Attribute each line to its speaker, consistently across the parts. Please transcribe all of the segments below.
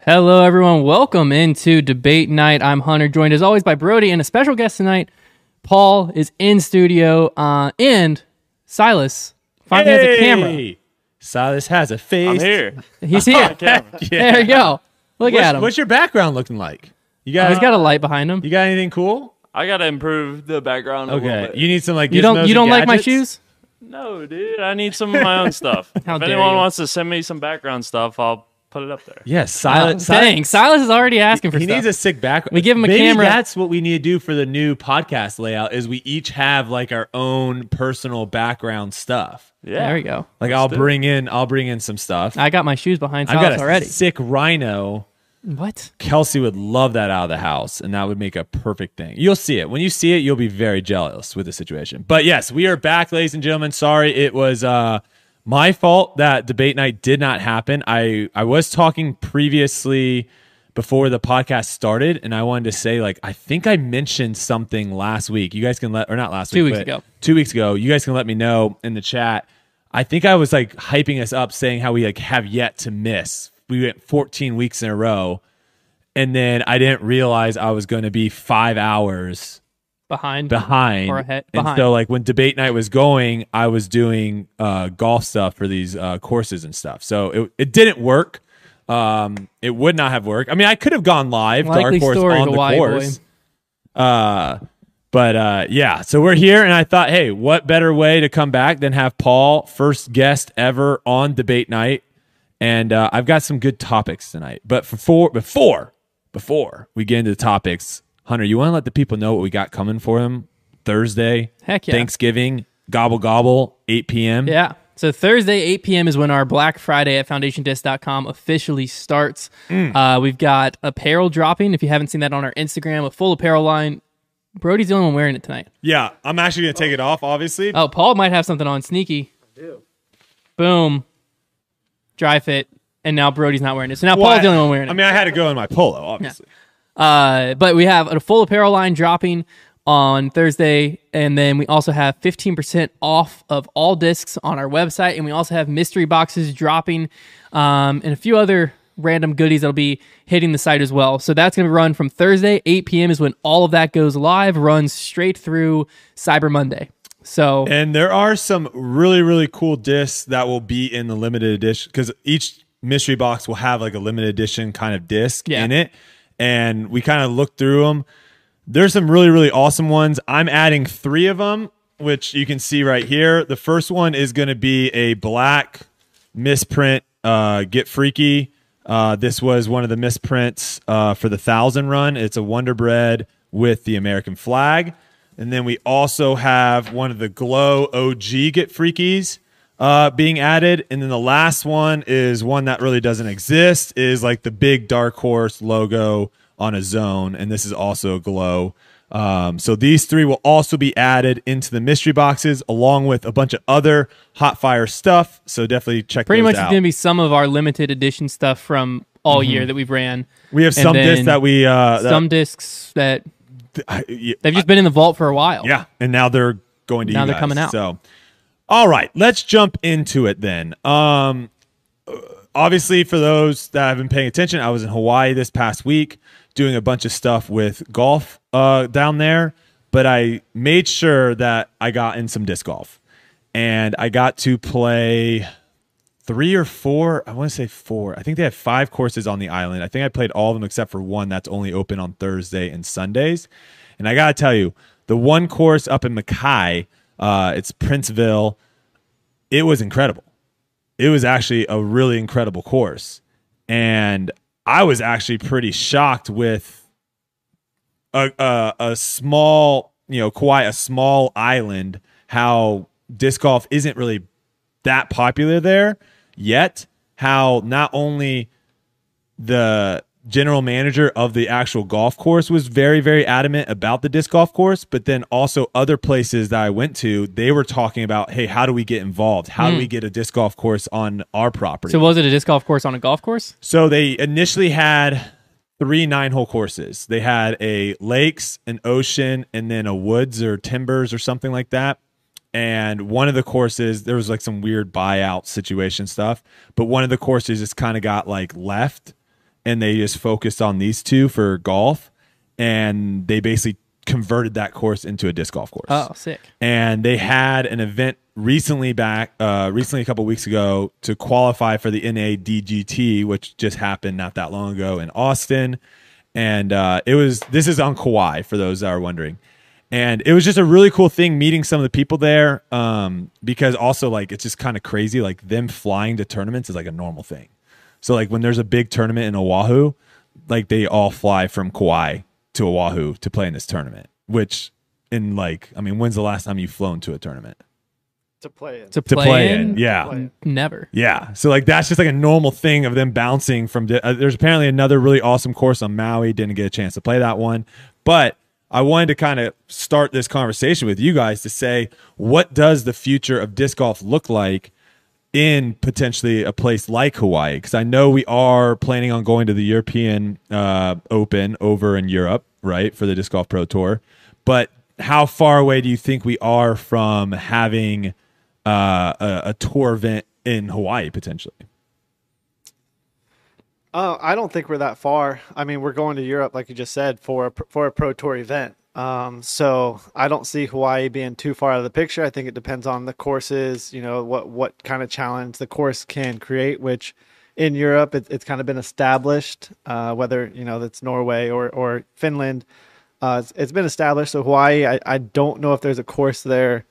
Speaker 1: Hello, everyone. Welcome into debate night. I'm Hunter, joined as always by Brody and a special guest tonight. Paul is in studio, uh, and Silas finally has a camera.
Speaker 2: Hey! Silas has a face.
Speaker 3: I'm here.
Speaker 1: He's here.
Speaker 3: Camera.
Speaker 1: There you go. Look
Speaker 2: What's,
Speaker 1: at him.
Speaker 2: what's your background looking like? You got,
Speaker 1: He's got a light behind him.
Speaker 2: you got anything cool?
Speaker 3: I gotta improve the background. A little
Speaker 2: Okay.
Speaker 3: bit.
Speaker 2: You need some like
Speaker 1: You don't.
Speaker 2: gizmos
Speaker 1: You don't
Speaker 2: and
Speaker 1: like my
Speaker 2: gadgets?
Speaker 1: shoes?
Speaker 3: no, dude. I need some of my own stuff. if
Speaker 1: How
Speaker 3: anyone
Speaker 1: dare you.
Speaker 3: wants to send me some background stuff, I'll put it up there.
Speaker 2: Yes,
Speaker 1: Oh,
Speaker 2: Uh, Silas.
Speaker 1: dang, Silas is already asking for
Speaker 2: He
Speaker 1: stuff.
Speaker 2: needs a sick background.
Speaker 1: We give him a
Speaker 2: Maybe
Speaker 1: camera.
Speaker 2: That's what we need to do for the new podcast layout. Is we each have like our own personal background stuff.
Speaker 3: Yeah.
Speaker 1: There we go.
Speaker 2: Like I'll bring in, I'll bring in some stuff.
Speaker 1: I got my shoes behind
Speaker 2: I've got
Speaker 1: Silas
Speaker 2: a
Speaker 1: already.
Speaker 2: sick rhino.
Speaker 1: What?
Speaker 2: Kelsey would love that out of the house, and that would make a perfect thing. You'll see it. When you see it, you'll be very jealous with the situation. But yes, we are back, ladies and gentlemen. Sorry, it was uh, my fault that debate night did not happen. I, I was talking previously before the podcast started, and I wanted to say, like, I think I mentioned something last week. You guys can let, or not last
Speaker 1: Two
Speaker 2: week,
Speaker 1: weeks
Speaker 2: but
Speaker 1: ago.
Speaker 2: Two weeks ago. You guys can let me know in the chat. I think I was like hyping us up, saying how we like have yet to miss. We went 14 weeks in a row and then I didn't realize I was going to be five hours
Speaker 1: Behind.
Speaker 2: behind.
Speaker 1: Or ahead-
Speaker 2: And
Speaker 1: behind.
Speaker 2: so, like when debate night was going, I was doing uh, golf stuff for these uh, courses and stuff. So it it didn't work. Um, it would not have worked. I mean, I could have gone live to our
Speaker 1: Likely
Speaker 2: course
Speaker 1: story,
Speaker 2: on the
Speaker 1: Hawaii
Speaker 2: course. Uh, but uh, yeah, so we're here, and I thought, hey, what better way to come back than have Paul, first guest ever on debate night, and uh, I've got some good topics tonight. But before, before, before we get into the topics, Hunter, you want to let the people know what we got coming for them Thursday,
Speaker 1: Heck yeah.
Speaker 2: Thanksgiving, gobble gobble, eight p.m.
Speaker 1: Yeah. So Thursday, 8 p.m. is when our Black Friday at foundationdisc.com officially starts. Uh, we've got apparel dropping. If you haven't seen that on our Instagram, a full apparel line. Brody's the only one wearing it tonight.
Speaker 2: yeah. I'm actually gonna take it off, obviously.
Speaker 1: Oh, Paul might have something on. Sneaky. Boom. Dry fit. And now Brody's not wearing it. So now Paul's the only one wearing it.
Speaker 2: mean, I had to go in my polo, obviously.
Speaker 1: Uh, but we have a full apparel line dropping on Thursday, and then we also have 15% off of all discs on our website, and we also have mystery boxes dropping, um, and a few other random goodies that'll be hitting the site as well. So that's going to run from Thursday, 8 p.m. is when all of that goes live, runs straight through Cyber Monday. So
Speaker 2: And there are some really, really cool discs that will be in the limited edition because each mystery box will have like a limited edition kind of disc
Speaker 1: Yeah.
Speaker 2: in it. And we kind of looked through them. There's some really, really awesome ones. I'm adding three of them, which you can see right here. The first one is going to be a black misprint, uh, Get Freaky. Uh, this was one of the misprints uh, for the thousand run. It's a Wonder Bread with the American flag. And then we also have one of the Glow OG Get Freakies uh, being added. And then the last one is one that really doesn't exist is like the big dark horse logo on a zone. And this is also a glow. Um, so these three will also be added into the mystery boxes along with a bunch of other hot fire stuff. So definitely check
Speaker 1: pretty
Speaker 2: those
Speaker 1: much it's
Speaker 2: out.
Speaker 1: going to be some of our limited edition stuff from all year that we've ran.
Speaker 2: we have
Speaker 1: and
Speaker 2: some discs
Speaker 1: then
Speaker 2: that we, uh, that-
Speaker 1: some discs that
Speaker 2: I- yeah,
Speaker 1: they've just been in the vault for a while.
Speaker 2: yeah. And now they're going to
Speaker 1: Now
Speaker 2: you
Speaker 1: they're
Speaker 2: guys.
Speaker 1: coming out.
Speaker 2: So, all right, let's jump into it then. Um, obviously for those that have been paying attention i was in hawaii this past week doing a bunch of stuff with golf uh, down there but i made sure that i got in some disc golf and i got to play three or four i want to say four i think they have five courses on the island i think i played all of them except for one that's only open on thursday and sundays and i gotta tell you the one course up in mackay uh, it's princeville it was incredible it was actually a really incredible course. And I was actually pretty shocked with a, a, a small, you know, Kauai, a small island, how disc golf isn't really that popular there yet. How not only the general manager of the actual golf course was very very adamant about the disc golf course but then also other places that i went to they were talking about hey how do we get involved how do we get a disc golf course on our property
Speaker 1: So was it a disc golf course on a golf course?
Speaker 2: so they initially had three nine hole courses. They had a lakes, an ocean, and then a woods or timbers or something like that. And one of the courses, there was like some weird buyout situation stuff, but one of the courses just kind of got like left and they just focused on these two for golf, and they basically converted that course into a disc golf course.
Speaker 1: Oh, sick.
Speaker 2: And they had an event recently back, uh, recently a couple weeks ago to qualify for the NADGT, which just happened not that long ago in Austin. And uh, it was, this is on Kauai for those that are wondering. And it was just a really cool thing meeting some of the people there um, because also, like, it's just kind of crazy. Like, them flying to tournaments is like a normal thing. So, like, when there's a big tournament in Oahu, like, they all fly from Kauai to Oahu to play in this tournament, which in like, I mean, when's the last time you've flown to a tournament?
Speaker 4: to play in.
Speaker 1: To
Speaker 2: To
Speaker 1: play, in?
Speaker 2: Yeah.
Speaker 4: Play in.
Speaker 1: Never.
Speaker 2: Yeah. So like that's just like a normal thing of them bouncing from. Di- uh, there's apparently another really awesome course on Maui. Didn't get a chance to play that one, but I wanted to kind of start this conversation with you guys to say what does the future of disc golf look like in potentially a place like Hawaii? Because I know we are planning on going to the European uh, Open over in Europe, right, for the disc golf pro tour. But how far away do you think we are from having? uh, a, a tour event in Hawaii potentially.
Speaker 4: Uh, I don't think we're that far. I mean, we're going to Europe, like you just said, for a, for a pro tour event. Um, so I don't see Hawaii being too far out of the picture. I think it depends on the courses, you know, what what kind of challenge the course can create. Which in Europe, it, it's kind of been established, uh, whether you know that's Norway or or Finland. Uh, it's, it's been established. So Hawaii, I, I don't know if there's a course there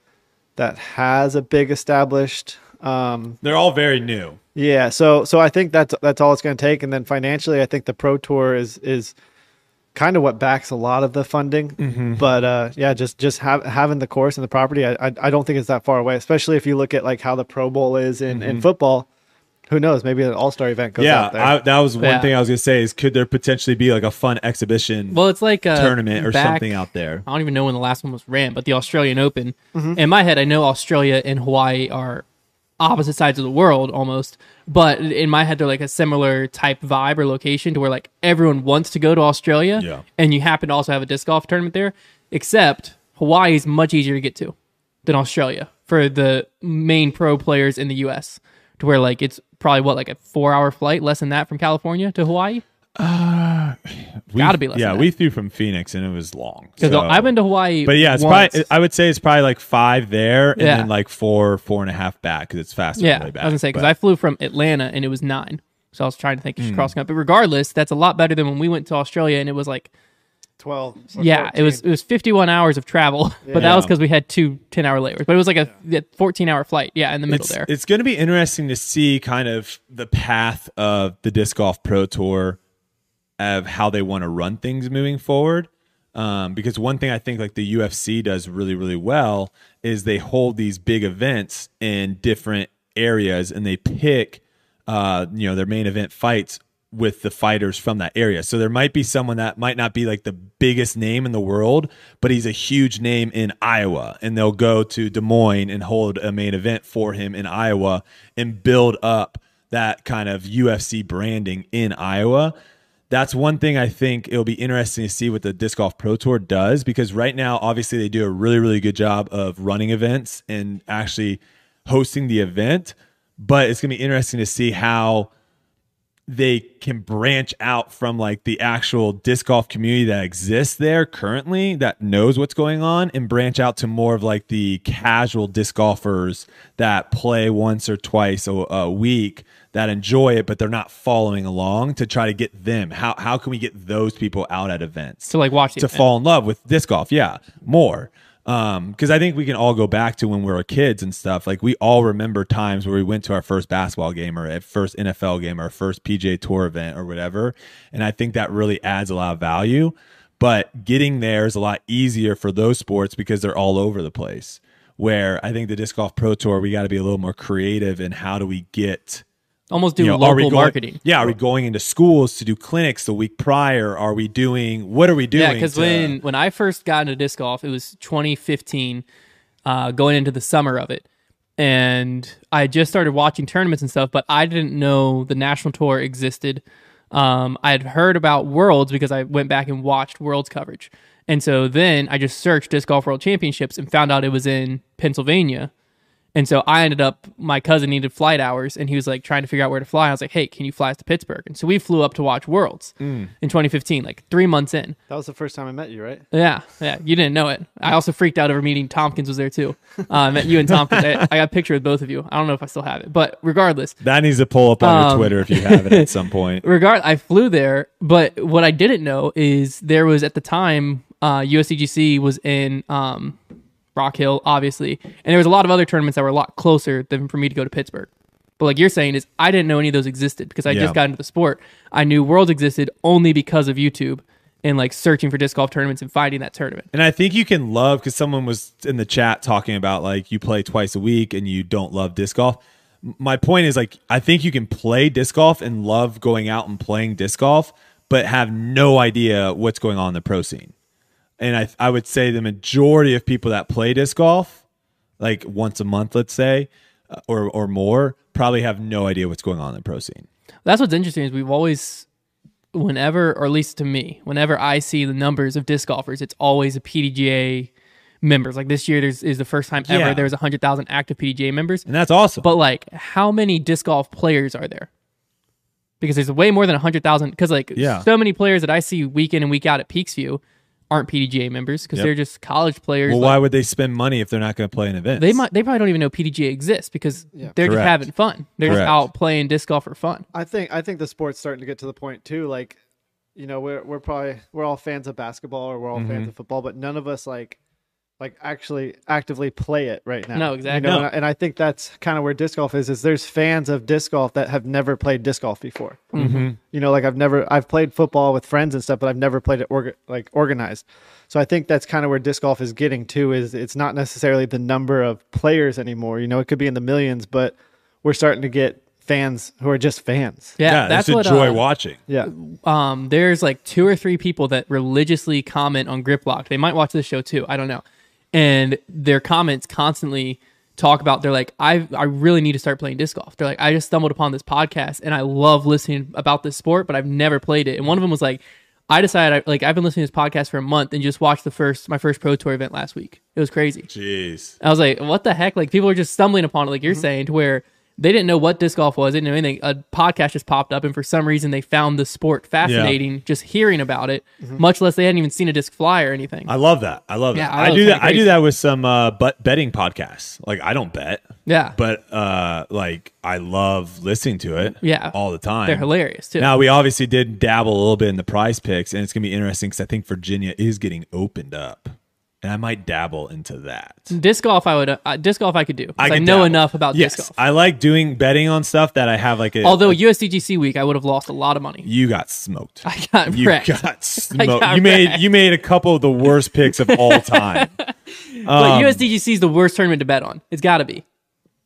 Speaker 4: that has a big established um,
Speaker 2: They're all very new.
Speaker 4: yeah, so so I think that's that's all it's going to take, and then financially, I think the pro tour is is kind of what backs a lot of the funding. But uh, yeah, just just have, having the course and the property, I, I I don't think it's that far away, especially if you look at like how the Pro Bowl is in in football. Who knows? Maybe an All Star event goes
Speaker 2: yeah,
Speaker 4: out there.
Speaker 2: I, that was one
Speaker 1: Yeah.
Speaker 2: thing I was gonna say is could there potentially be like a fun exhibition
Speaker 1: Well, it's like a
Speaker 2: tournament or
Speaker 1: back-
Speaker 2: something out there?
Speaker 1: I don't even know when the last one was ran, but the Australian Open.
Speaker 2: Mm-hmm.
Speaker 1: In my head, I know Australia and Hawaii are opposite sides of the world almost, but in my head, they're like a similar type vibe or location to where like everyone wants to go to Australia,
Speaker 2: Yeah.
Speaker 1: and you happen to also have a disc golf tournament there. Except Hawaii is much easier to get to than Australia for the main pro players in the U.S. To where like it's probably what like a four-hour flight, less than that from California to Hawaii.
Speaker 2: We,
Speaker 1: gotta be less
Speaker 2: Yeah,
Speaker 1: than
Speaker 2: we threw from Phoenix and it was long.
Speaker 1: Because
Speaker 2: so-
Speaker 1: I've been to Hawaii,
Speaker 2: but yeah, it's
Speaker 1: once.
Speaker 2: probably. I would say it's probably like five there, and
Speaker 1: Yeah.
Speaker 2: then like four, four and a half back because it's faster. on
Speaker 1: Yeah,
Speaker 2: the way back.
Speaker 1: I was gonna say because
Speaker 2: But- Hmm.
Speaker 1: I flew from Atlanta and it was nine, so I was trying to think just crossing up. But regardless, that's a lot better than when we went to Australia and it was like,
Speaker 4: Twelve. or
Speaker 1: yeah, it was
Speaker 4: 14.
Speaker 1: it was fifty one hours of travel, but that was
Speaker 2: Yeah.
Speaker 1: because we had two 10 hour layovers. But it was like a fourteen hour flight, yeah, in the middle
Speaker 2: it's,
Speaker 1: there.
Speaker 2: It's going to be interesting to see kind of the path of the disc golf pro tour of how they want to run things moving forward. Um, because one thing I think like the UFC does really really well is they hold these big events in different areas and they pick uh, you know their main event fights with the fighters from that area. So there might be someone that might not be like the biggest name in the world, but he's a huge name in Iowa. And they'll go to Des Moines and hold a main event for him in Iowa and build up that kind of UFC branding in Iowa. That's one thing I think it'll be interesting to see what the Disc Golf Pro Tour does because right now, obviously, they do a really, really good job of running events and actually hosting the event. But it's going to be interesting to see how they can branch out from like the actual disc golf community that exists there currently that knows what's going on and branch out to more of like the casual disc golfers that play once or twice a, a week that enjoy it but they're not following along to try to get them how how can we get those people out at events
Speaker 1: to like watch the
Speaker 2: to
Speaker 1: event.
Speaker 2: fall in love with disc golf. Yeah, more. Um, because I think we can all go back to when we were kids and stuff. Like we all remember times where we went to our first basketball game or at first NFL game or first PJ Tour event or whatever. And I think that really adds a lot of value. But getting there is a lot easier for those sports because they're all over the place. Where I think the disc golf pro tour, we got to be a little more creative in how do we get
Speaker 1: almost do
Speaker 2: you know, are we
Speaker 1: local
Speaker 2: going-
Speaker 1: marketing.
Speaker 2: Yeah, are we going into schools to do clinics the week prior? Are we doing what are we doing?
Speaker 1: Yeah, because
Speaker 2: to-
Speaker 1: when when I first got into disc golf, it was 2015, uh, going into the summer of it, and I had just started watching tournaments and stuff, but I didn't know the national tour existed. Um, I had heard about Worlds because I went back and watched Worlds coverage, and so then I just searched disc golf world championships and found out it was in Pennsylvania, And so I ended up, my cousin needed flight hours and he was like trying to figure out where to fly. I was like, hey, can you fly us to Pittsburgh? And so we flew up to watch Worlds
Speaker 2: Mm.
Speaker 1: in 2015, like three months in.
Speaker 4: That was the first time I met you, right?
Speaker 1: Yeah, yeah. You didn't know it. I also freaked out over meeting Tompkins was there too. Uh, I met you and Tompkins. I, I got a picture with both of you. I don't know if I still have it, but regardless,
Speaker 2: That needs to pull up on
Speaker 1: Um,
Speaker 2: your Twitter if you have it at some point.
Speaker 1: regard I flew there, but what I didn't know is there was at the time uh, USCGC was in um, Rock Hill, obviously, and there was a lot of other tournaments that were a lot closer than for me to go to Pittsburgh. But like you're saying, is I didn't know any of those existed because I
Speaker 2: Yeah.
Speaker 1: just got into the sport. I knew Worlds existed only because of YouTube and like searching for disc golf tournaments and finding that tournament.
Speaker 2: And I think you can love because someone was in the chat talking about like you play twice a week and you don't love disc golf. M- My point is like I think you can play disc golf and love going out and playing disc golf, but have no idea what's going on in the pro scene. And I I would say the majority of people that play disc golf, like once a month, let's say, uh, or or more, probably have no idea what's going on in the pro scene.
Speaker 1: That's what's interesting is we've always, whenever, or at least to me, whenever I see the numbers of disc golfers, it's always a PDGA members. Like this year, there's is the first time ever
Speaker 2: Yeah.
Speaker 1: there was hundred thousand active PDGA members.
Speaker 2: And that's awesome.
Speaker 1: But like, how many disc golf players are there? Because there's way more than hundred thousand. Because like,
Speaker 2: Yeah.
Speaker 1: so many players that I see week in and week out at Peaksview aren't PDGA members because
Speaker 2: Yep.
Speaker 1: they're just college players.
Speaker 2: well,
Speaker 1: like,
Speaker 2: why would they spend money if they're not going to play an event?
Speaker 1: they might they probably don't even know PDGA exists because they're just
Speaker 2: Correct.
Speaker 1: having fun. They're
Speaker 2: Correct.
Speaker 1: just out playing disc golf for fun.
Speaker 4: I think I think the sport's starting to get to the point too. Like, you know, we're we're probably we're all fans of basketball or we're all
Speaker 1: Mm-hmm.
Speaker 4: fans of football, but none of us like like actually actively play it right now.
Speaker 1: No,
Speaker 4: You
Speaker 1: exactly.
Speaker 4: know, and, I, and I think that's kind of where disc golf is. Is there's fans of disc golf that have never played disc golf before. Mm-hmm. You know, like I've never I've played football with friends and stuff, but I've never played it orga- like organized. So I think that's kind of where disc golf is getting to. Is it's not necessarily the number of players anymore. You know, it could be in the millions, but we're starting to get fans who are just fans.
Speaker 1: Yeah,
Speaker 2: yeah,
Speaker 1: that's
Speaker 2: just
Speaker 1: what
Speaker 2: enjoy
Speaker 1: uh,
Speaker 2: watching.
Speaker 4: Yeah.
Speaker 1: um, there's like two or three people that religiously comment on Grip Locked. They might watch this show too. I don't know. And their comments constantly talk about they're like, I I really need to start playing disc golf. They're like, I just stumbled upon this podcast and I love listening about this sport, but I've never played it. And one of them was like, I decided I, like I've been listening to this podcast for a month and just watched the first my first pro tour event last week. It was crazy.
Speaker 2: Jeez.
Speaker 1: I was like, what the heck? Like people are just stumbling upon it, like you're
Speaker 2: Mm-hmm.
Speaker 1: saying, to where they didn't know what disc golf was, they didn't know anything. A podcast just popped up, and for some reason they found the sport fascinating, just hearing about it, much less they hadn't even seen a disc fly or anything.
Speaker 2: Mm-hmm. I love that. I love
Speaker 1: Yeah,
Speaker 2: that.
Speaker 1: I
Speaker 2: I,
Speaker 1: know,
Speaker 2: do
Speaker 1: it's
Speaker 2: that.
Speaker 1: kinda
Speaker 2: I do
Speaker 1: crazy.
Speaker 2: that with some uh, but betting podcasts. Like I don't bet,
Speaker 1: yeah,
Speaker 2: but uh, like I love listening to it.
Speaker 1: Yeah.
Speaker 2: all the time.
Speaker 1: they're hilarious too.
Speaker 2: Now we obviously did dabble a little bit in the prize picks, and it's gonna be interesting because I think Virginia is getting opened up, and I might dabble into that.
Speaker 1: disc golf, I would uh, uh, disc golf I could do. 'cause I,
Speaker 2: could
Speaker 1: know
Speaker 2: dabble.
Speaker 1: enough about
Speaker 2: yes,
Speaker 1: disc golf.
Speaker 2: I like doing betting on stuff that I have like a.
Speaker 1: Although USDGC week, I would have lost a lot of money.
Speaker 2: you got smoked.
Speaker 1: I got
Speaker 2: you
Speaker 1: wrecked.
Speaker 2: got smoked.
Speaker 1: got
Speaker 2: you made
Speaker 1: wrecked.
Speaker 2: you made a couple of the worst picks of all time. um,
Speaker 1: but USDGC is the worst tournament to bet on. It's got to be.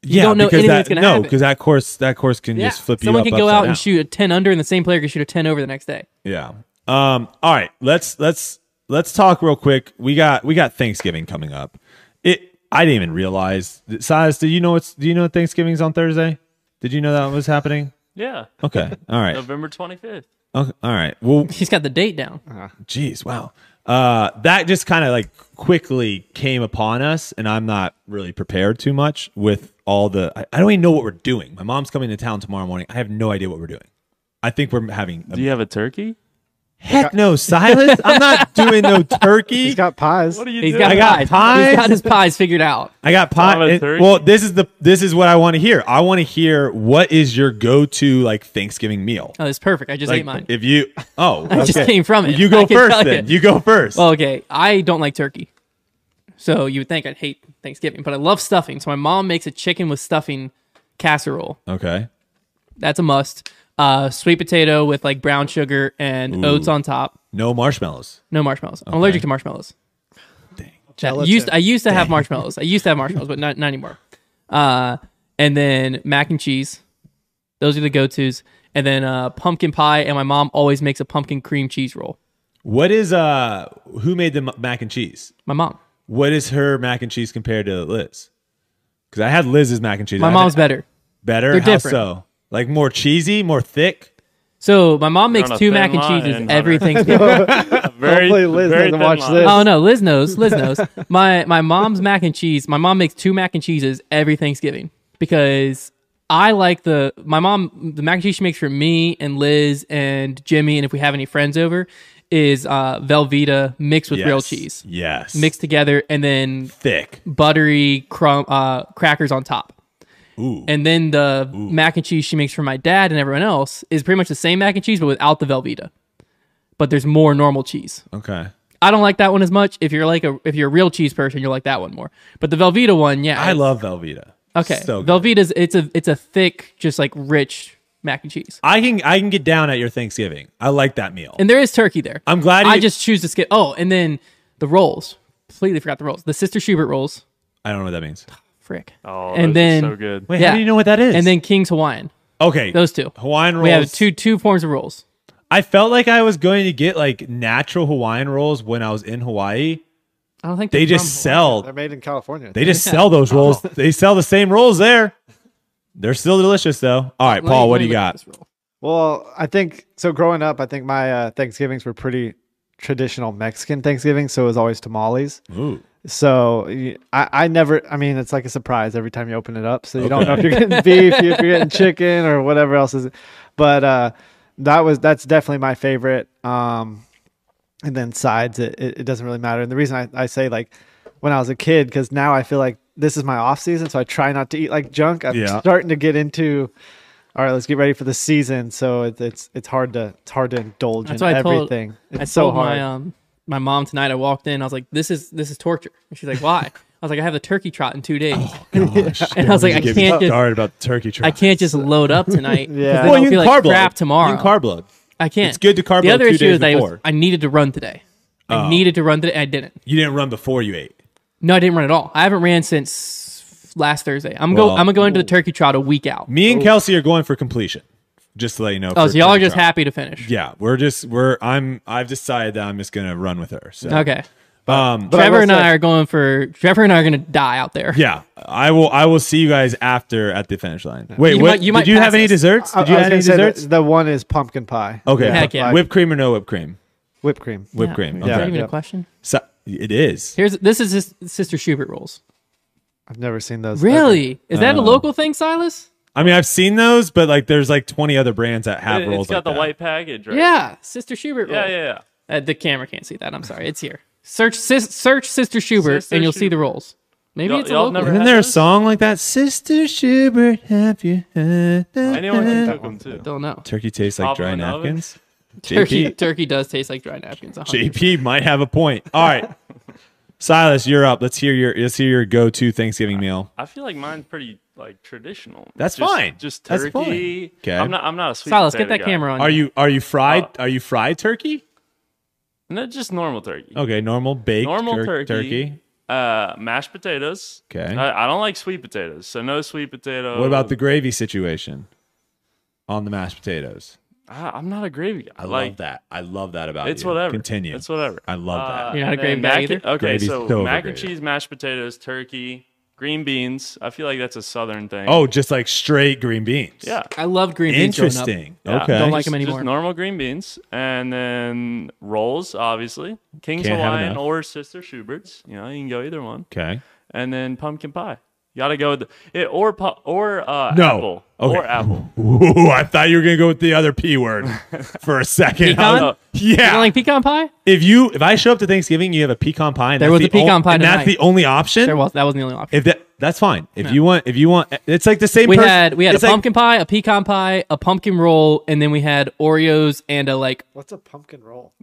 Speaker 2: yeah,
Speaker 1: don't know
Speaker 2: because
Speaker 1: anything
Speaker 2: that,
Speaker 1: that's gonna
Speaker 2: no,
Speaker 1: happen.
Speaker 2: because that course that course can
Speaker 1: Yeah,
Speaker 2: just flip
Speaker 1: someone
Speaker 2: you.
Speaker 1: can
Speaker 2: up,
Speaker 1: go
Speaker 2: upside
Speaker 1: out
Speaker 2: down.
Speaker 1: and shoot a ten under, and the same player can shoot a ten over the next day.
Speaker 2: Yeah. Um. All right. Let's let's let's talk real quick. We got we got Thanksgiving coming up. It. I didn't even realize. Size. Do you know it's? Do you know Thanksgiving's on Thursday? Did you know that was happening?
Speaker 3: Yeah.
Speaker 2: Okay. All right.
Speaker 3: November 25th.
Speaker 2: Okay. All right. Well,
Speaker 1: He's got the date down.
Speaker 2: Jeez, wow. Uh, that just kind of like quickly came upon us, and I'm not really prepared too much with all the. I, I don't even know what we're doing. My mom's coming to town tomorrow morning. I have no idea what we're doing. I think we're having. A,
Speaker 3: Do you have a turkey?
Speaker 2: heck no, Silas. I'm not doing no turkey.
Speaker 4: He's got pies.
Speaker 3: What are you
Speaker 1: He's
Speaker 3: doing?
Speaker 1: got,
Speaker 2: I
Speaker 1: pies.
Speaker 2: got
Speaker 1: He's
Speaker 2: pies.
Speaker 1: got his pies figured out.
Speaker 2: I got
Speaker 3: Not
Speaker 2: pot.
Speaker 3: a
Speaker 2: it-
Speaker 3: turkey.
Speaker 2: well, this is the this is what I want to hear. I want to hear what is your go to like Thanksgiving meal.
Speaker 1: Oh, it's perfect. I just
Speaker 2: Like
Speaker 1: ate mine.
Speaker 2: if you oh
Speaker 1: I just came from it.
Speaker 2: You
Speaker 1: I
Speaker 2: go
Speaker 1: can
Speaker 2: first
Speaker 1: tell
Speaker 2: then.
Speaker 1: you.
Speaker 2: You go first.
Speaker 1: well, okay. I don't like turkey. So you would think I'd hate Thanksgiving, but I love stuffing. So my mom makes a chicken with stuffing casserole.
Speaker 2: okay.
Speaker 1: That's a must. Uh, sweet potato with like brown sugar and oats on top.
Speaker 2: No marshmallows.
Speaker 1: No marshmallows. I'm allergic to marshmallows. That-
Speaker 4: Gelatin.
Speaker 1: used I used to have marshmallows. I used to have marshmallows, but not not anymore. Uh, and then mac and cheese. Those are the go tos. And then uh, pumpkin pie. And my mom always makes a pumpkin cream cheese roll.
Speaker 2: What is uh who made the m- mac and cheese?
Speaker 1: My mom.
Speaker 2: What is her mac and cheese compared to Liz? Because I had Liz's mac and cheese.
Speaker 1: My
Speaker 2: I
Speaker 1: mom's
Speaker 2: had-
Speaker 1: better.
Speaker 2: better.
Speaker 1: they're
Speaker 2: How
Speaker 1: different.
Speaker 2: so? Like more cheesy, more thick.
Speaker 1: So my mom makes
Speaker 3: on a
Speaker 1: two
Speaker 3: thin
Speaker 1: mac and
Speaker 3: line,
Speaker 1: cheeses
Speaker 3: Hunter.
Speaker 1: every Thanksgiving.
Speaker 3: Very,
Speaker 4: Hopefully Liz
Speaker 3: very thin
Speaker 4: doesn't watch
Speaker 3: line.
Speaker 4: this.
Speaker 1: oh no, Liz knows. Liz knows. My my mom's mac and cheese. My mom makes two mac and cheeses every Thanksgiving because I like the my mom the mac and cheese she makes for me and Liz and Jimmy and if we have any friends over is uh, Velveeta mixed with real
Speaker 2: Yes.
Speaker 1: cheese
Speaker 2: Yes.
Speaker 1: mixed together and then
Speaker 2: thick.
Speaker 1: buttery crumb uh, crackers on top.
Speaker 2: Ooh.
Speaker 1: And then the mac and cheese she makes for my dad and everyone else is pretty much the same mac and cheese, but without the Velveeta. But there's more normal cheese.
Speaker 2: okay.
Speaker 1: I don't like that one as much. If you're like a if you're a real cheese person, you'll like that one more. But the Velveeta one, yeah,
Speaker 2: I love Velveeta.
Speaker 1: Okay,
Speaker 2: So good.
Speaker 1: Velveeta's it's a it's a thick, just like rich mac and cheese,
Speaker 2: I can I can get down at your Thanksgiving. I like that meal.
Speaker 1: and there is turkey there.
Speaker 2: I'm glad you,
Speaker 1: I just choose to skip. Oh, and then the rolls. Completely forgot the rolls. The Sister Schubert rolls.
Speaker 2: I don't know what that means.
Speaker 1: Frick.
Speaker 3: Oh,
Speaker 1: and then
Speaker 3: so good.
Speaker 2: Wait,
Speaker 1: Yeah.
Speaker 2: how do you know what that is?
Speaker 1: and then King's Hawaiian.
Speaker 2: okay,
Speaker 1: Those two.
Speaker 2: Hawaiian rolls.
Speaker 1: We have two two forms of rolls.
Speaker 2: I felt like I was going to get like natural Hawaiian rolls when I was in Hawaii.
Speaker 1: I don't think
Speaker 2: They
Speaker 1: they're
Speaker 2: just
Speaker 1: from-
Speaker 2: sell.
Speaker 4: They're made in California.
Speaker 2: They just sell those rolls. They sell the same rolls there. They're still delicious though. All right,
Speaker 1: Let me-
Speaker 2: Paul, what
Speaker 1: let
Speaker 2: do
Speaker 1: me
Speaker 2: you
Speaker 1: look at
Speaker 2: got?
Speaker 1: this roll.
Speaker 4: Well, I think so. Growing up, I think my uh, Thanksgivings were pretty traditional Mexican Thanksgiving, so it was always tamales.
Speaker 2: Ooh.
Speaker 4: So y- I, I never, I mean, it's like a surprise every time you open it up. So you don't know if you're getting beef, if you're getting chicken, or whatever else is. But uh, that was that's definitely my favorite. Um, and then sides, it, it, it doesn't really matter. And the reason I, I say like when I was a kid, because now I feel like this is my off season, so I try not to eat like junk. I'm
Speaker 2: Yeah.
Speaker 4: starting to get into. All right, let's get ready for the season. So it, it's it's hard to it's hard to indulge
Speaker 1: That's
Speaker 4: in
Speaker 1: what I told-
Speaker 4: everything. it's
Speaker 1: I
Speaker 4: so
Speaker 1: told
Speaker 4: hard.
Speaker 1: my um my mom tonight. I walked in. I was like, "This is this is torture." And she's like, "Why?" I was like, "I have the turkey trot in two days,
Speaker 2: Oh,
Speaker 1: and I was like, I
Speaker 2: Get me
Speaker 1: can't just
Speaker 2: started about the turkey
Speaker 1: I
Speaker 2: trip.
Speaker 1: can't just load up tonight. 'cause
Speaker 4: Yeah.
Speaker 1: then
Speaker 2: Well,
Speaker 1: I'll
Speaker 2: you
Speaker 1: feel
Speaker 2: can
Speaker 1: like
Speaker 2: carb load.
Speaker 1: crap tomorrow.
Speaker 2: You can carb load.
Speaker 1: I can't.
Speaker 2: It's good to carb
Speaker 1: The
Speaker 2: load
Speaker 1: other
Speaker 2: two
Speaker 1: issue
Speaker 2: days
Speaker 1: is I, was-
Speaker 2: before. Oh.
Speaker 1: I needed to run today. I needed to run today. I didn't.
Speaker 2: You didn't run before you ate.
Speaker 1: No, I didn't run at all. I haven't ran since last Thursday. I'm go.
Speaker 2: Well-
Speaker 1: I'm gonna go into the turkey trot a week out.
Speaker 2: Me and Kelsey are going for completion. Just to let you know.
Speaker 1: oh,
Speaker 2: for
Speaker 1: so y'all are
Speaker 2: turkey
Speaker 1: just
Speaker 2: trot.
Speaker 1: happy to finish.
Speaker 2: Yeah, we're just we're I'm I've decided that I'm just gonna run with her. So
Speaker 1: Okay.
Speaker 2: um
Speaker 4: I
Speaker 1: Trevor
Speaker 4: will
Speaker 1: and
Speaker 4: say-
Speaker 1: I are going for. Trevor and I are gonna die out there.
Speaker 2: yeah, I will I will see you guys after at the finish line. Wait,
Speaker 1: You
Speaker 2: what
Speaker 1: might- you might
Speaker 2: did you have
Speaker 1: pass
Speaker 2: any
Speaker 1: us.
Speaker 2: desserts?
Speaker 4: I-
Speaker 2: Did you
Speaker 4: I was
Speaker 2: have
Speaker 4: gonna
Speaker 2: any
Speaker 4: say that
Speaker 2: desserts?
Speaker 4: The one is pumpkin pie.
Speaker 2: Okay.
Speaker 1: Heck yeah.
Speaker 2: Whipped cream or no whipped cream?
Speaker 4: Whipped cream.
Speaker 2: Whipped
Speaker 1: Yeah.
Speaker 2: cream.
Speaker 1: Is
Speaker 2: Okay.
Speaker 1: that even
Speaker 4: Yeah.
Speaker 1: a question?
Speaker 2: So, it is.
Speaker 1: Here's this is his sister Schubert rolls.
Speaker 4: I've never seen those.
Speaker 1: Really? Is
Speaker 3: Uh,
Speaker 1: that a local thing, Silas?
Speaker 2: I mean, I've seen those, but like there's like 20 other brands that have
Speaker 3: It,
Speaker 2: rolls
Speaker 3: has got
Speaker 2: like
Speaker 3: the
Speaker 2: that.
Speaker 3: white package, right?
Speaker 1: Yeah, sister Schubert.
Speaker 3: yeah,
Speaker 1: roll.
Speaker 3: yeah. yeah.
Speaker 1: Uh, the camera can't see that. I'm sorry. It's here. Search sis, search sister Schubert,
Speaker 3: Sister
Speaker 1: and you'll see
Speaker 3: Schubert.
Speaker 1: the rolls. Maybe
Speaker 3: Y'all-
Speaker 1: it's a
Speaker 3: y'all
Speaker 1: local.
Speaker 3: never
Speaker 2: Isn't
Speaker 3: had
Speaker 2: there a
Speaker 3: those?
Speaker 2: song like that? Sister Schubert, have you heard that?
Speaker 3: Anyone can cook them too.
Speaker 1: Don't know.
Speaker 2: Turkey tastes like
Speaker 3: Pop
Speaker 2: dry
Speaker 3: in the oven.
Speaker 2: napkins.
Speaker 1: Turkey
Speaker 2: JP,
Speaker 1: turkey does taste like dry napkins. 100%.
Speaker 2: JP might have a point. All right. Silas, you're up. Let's hear your let's hear your go-to Thanksgiving meal.
Speaker 3: I feel like mine's pretty like traditional.
Speaker 2: That's
Speaker 3: Just-
Speaker 2: fine.
Speaker 3: Just
Speaker 2: That's
Speaker 3: turkey.
Speaker 2: fine. 'Kay.
Speaker 3: I'm not. I'm not a sweet.
Speaker 1: Silas, get
Speaker 3: potato
Speaker 1: that
Speaker 3: guy.
Speaker 1: camera on.
Speaker 2: Are you are you fried
Speaker 3: Uh,
Speaker 2: are you fried turkey?
Speaker 3: No, just normal turkey.
Speaker 2: Okay, normal baked
Speaker 3: Normal
Speaker 2: tur-
Speaker 3: turkey. Uh, mashed potatoes.
Speaker 2: 'Kay.
Speaker 3: I, I don't like sweet potatoes, so no sweet potato.
Speaker 2: What about the gravy situation on the mashed potatoes?
Speaker 3: I, I'm not a gravy guy.
Speaker 2: I
Speaker 3: like
Speaker 2: love that. I love that about
Speaker 3: It's
Speaker 2: you.
Speaker 3: whatever.
Speaker 2: Continue.
Speaker 3: It's whatever. Uh,
Speaker 2: I love that.
Speaker 1: You're not a
Speaker 3: and
Speaker 1: gravy
Speaker 3: then
Speaker 1: guy
Speaker 3: mac-
Speaker 1: either?
Speaker 3: Okay,
Speaker 2: Gravy's
Speaker 3: so
Speaker 2: so
Speaker 3: mac and
Speaker 2: overrated.
Speaker 3: cheese, mashed potatoes, turkey, green beans. I feel like that's a southern thing.
Speaker 2: Oh, just like straight green beans.
Speaker 3: yeah.
Speaker 1: I love green beans. growing up.
Speaker 2: Interesting.
Speaker 3: Yeah.
Speaker 2: Okay.
Speaker 1: Don't like
Speaker 3: Just-
Speaker 1: them anymore.
Speaker 3: Just normal green beans, and then rolls, obviously. King's
Speaker 2: Can't have
Speaker 3: Hawaiian
Speaker 2: enough.
Speaker 3: or Sister Schubert's. You know, you can go either one.
Speaker 2: okay.
Speaker 3: And then pumpkin pie. You gotta go with the, it, or pu- or uh,
Speaker 2: No.
Speaker 3: apple
Speaker 2: Okay.
Speaker 3: or apple.
Speaker 2: Ooh, I thought you were gonna go with the other P word for a second.
Speaker 1: Pecan?
Speaker 2: I was-
Speaker 1: You
Speaker 2: yeah.
Speaker 1: don't like pecan pie?
Speaker 2: if you if I show up to Thanksgiving, you have a pecan pie. And
Speaker 1: There
Speaker 2: that's
Speaker 1: was
Speaker 2: the
Speaker 1: a pecan
Speaker 2: on-
Speaker 1: pie
Speaker 2: and that's
Speaker 1: tonight.
Speaker 2: the only option.
Speaker 1: There was. That wasn't the only option.
Speaker 2: If that that's fine. If you want, if you want, it's like the same.
Speaker 1: we
Speaker 2: person-
Speaker 1: had we had a
Speaker 2: it's like-
Speaker 1: pumpkin pie, a pecan pie, a pumpkin roll, and then we had Oreos and a like.
Speaker 4: What's a pumpkin roll?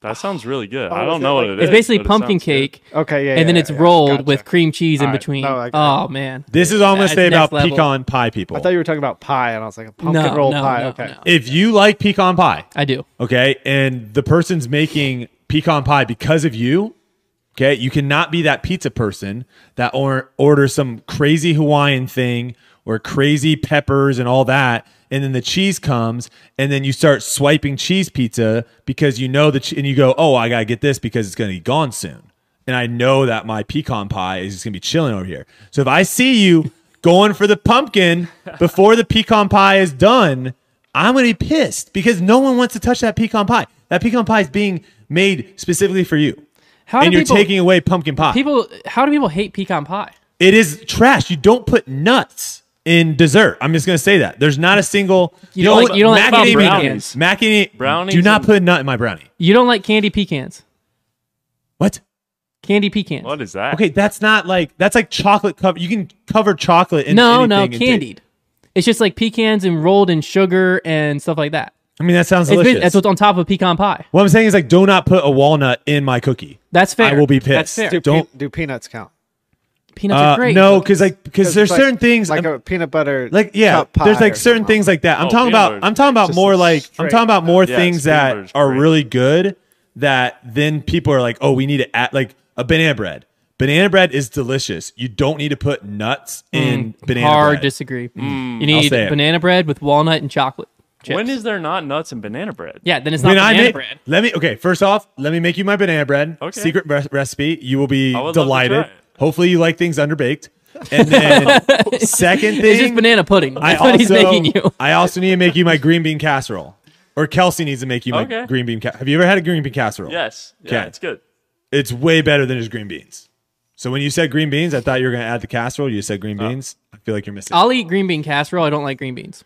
Speaker 3: That sounds really good. I
Speaker 4: is
Speaker 3: don't
Speaker 4: it
Speaker 3: know what
Speaker 4: like-
Speaker 3: it is.
Speaker 1: It's basically
Speaker 3: but it
Speaker 1: pumpkin
Speaker 3: sounds good.
Speaker 1: cake,
Speaker 4: Okay, yeah.
Speaker 1: and then
Speaker 4: yeah,
Speaker 1: it's
Speaker 4: yeah,
Speaker 1: rolled
Speaker 4: gotcha.
Speaker 1: with cream cheese in
Speaker 4: Alright,
Speaker 1: between.
Speaker 4: no, I got
Speaker 1: oh man,
Speaker 2: This is all I'm gonna
Speaker 1: That's
Speaker 2: say
Speaker 1: next
Speaker 2: about
Speaker 1: level.
Speaker 2: pecan pie people.
Speaker 4: I thought you were talking about pie, and I was like a pumpkin
Speaker 1: No,
Speaker 4: roll
Speaker 1: no,
Speaker 4: pie.
Speaker 1: no,
Speaker 4: okay.
Speaker 1: no.
Speaker 2: if you like pecan pie,
Speaker 1: I do.
Speaker 2: okay, and the person's making pecan pie because of you, okay, you cannot be that pizza person that or orders some crazy Hawaiian thing or crazy peppers and all that, and then the cheese comes, and then you start swiping cheese pizza because you know that, che- and you go, oh, I gotta get this because it's gonna be gone soon, and I know that my pecan pie is just gonna be chilling over here. So if I see you going for the pumpkin before the pecan pie is done. I'm going to be pissed because no one wants to touch that pecan pie. That pecan pie is being made specifically for you.
Speaker 1: How
Speaker 2: and
Speaker 1: do
Speaker 2: you're
Speaker 1: people-
Speaker 2: taking away pumpkin pie.
Speaker 1: People, how do people hate pecan pie?
Speaker 2: It is trash. You don't put nuts in dessert. I'm just gonna say that. There's not a single.
Speaker 1: You don't like- you don't like
Speaker 2: macadamia
Speaker 1: brownies.
Speaker 2: nuts. Macadamia
Speaker 3: Brownies
Speaker 2: Do not
Speaker 3: and-
Speaker 2: put a nut in my brownie.
Speaker 1: You don't like candy pecans.
Speaker 2: What?
Speaker 1: Candy pecans.
Speaker 3: What is that?
Speaker 2: Okay, that's not like that's like chocolate cover. You can cover chocolate in
Speaker 1: no,
Speaker 2: anything
Speaker 1: no,
Speaker 2: and take-
Speaker 1: candied. It's just like pecans and rolled in sugar and stuff like that.
Speaker 2: I mean, that sounds
Speaker 1: It's
Speaker 2: delicious.
Speaker 1: been, that's what's on top of pecan pie.
Speaker 2: what I'm saying is like, do not put a walnut in my cookie.
Speaker 1: That's fair.
Speaker 2: I will be
Speaker 1: That's fair.
Speaker 2: pissed.
Speaker 4: Do,
Speaker 2: Don't.
Speaker 4: pe- do peanuts count?
Speaker 1: Peanuts
Speaker 2: Uh,
Speaker 1: are great.
Speaker 2: no, because like because there's
Speaker 4: It's like-
Speaker 2: certain things
Speaker 4: like
Speaker 2: I'm-
Speaker 4: a peanut butter,
Speaker 2: like yeah
Speaker 4: cup pie
Speaker 2: there's
Speaker 4: or
Speaker 2: like certain
Speaker 4: something.
Speaker 2: things like that i'm
Speaker 3: Oh,
Speaker 2: talking
Speaker 3: peanut
Speaker 2: about
Speaker 3: butter's
Speaker 2: i'm talking about
Speaker 4: Just
Speaker 2: more
Speaker 4: a
Speaker 2: like i'm
Speaker 4: straight-
Speaker 2: talking about more
Speaker 3: Yeah,
Speaker 2: things
Speaker 3: peanut
Speaker 2: that
Speaker 3: butter's
Speaker 2: are
Speaker 3: great.
Speaker 2: really good that then people are like oh we need to add like a banana bread banana bread is delicious you don't need to put nuts in banana
Speaker 1: Hmm. Hard
Speaker 2: bread Mm,
Speaker 1: disagree. Mm. You
Speaker 2: I'll
Speaker 1: need
Speaker 2: say it.
Speaker 1: banana bread with walnut and chocolate. Chips.
Speaker 3: When is there not nuts and banana bread?
Speaker 1: yeah? Then it's not
Speaker 2: when I
Speaker 1: banana
Speaker 2: make,
Speaker 1: bread.
Speaker 2: let me okay. First off, let me make you my banana bread.
Speaker 3: Okay.
Speaker 2: Secret re- recipe. You will be
Speaker 3: would love to
Speaker 2: delighted.
Speaker 3: try it.
Speaker 2: Hopefully, you like things underbaked. And then second thing,
Speaker 1: It's just banana pudding. That's
Speaker 2: I
Speaker 1: what
Speaker 2: also,
Speaker 1: he's making you.
Speaker 2: I also need to make you my green bean casserole. Or Kelsey needs to make you my
Speaker 3: Okay.
Speaker 2: green bean. Ca- Have you ever had a green bean casserole?
Speaker 3: Yes. Yeah,
Speaker 2: Okay.
Speaker 3: it's good.
Speaker 2: It's way better than just green beans. So when you said green beans, I thought you were going to add the casserole. You said green
Speaker 3: Oh.
Speaker 2: beans. I feel like you're missing.
Speaker 1: I'll eat green bean casserole. I don't like green beans.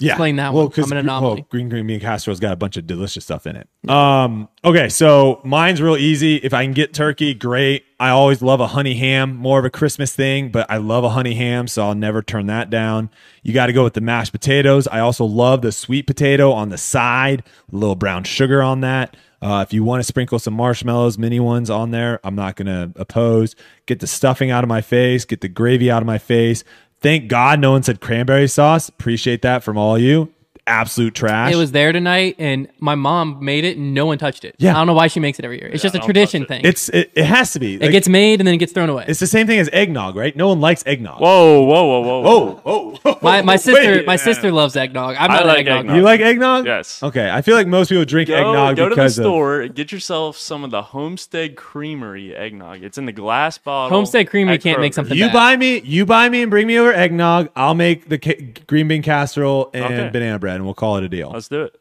Speaker 2: yeah.
Speaker 1: explain that one.
Speaker 2: 'cause
Speaker 1: I'm an
Speaker 2: gre-
Speaker 1: anomaly.
Speaker 2: green green bean casserole's got a bunch of delicious stuff in it. Um. Okay. So mine's real easy. If I can get turkey, great. I always love a honey ham. More of a Christmas thing, but I love a honey ham, so I'll never turn that down. You got to go with the mashed potatoes. I also love the sweet potato on the side. A little brown sugar on that. Uh, if you want to sprinkle some marshmallows, mini ones on there, I'm not going to oppose. Get the stuffing out of my face, get the gravy out of my face. Thank God no one said cranberry sauce. Appreciate that from all you. Absolute trash.
Speaker 1: It was there tonight, and my mom made it, and no one touched it.
Speaker 2: Yeah.
Speaker 1: I don't know why she makes it every year. It's just a
Speaker 3: don't touch
Speaker 1: tradition
Speaker 3: it.
Speaker 1: thing.
Speaker 2: it's it, it has to be.
Speaker 1: it
Speaker 2: Like,
Speaker 1: gets made and then it gets thrown away.
Speaker 2: it's the same thing as eggnog, right? No one likes eggnog.
Speaker 3: Whoa, whoa, whoa, whoa. whoa.
Speaker 2: Oh, oh, oh.
Speaker 1: My my sister
Speaker 2: Wait.
Speaker 1: my sister loves eggnog. I'm
Speaker 3: I
Speaker 1: not an eggnog.
Speaker 3: like eggnog.
Speaker 1: guy.
Speaker 2: You like eggnog?
Speaker 3: Yes.
Speaker 2: Okay. I feel like most people drink
Speaker 3: Go,
Speaker 2: eggnog
Speaker 3: go to the
Speaker 2: because of-
Speaker 3: store, get yourself some of the Homestead Creamery eggnog. It's in the glass bottle.
Speaker 1: Homestead Creamery
Speaker 3: at
Speaker 1: can't make
Speaker 3: Kroger.
Speaker 1: something-
Speaker 2: You
Speaker 1: bad.
Speaker 2: buy me, you buy me, and bring me over eggnog. I'll make the ca- green bean casserole and
Speaker 3: Okay.
Speaker 2: banana bread, and we'll call it a deal.
Speaker 3: Let's do it.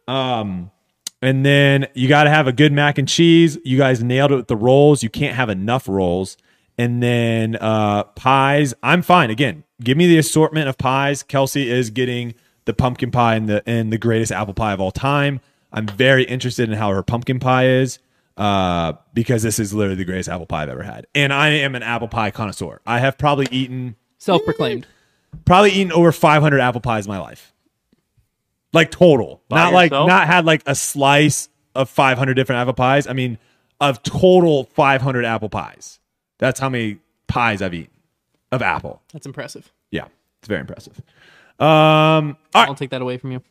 Speaker 2: And then you got to have a good mac and cheese. You guys nailed it with the rolls. You can't have enough rolls. And then uh, pies. I'm fine. Again, give me the assortment of pies. Kelsey is getting the pumpkin pie and the and the greatest apple pie of all time. I'm very interested in how her pumpkin pie is uh, because this is literally the greatest apple pie I've ever had. And I am an apple pie connoisseur. I have probably eaten
Speaker 1: Self proclaimed.
Speaker 2: probably eaten over 500 apple pies in my life like total not like
Speaker 3: yourself?
Speaker 2: not had like a slice of 500 different apple pies i mean of total 500 apple pies that's how many pies i've eaten of apple
Speaker 1: That's impressive.
Speaker 2: yeah it's very impressive um all right
Speaker 1: I'll take that away from you.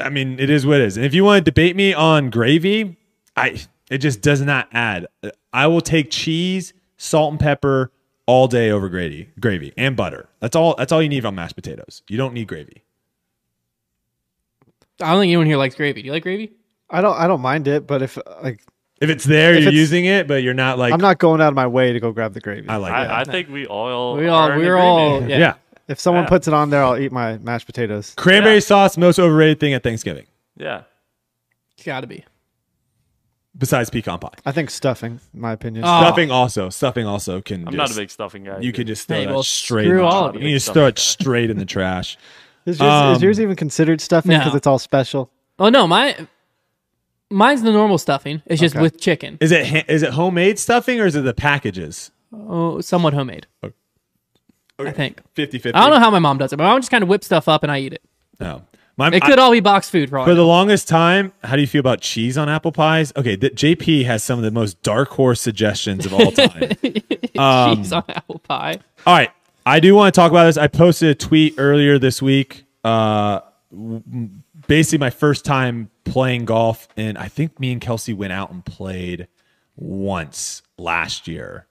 Speaker 2: i mean it is what it is and if you want to debate me on gravy i it just does not add i will take cheese salt and pepper all day over gravy gravy and butter that's all that's all you need on mashed potatoes you don't need gravy
Speaker 1: I don't think anyone here likes gravy. Do you like gravy?
Speaker 4: I don't. I don't mind it, but if like
Speaker 2: If it's there, you're
Speaker 4: it's-
Speaker 2: using it, but you're not like
Speaker 4: I'm not going out of my way to go grab the gravy.
Speaker 2: I like that.
Speaker 3: I, I think we all
Speaker 1: We all
Speaker 3: are in
Speaker 1: we're all
Speaker 3: agreement.
Speaker 1: yeah.
Speaker 2: yeah.
Speaker 4: if someone
Speaker 3: Yeah.
Speaker 4: puts it on there, I'll eat my mashed potatoes.
Speaker 2: Cranberry
Speaker 3: Yeah.
Speaker 2: sauce, most overrated thing at Thanksgiving,
Speaker 3: yeah.
Speaker 1: It's gotta be.
Speaker 2: besides pecan pie.
Speaker 4: I think stuffing, in my opinion.
Speaker 1: Oh.
Speaker 2: Stuffing also, stuffing also can.
Speaker 3: I'm
Speaker 2: just,
Speaker 3: not a big stuffing guy.
Speaker 2: You can just throw
Speaker 1: Hey,
Speaker 2: that
Speaker 1: well,
Speaker 2: straight.
Speaker 1: screw
Speaker 2: in the
Speaker 1: all of
Speaker 2: trash.
Speaker 1: you.
Speaker 2: You can just throw it straight in the trash.
Speaker 4: is, yours,
Speaker 2: um,
Speaker 4: is yours even considered stuffing
Speaker 1: No.
Speaker 4: because it's all special?
Speaker 1: Oh no, my mine's the normal stuffing. It's just with chicken.
Speaker 2: Is it ha- is it homemade stuffing or is it the packages?
Speaker 1: Oh, somewhat homemade. I think.
Speaker 2: 50-50.
Speaker 1: I don't know how my mom does it. My mom just kind of whips stuff up and I eat it.
Speaker 2: No. My,
Speaker 1: It
Speaker 2: I-
Speaker 1: could all be boxed food for all I
Speaker 2: for
Speaker 1: know.
Speaker 2: the longest time, how do you feel about cheese on apple pies? Okay, the, JP has some of the most dark horse suggestions of all time. Um,
Speaker 1: cheese on apple pie.
Speaker 2: All right. I do want to talk about this. I posted a tweet earlier this week. Uh, w- basically, my first time playing golf, and I think me and Kelsey went out and played once last year,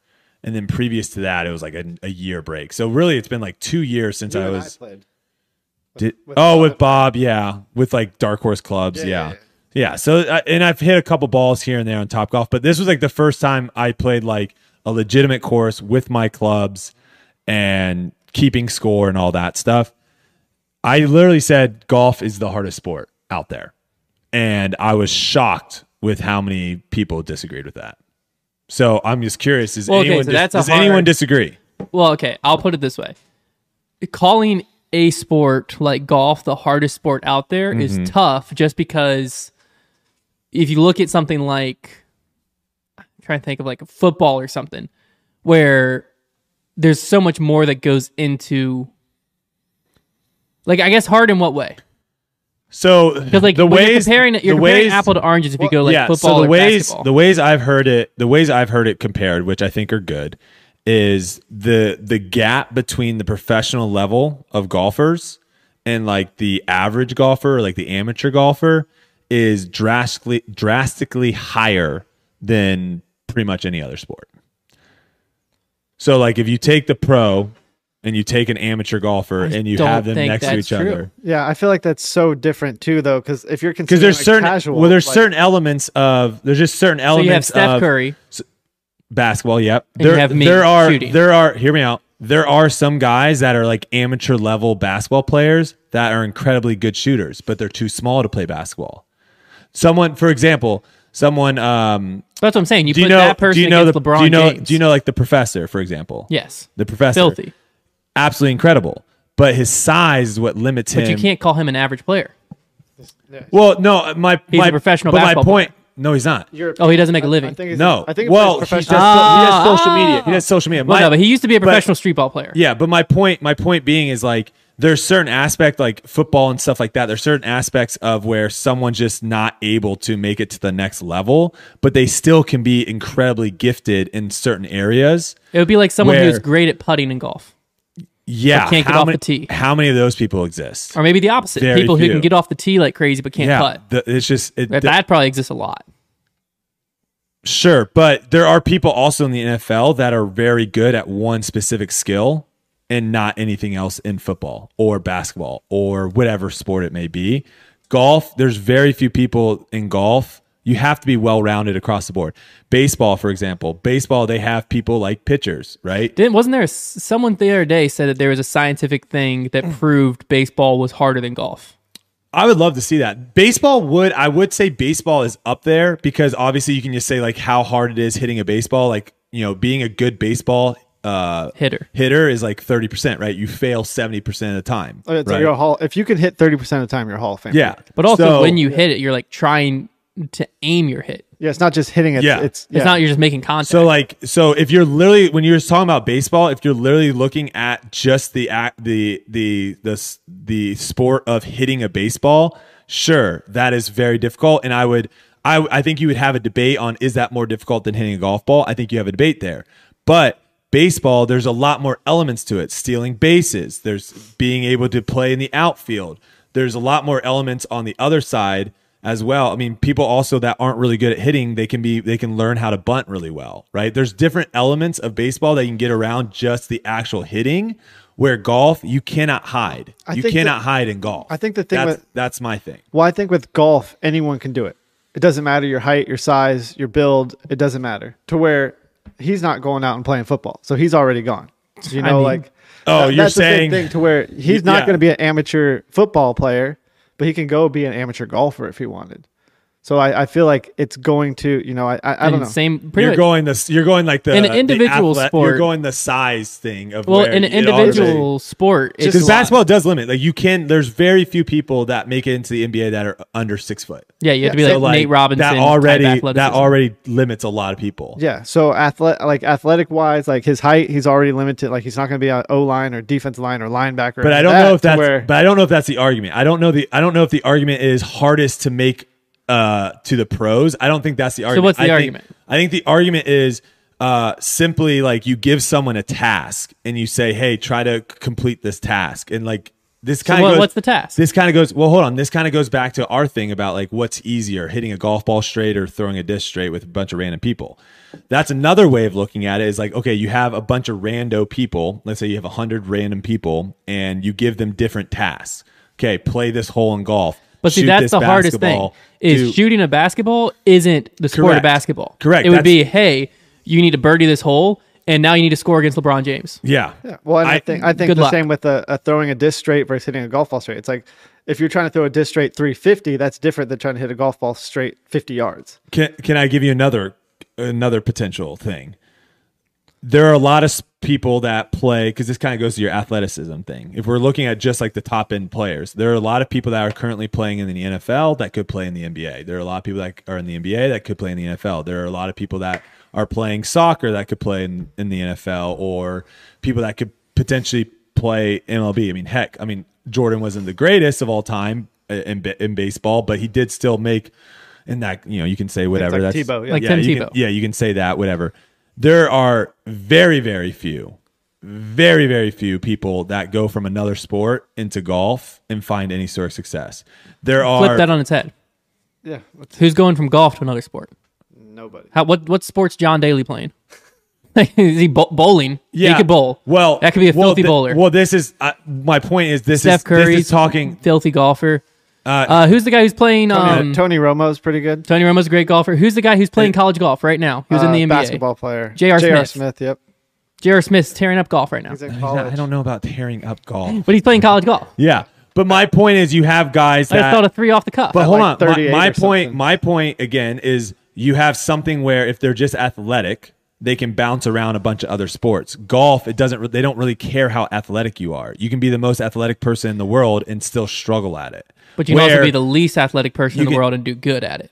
Speaker 2: and then previous to that, it was like a, a year break. So really, it's been like two years since I was.
Speaker 4: played.
Speaker 2: Did, oh, with Bob, yeah, with like dark horse clubs, yeah, yeah.
Speaker 4: yeah,
Speaker 2: so uh, and I've hit a couple balls here and there on Top Golf, but this was like the first time I played like a legitimate course with my clubs and keeping score and all that stuff. I literally said golf is the hardest sport out there. And I was shocked with how many people disagreed with that. So I'm just curious is
Speaker 1: Well, okay,
Speaker 2: anyone
Speaker 1: so
Speaker 2: dis-
Speaker 1: that's a
Speaker 2: does
Speaker 1: hard-
Speaker 2: anyone disagree?
Speaker 1: Well, okay, I'll put it this way. Calling a sport like golf the hardest sport out there is
Speaker 2: Mm-hmm.
Speaker 1: tough just because if you look at something like I'm trying to think of like football or something where there's so much more that goes into like I guess hard in what way?
Speaker 2: So
Speaker 1: Because like
Speaker 2: the
Speaker 1: when
Speaker 2: ways
Speaker 1: you're comparing, you're
Speaker 2: the
Speaker 1: comparing
Speaker 2: ways,
Speaker 1: apple to oranges if you go like football
Speaker 2: so the
Speaker 1: or
Speaker 2: ways
Speaker 1: basketball.
Speaker 2: the ways I've heard it the ways I've heard it compared, which I think are good, is the the gap between the professional level of golfers and like the average golfer, like the amateur golfer, is drastically drastically higher than pretty much any other sport. So like if you take the pro and you take an amateur golfer and you
Speaker 1: don't
Speaker 2: have them
Speaker 1: think
Speaker 2: next to
Speaker 1: that's
Speaker 2: each
Speaker 1: true.
Speaker 2: other.
Speaker 4: Yeah, I feel like that's so different too, though, because if you're
Speaker 2: Because
Speaker 4: considering
Speaker 2: there's
Speaker 4: like,
Speaker 2: certain
Speaker 4: casual,
Speaker 2: well, there's
Speaker 4: like-
Speaker 2: certain elements of there's just certain
Speaker 1: so
Speaker 2: elements
Speaker 1: you have Steph
Speaker 2: of
Speaker 1: Curry.
Speaker 2: basketball. Yep.
Speaker 1: And you have me
Speaker 2: there are
Speaker 1: shooting.
Speaker 2: there are hear me out. There are some guys that are like amateur level basketball players that are incredibly good shooters, but they're too small to play basketball. Someone, for example, someone. Um,
Speaker 1: That's what I'm saying. You
Speaker 2: do
Speaker 1: put
Speaker 2: you know?
Speaker 1: that person
Speaker 2: do you know the?
Speaker 1: against LeBron
Speaker 2: do you know?
Speaker 1: James.
Speaker 2: Do you know like the professor, for example?
Speaker 1: Yes.
Speaker 2: The professor,
Speaker 1: Filthy.
Speaker 2: absolutely incredible, but his size is what limits him.
Speaker 1: But you can't call him an average player.
Speaker 2: Well, no, my
Speaker 1: He's
Speaker 2: my
Speaker 1: a professional
Speaker 2: But my
Speaker 1: basketball
Speaker 2: point. No, he's not.
Speaker 4: You're-
Speaker 1: Oh, he doesn't make a living.
Speaker 4: I think it's-
Speaker 2: no,
Speaker 4: I think it's
Speaker 2: well,
Speaker 4: like
Speaker 2: he does,
Speaker 4: professional.
Speaker 2: he does social media. He does social media.
Speaker 1: Ah. Well,
Speaker 2: My-
Speaker 1: no, but he used to be a
Speaker 2: but-
Speaker 1: professional street ball player.
Speaker 2: Yeah, but my point, my point being is like there's certain aspect like football and stuff like that. There's certain aspects of where someone's just not able to make it to the next level, but they still can be incredibly gifted in certain areas.
Speaker 1: It would be like someone
Speaker 2: Where-
Speaker 1: who's great at putting in golf,
Speaker 2: Yeah,
Speaker 1: But can't get
Speaker 2: how
Speaker 1: off the
Speaker 2: many,
Speaker 1: tee.
Speaker 2: How many of those people exist?
Speaker 1: or maybe the opposite.
Speaker 2: Very
Speaker 1: People who
Speaker 2: few.
Speaker 1: can get off the tee like crazy but can't
Speaker 2: Yeah,
Speaker 1: putt.
Speaker 2: the, it's just it,
Speaker 1: That, that probably exists a lot.
Speaker 2: Sure, but there are people also in the NFL that are very good at one specific skill and not anything else in football or basketball or whatever sport it may be. Golf, there's very few people in golf. You have to be well rounded across the board. Baseball, for example, baseball, they have people like pitchers, right?
Speaker 1: Didn't wasn't there a s someone the other day said that there was a scientific thing that proved baseball was harder than golf?
Speaker 2: I would love to see that. Baseball would I would say baseball is up there because obviously you can just say like how hard it is hitting a baseball, like you know, being a good baseball uh
Speaker 1: Hitter.
Speaker 2: hitter is like 30%, right? You fail 70% of the time.
Speaker 1: Ah.
Speaker 4: Oh, it's-
Speaker 2: right?
Speaker 4: you're a hall. If you can hit thirty percent of the time, you're a hall of fame.
Speaker 2: yeah.
Speaker 1: But also
Speaker 2: So-
Speaker 1: when you hit it, you're like trying to aim your hit.
Speaker 4: yeah. It's not just hitting it.
Speaker 2: Yeah.
Speaker 4: it's
Speaker 1: It's
Speaker 4: yeah.
Speaker 1: not you're just making contact.
Speaker 2: So like so if you're literally when you're talking about baseball, if you're literally looking at just the act the the the s- the sport of hitting a baseball, sure, that is very difficult and I would I I think you would have a debate on is that more difficult than hitting a golf ball? I think you have a debate there. But baseball there's a lot more elements to it. Stealing bases, there's being able to play in the outfield. There's a lot more elements on the other side as well. I mean, people also that aren't really good at hitting, they can be they can learn how to bunt really well, right? There's different elements of baseball that you can get around just the actual hitting. Where golf, you cannot hide.
Speaker 4: I
Speaker 2: you
Speaker 4: think
Speaker 2: cannot
Speaker 4: that-
Speaker 2: hide in golf.
Speaker 4: I think the thing
Speaker 2: that's,
Speaker 4: with-
Speaker 2: that's my thing.
Speaker 4: Well, I think with golf, anyone can do it. It doesn't matter your height, your size, your build. It doesn't matter to where he's not going out and playing football, so he's already gone. So, you know,
Speaker 1: mean-
Speaker 4: like
Speaker 2: Oh, you're
Speaker 4: that's the big
Speaker 2: saying-
Speaker 4: thing to where he's not
Speaker 2: Yeah.
Speaker 4: going to be an amateur football player, but he can go be an amateur golfer if he wanted. So I, I feel like it's going to, you know, I I, I don't
Speaker 1: and
Speaker 4: know.
Speaker 1: same pretty
Speaker 2: You're
Speaker 1: much,
Speaker 2: going this. You're going like the
Speaker 1: In an
Speaker 2: the
Speaker 1: individual sport-
Speaker 2: You're going the size thing of
Speaker 1: well
Speaker 2: where
Speaker 1: in an
Speaker 2: it already-
Speaker 1: individual sport. It's
Speaker 2: Because
Speaker 1: a lot.
Speaker 2: basketball does limit. Like you can. There's very few people that make it into the NBA that are under six foot.
Speaker 1: Yeah, you have to be
Speaker 2: So,
Speaker 1: like, Nate Robinson.
Speaker 2: That
Speaker 1: type
Speaker 2: already. That
Speaker 1: athleticism.
Speaker 2: already limits a lot of people.
Speaker 4: Yeah. So athlet like athletic wise, like his height, he's already limited. Like he's not going to be on O line or defensive line or linebacker.
Speaker 2: But I don't know if that's.
Speaker 4: where
Speaker 2: But I don't know if that's the argument. I don't know the. I don't know if the argument is hardest to make uh to the pros. I don't think that's the argument.
Speaker 1: what's the
Speaker 2: I think-
Speaker 1: argument?
Speaker 2: I think the argument is uh simply like you give someone a task and you say, "Hey, try to c- complete this task," and like this kind
Speaker 1: what-
Speaker 2: of
Speaker 1: what's the task?
Speaker 2: This kind of goes. Well, hold on. This kind of goes back to our thing about like what's easier, hitting a golf ball straight or throwing a disc straight with a bunch of random people. That's another way of looking at it. Is like okay, you have a bunch of rando people. Let's say you have hundred random people, and you give them different tasks. Okay, play this hole in golf.
Speaker 1: But see,
Speaker 2: shoot
Speaker 1: that's
Speaker 2: this
Speaker 1: the hardest thing
Speaker 2: basketball,
Speaker 1: is
Speaker 2: do-
Speaker 1: shooting a basketball isn't the sport
Speaker 2: Correct.
Speaker 1: of basketball.
Speaker 2: Correct.
Speaker 1: It would
Speaker 2: That's-
Speaker 1: be, hey, you need to birdie this hole, and now you need to score against LeBron James.
Speaker 2: Yeah.
Speaker 4: Yeah. Well, and I,
Speaker 2: I-
Speaker 4: think I think
Speaker 1: good
Speaker 4: the
Speaker 1: luck.
Speaker 4: same with a, a throwing a disc straight versus hitting a golf ball straight. It's like if you're trying to throw a disc straight 350, that's different than trying to hit a golf ball straight 50 yards.
Speaker 2: Can Can I give you another another potential thing? There are a lot of s- people that play because this kind of goes to your athleticism thing. If we're looking at just like the top end players, there are a lot of people that are currently playing in the NFL that could play in the NBA. There are a lot of people that are in the NBA that could play in the NFL. There are a lot of people that are playing soccer that could play in, in the NFL, or people that could potentially play MLB. I mean, heck, I mean Jordan wasn't the greatest of all time uh, in ba- in baseball, but he did still make. in that you know you can say whatever
Speaker 4: like
Speaker 2: that's
Speaker 4: Tebow, yeah.
Speaker 1: Like Tim
Speaker 2: you can-
Speaker 1: Tebow.
Speaker 2: yeah, you can say that, whatever. There are very, very few, very, very few people that go from another sport into golf and find any sort of success. There are
Speaker 1: Flip that on its head.
Speaker 4: Yeah.
Speaker 1: Who's going from golf to another sport?
Speaker 4: Nobody.
Speaker 1: How what what sport's John Daly playing? Is he bo- bowling? he could bowl.
Speaker 2: Well,
Speaker 1: that could be a
Speaker 2: well,
Speaker 1: filthy
Speaker 2: thi-
Speaker 1: bowler.
Speaker 2: Well, this is uh, my point. Is this
Speaker 1: Steph
Speaker 2: is this
Speaker 1: Curry
Speaker 2: is talking?
Speaker 1: filthy golfer. Uh, who's the guy who's playing? Um,
Speaker 4: Um, Tony Romo's pretty good.
Speaker 1: Tony Romo's a great golfer. Who's the guy who's playing college golf right now? Who's in
Speaker 4: Uh,
Speaker 1: the NBA?
Speaker 4: basketball player.
Speaker 1: J.R.
Speaker 4: J.R.
Speaker 1: Smith.
Speaker 4: Smith. Yep.
Speaker 1: J.R. Smith's tearing up golf right now,
Speaker 4: He's in
Speaker 2: He's not-
Speaker 4: college.
Speaker 2: I don't know about tearing up golf.
Speaker 1: but he's playing college golf.
Speaker 2: Yeah, but my point is, you have guys
Speaker 1: I
Speaker 2: that
Speaker 1: just thought a three off the cuff.
Speaker 2: But hold
Speaker 4: like
Speaker 2: on. My,
Speaker 4: 38
Speaker 2: my
Speaker 4: or
Speaker 2: point,
Speaker 4: something.
Speaker 2: my point again is you have something where if they're just athletic, they can bounce around a bunch of other sports. Golf, it doesn't. re- They don't really care how athletic you are. You can be the most athletic person in the world and still struggle at it.
Speaker 1: but you can also
Speaker 2: Where-
Speaker 1: be the least athletic person
Speaker 2: you
Speaker 1: in the
Speaker 2: can-
Speaker 1: world and do good at it.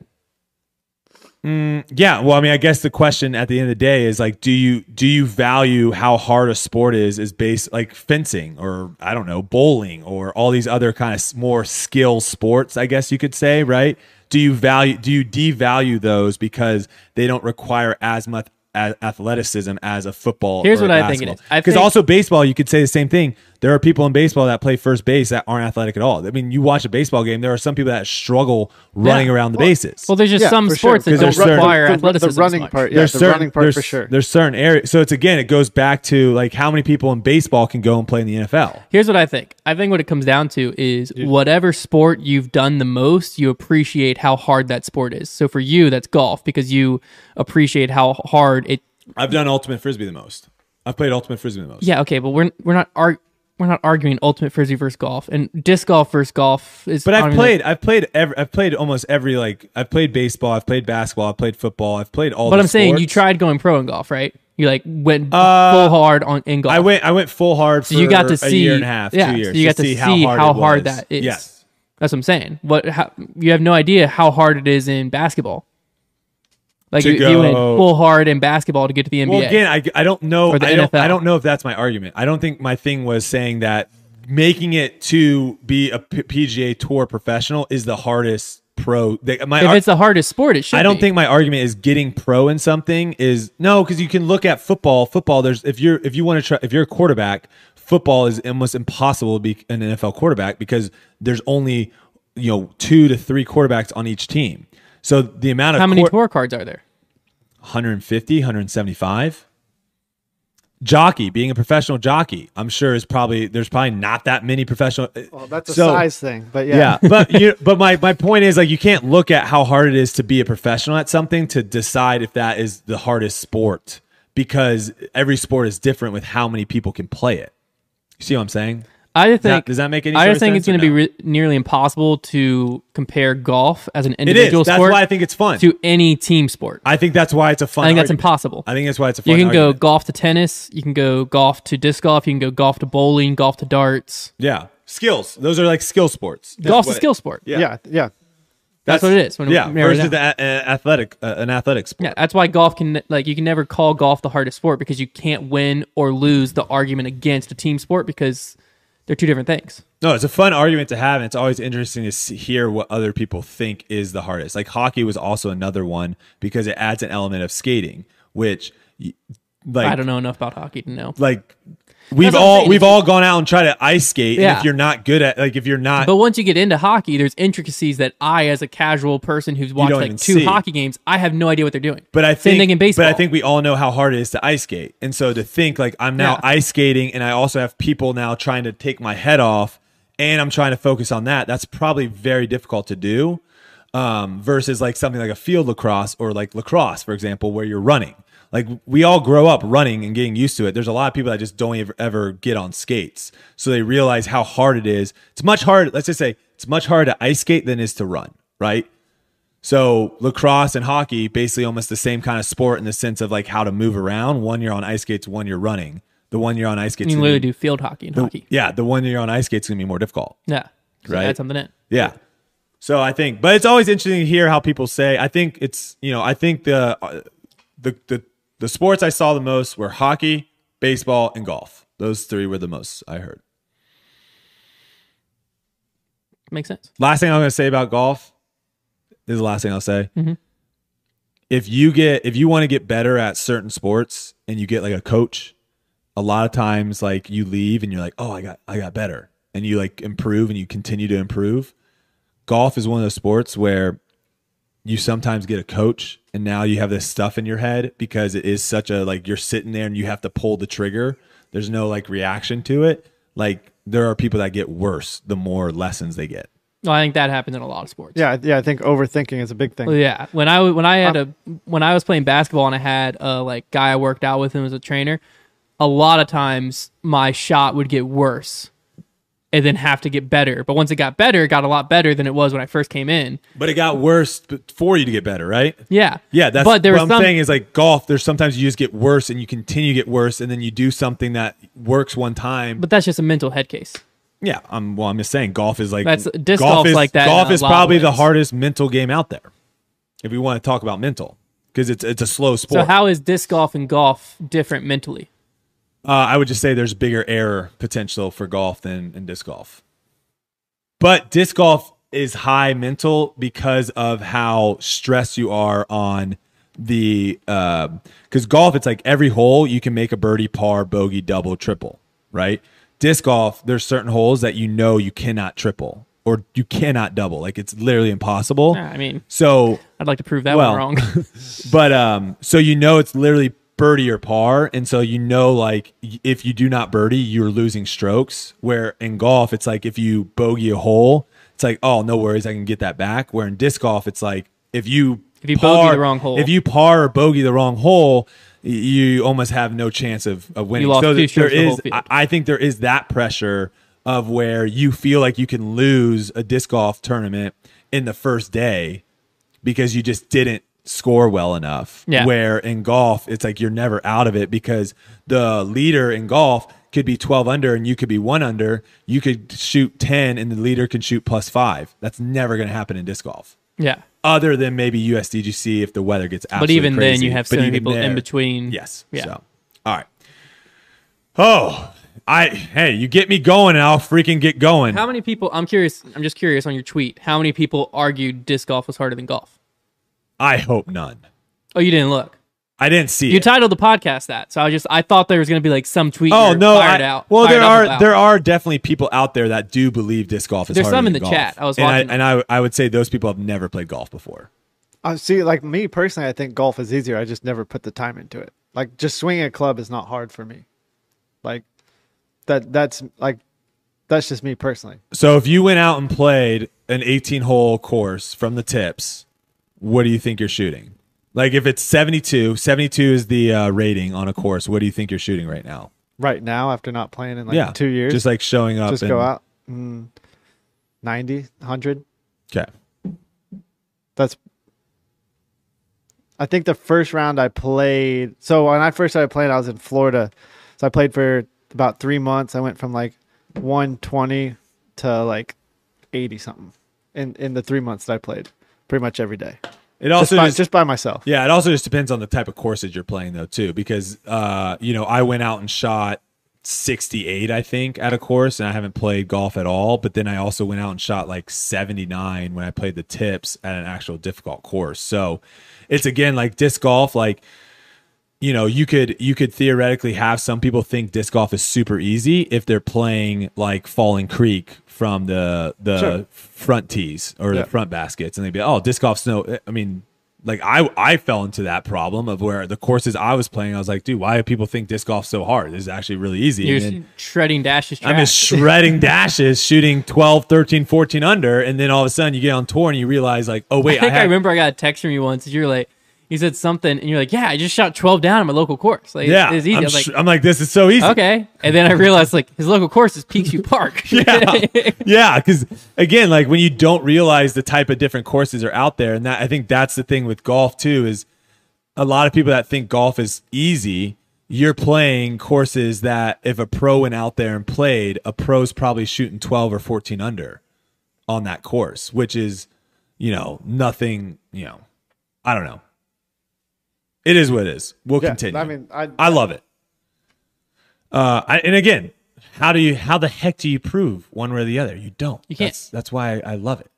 Speaker 2: yeah. Well, I mean, I guess the question at the end of the day is like, do you do you value how hard a sport is? Is based like fencing or I don't know bowling or all these other kind of s- more skill sports? I guess you could say, right? Do you value do you devalue those because they don't require as much a- athleticism as a football?
Speaker 1: Here's
Speaker 2: or
Speaker 1: what I think it is. I
Speaker 2: Because
Speaker 1: think-
Speaker 2: also baseball, you could say the same thing. There are people in baseball that play first base that aren't athletic at all. I mean, you watch a baseball game. There are some people that struggle running
Speaker 1: Yeah.
Speaker 2: around the bases.
Speaker 1: Well, there's just
Speaker 4: Yeah,
Speaker 1: some
Speaker 4: for
Speaker 1: sports
Speaker 4: sure.
Speaker 1: that don't
Speaker 2: Because there's
Speaker 1: require
Speaker 4: certain- the- the
Speaker 1: athleticism. as
Speaker 4: running
Speaker 1: much.
Speaker 4: part, yeah. the running part
Speaker 2: there's,
Speaker 4: for sure.
Speaker 2: There's certain areas. So it's again, it goes back to like how many people in baseball can go and play in the NFL.
Speaker 1: Here's what I think. I think what it comes down to is whatever sport you've done the most, you appreciate how hard that sport is. So for you, that's golf because you appreciate how hard it.
Speaker 2: I've done ultimate frisbee the most. I've played ultimate frisbee the most.
Speaker 1: Yeah, okay, but we're we're not arg- we're not arguing ultimate frisbee versus golf and disc golf versus golf is.
Speaker 2: But
Speaker 1: I don't
Speaker 2: I've
Speaker 1: even-
Speaker 2: played. I've played. Every, I've played almost every like. I've played baseball. I've played basketball. I've played football. I've played all.
Speaker 1: But
Speaker 2: the
Speaker 1: I'm saying you
Speaker 2: sports.
Speaker 1: tried going pro in golf, right? You like went
Speaker 2: Uh,
Speaker 1: full hard on in golf.
Speaker 2: I went. I went full hard. For
Speaker 1: So you got to
Speaker 2: a
Speaker 1: see
Speaker 2: year and a half,
Speaker 1: yeah,
Speaker 2: two years.
Speaker 1: So you got to see how hard,
Speaker 2: it was.
Speaker 1: that is.
Speaker 2: Yes.
Speaker 1: That's what I'm saying. What how, you have no idea how hard it is in basketball. Like
Speaker 2: To
Speaker 1: you, you went
Speaker 2: go-
Speaker 1: full hard in basketball to get to the NBA.
Speaker 2: Well, again, I, I don't know.
Speaker 1: Or the
Speaker 2: I don't,
Speaker 1: NFL.
Speaker 2: I don't know if that's my argument. I don't think my thing was saying that making it to be a P- PGA Tour professional is the hardest pro. They, my
Speaker 1: if
Speaker 2: ar-
Speaker 1: it's the hardest sport, it should.
Speaker 2: I don't
Speaker 1: be.
Speaker 2: think my argument is getting pro in something is no because you can look at football. Football, there's if you're if you want to try if you're a quarterback, football is almost impossible to be an NFL quarterback because there's only you know two to three quarterbacks on each team. So the amount of
Speaker 1: how many
Speaker 2: quar-
Speaker 1: tour cards are there.
Speaker 2: 150, 175. Jockey, being a professional jockey, I'm sure is probably there's probably not that many professional. uh,
Speaker 4: Well, Oh, that's a
Speaker 2: So-
Speaker 4: size thing. But yeah.
Speaker 2: Yeah, but you, but my my point is like you can't look at how hard it is to be a professional at something to decide if that is the hardest sport because every sport is different with how many people can play it. You see what I'm saying?
Speaker 1: I just
Speaker 2: that-
Speaker 1: think
Speaker 2: does that make any
Speaker 1: I just
Speaker 2: sort of
Speaker 1: think it's
Speaker 2: sense
Speaker 1: going to
Speaker 2: or no?
Speaker 1: be re- nearly impossible to compare golf as an
Speaker 2: It
Speaker 1: individual
Speaker 2: is. That's
Speaker 1: sport
Speaker 2: why I think it's fun.
Speaker 1: to any team sport.
Speaker 2: I think that's why it's a fun.
Speaker 1: I think that's
Speaker 2: argument.
Speaker 1: impossible.
Speaker 2: I think that's why it's a fun.
Speaker 1: You can go
Speaker 2: argument.
Speaker 1: golf to tennis. You can go golf to disc golf. You can go golf to bowling, golf to darts.
Speaker 2: Yeah, skills. Those are like skill sports. That's
Speaker 1: Golf's a
Speaker 2: what-
Speaker 1: skill sport.
Speaker 2: Yeah.
Speaker 4: Yeah. Yeah.
Speaker 1: That's what it is when we
Speaker 2: yeah,
Speaker 1: narrow it
Speaker 2: versus
Speaker 1: down.
Speaker 2: the a- a- athletic, uh, an athletic sport.
Speaker 1: Yeah, that's why golf can like you can never call golf the hardest sport because you can't win or lose the argument against a team sport because they're two different things.
Speaker 2: No, it's a fun argument to have, and it's always interesting to see, hear what other people think is the hardest. Like hockey was also another one because it adds an element of skating, which, y- like,
Speaker 1: I don't know enough about hockey to know.
Speaker 2: Like we've
Speaker 1: what I'm
Speaker 2: all
Speaker 1: saying.
Speaker 2: we've all gone out and tried to ice skate. And
Speaker 1: Yeah.
Speaker 2: if you're not good at, like, if you're not,
Speaker 1: But once you get into hockey, there's intricacies that I, as a casual person who's watched
Speaker 2: don't
Speaker 1: like
Speaker 2: even
Speaker 1: two
Speaker 2: see.
Speaker 1: hockey games, I have no idea what they're doing.
Speaker 2: But I think,
Speaker 1: same thing in baseball.
Speaker 2: But I think we all know how hard it is to ice skate. And so to think like I'm now
Speaker 1: Yeah.
Speaker 2: ice skating and I also have people now trying to take my head off and I'm trying to focus on that, that's probably very difficult to do. Um, versus like something like a field lacrosse or like lacrosse, for example, where you're running. Like we all grow up running and getting used to it. There's a lot of people that just don't ever, ever get on skates, so they realize how hard it is. It's much harder. Let's just say it's much harder to ice skate than it is to run, right? So lacrosse and hockey basically almost the same kind of sport in the sense of like how to move around. One you're on ice skates, one you're running. The one you're on ice skates,
Speaker 1: You
Speaker 2: is
Speaker 1: can
Speaker 2: gonna
Speaker 1: literally
Speaker 2: be-
Speaker 1: do field hockey and hockey.
Speaker 2: yeah, the one you're on ice skates is gonna be more difficult.
Speaker 1: Yeah. So
Speaker 2: Right.
Speaker 1: Add something in.
Speaker 2: Yeah. So I think, but it's always interesting to hear how people say. I think it's you know I think the uh, the the the sports I saw the most were hockey, baseball, and golf. Those three were the most I heard.
Speaker 1: Makes sense.
Speaker 2: Last thing I'm going to say about golf this is the last thing I'll say. If you get if you want to get better at certain sports and you get like a coach, a lot of times like you leave and you're like, "Oh, I got I got better." And you like improve and you continue to improve. Golf is one of those sports where you sometimes get a coach and now you have this stuff in your head because it is such a like you're sitting there and you have to pull the trigger. There's no like reaction to it. Like there are people that get worse the more lessons they get.
Speaker 1: No, I think that happens in a lot of sports.
Speaker 4: Yeah, yeah. I think overthinking is a big thing.
Speaker 1: Well, yeah. When I when I had
Speaker 2: Um,
Speaker 1: a when I was playing basketball and I had a like guy I worked out with and was a trainer, a lot of times my shot would get worse and then have to get better. But once it got better, it got a lot better than it was when I first came in.
Speaker 2: But it got worse b- for you to get better, right?
Speaker 1: Yeah.
Speaker 2: Yeah, that's
Speaker 1: but there
Speaker 2: what
Speaker 1: was
Speaker 2: I'm
Speaker 1: some,
Speaker 2: saying is like golf, there's sometimes you just get worse and you continue to get worse and then you do something that works one time.
Speaker 1: but that's just a mental head case.
Speaker 2: yeah, I'm well, I'm just saying golf is like
Speaker 1: That's- disc golf's
Speaker 2: is,
Speaker 1: like that
Speaker 2: Golf
Speaker 1: in a
Speaker 2: is
Speaker 1: lot of
Speaker 2: probably the
Speaker 1: ways.
Speaker 2: hardest mental game out there. If we want to talk about mental because it's it's a slow sport.
Speaker 1: So how is disc golf and golf different mentally?
Speaker 2: Uh, I would just say there's bigger error potential for golf than in disc golf. But disc golf is high mental because of how stressed you are on the because golf it's like every hole you can make a birdie par bogey double triple right disc golf there's certain holes that you know you cannot triple or you cannot double like it's literally impossible
Speaker 1: Yeah, I mean,
Speaker 2: so
Speaker 1: I'd like to prove that
Speaker 2: Well,
Speaker 1: one wrong.
Speaker 2: but um, so you know it's literally birdie or par, and so you know like y- if you do not birdie, you're losing strokes. Where in golf, it's like if you bogey a hole, it's like oh no worries, I can get that back. Where in disc golf, it's like if you
Speaker 1: If you
Speaker 2: par-
Speaker 1: bogey the wrong hole.
Speaker 2: if you par or bogey the wrong hole. y- You almost have no chance of, of winning.
Speaker 1: You lost
Speaker 2: so
Speaker 1: two
Speaker 2: th- there
Speaker 1: strokes the whole
Speaker 2: is,
Speaker 1: field.
Speaker 2: I, I think there is that pressure of where you feel like you can lose a disc golf tournament in the first day because you just didn't score well enough.
Speaker 1: Yeah.
Speaker 2: Where in golf, it's like you're never out of it because the leader in golf could be 12 under and you could be one under. You could shoot 10 and the leader can shoot plus five. That's never going to happen in disc golf.
Speaker 1: yeah.
Speaker 2: Other than maybe USDGC if the weather gets
Speaker 1: But
Speaker 2: absolutely
Speaker 1: even then,
Speaker 2: crazy.
Speaker 1: you have
Speaker 2: But
Speaker 1: so many
Speaker 2: even
Speaker 1: people in
Speaker 2: there-
Speaker 1: between.
Speaker 2: Yes.
Speaker 1: Yeah.
Speaker 2: So, all right. Oh, I hey, you get me going, and I'll freaking get going.
Speaker 1: How many people? I'm curious. I'm just curious on your tweet. How many people argued disc golf was harder than golf?
Speaker 2: I hope none.
Speaker 1: Oh, you didn't look.
Speaker 2: I didn't see
Speaker 1: You
Speaker 2: it.
Speaker 1: titled the podcast that, so I just I thought there was going to be like some tweet.
Speaker 2: Oh
Speaker 1: you're
Speaker 2: no!
Speaker 1: fired
Speaker 2: I-
Speaker 1: out.
Speaker 2: well,
Speaker 1: fired
Speaker 2: there
Speaker 1: up
Speaker 2: are
Speaker 1: about.
Speaker 2: there are definitely people out there that do believe disc golf is.
Speaker 1: There's
Speaker 2: harder
Speaker 1: some in
Speaker 2: than
Speaker 1: the
Speaker 2: golf.
Speaker 1: chat. I was
Speaker 2: and
Speaker 1: watching
Speaker 2: I, and I I would say those people have never played golf before.
Speaker 4: I Uh, see. Like me personally, I think golf is easier. I just never put the time into it. Like just swinging a club is not hard for me. Like that. That's like that's just me personally.
Speaker 2: So if you went out and played an 18 hole course from the tips, what do you think you're shooting? Like if it's 72, 72 is the uh, rating on a course. What do you think you're shooting right now?
Speaker 4: Right now, after not playing in like
Speaker 2: yeah,
Speaker 4: two years,
Speaker 2: Just like showing up.
Speaker 4: just
Speaker 2: and,
Speaker 4: go out mm, 90 100
Speaker 2: Okay.
Speaker 4: that's i think the first round i played so when i first started playing i was in florida so i played for about three months i went from like 120 to like 80 something in in the three months that i played pretty much every day
Speaker 2: It
Speaker 4: just
Speaker 2: also
Speaker 4: by,
Speaker 2: Oh, just-
Speaker 4: just by myself
Speaker 2: Yeah, it also just depends on the type of courses you're playing though too, because uh, you know, I went out and shot 68, I think, at a course, and I haven't played golf at all. But then I also went out and shot like 79 when I played the tips at an actual difficult course. So it's again like disc golf, like you know, you could you could theoretically have some people think disc golf is super easy if they're playing like Falling Creek from the the
Speaker 4: Sure.
Speaker 2: front tees or
Speaker 4: Yeah.
Speaker 2: the front baskets, and they'd be, oh, disc golf's no. I mean, like I I fell into that problem of where the courses I was playing, I was like, dude, why do people think disc golf's so hard? This is actually really easy.
Speaker 1: You're
Speaker 2: And
Speaker 1: just
Speaker 2: then
Speaker 1: shredding dashes.
Speaker 2: I'm just shredding dashes, shooting 12, 13, 14 under, and then all of a sudden you get on tour and you realize like, oh wait,
Speaker 1: I think I,
Speaker 2: had-
Speaker 1: remember I got a text from you once. You're like, you said something, and you're like, "Yeah, I just shot 12 down at my local course. Like,
Speaker 2: Yeah,
Speaker 1: it's, it's easy."
Speaker 2: I'm,
Speaker 1: I was like,
Speaker 2: sh- I'm like, this is so easy.
Speaker 1: "Okay," and then I realized like his local course is Peaksview Park.
Speaker 2: yeah, yeah. Because again, like when you don't realize the type of different courses are out there, and that I think that's the thing with golf too is a lot of people that think golf is easy. You're playing courses that if a pro went out there and played, a pro's probably shooting 12 or 14 under on that course, which is, you know, nothing. You know, I don't know. It is what it is. We'll
Speaker 4: Yeah,
Speaker 2: continue.
Speaker 4: I mean, I,
Speaker 2: I love it. Uh, I, and again, how do you? How the heck do you prove one way or the other? You don't. You
Speaker 1: can't.
Speaker 2: That's, that's why I, I love it.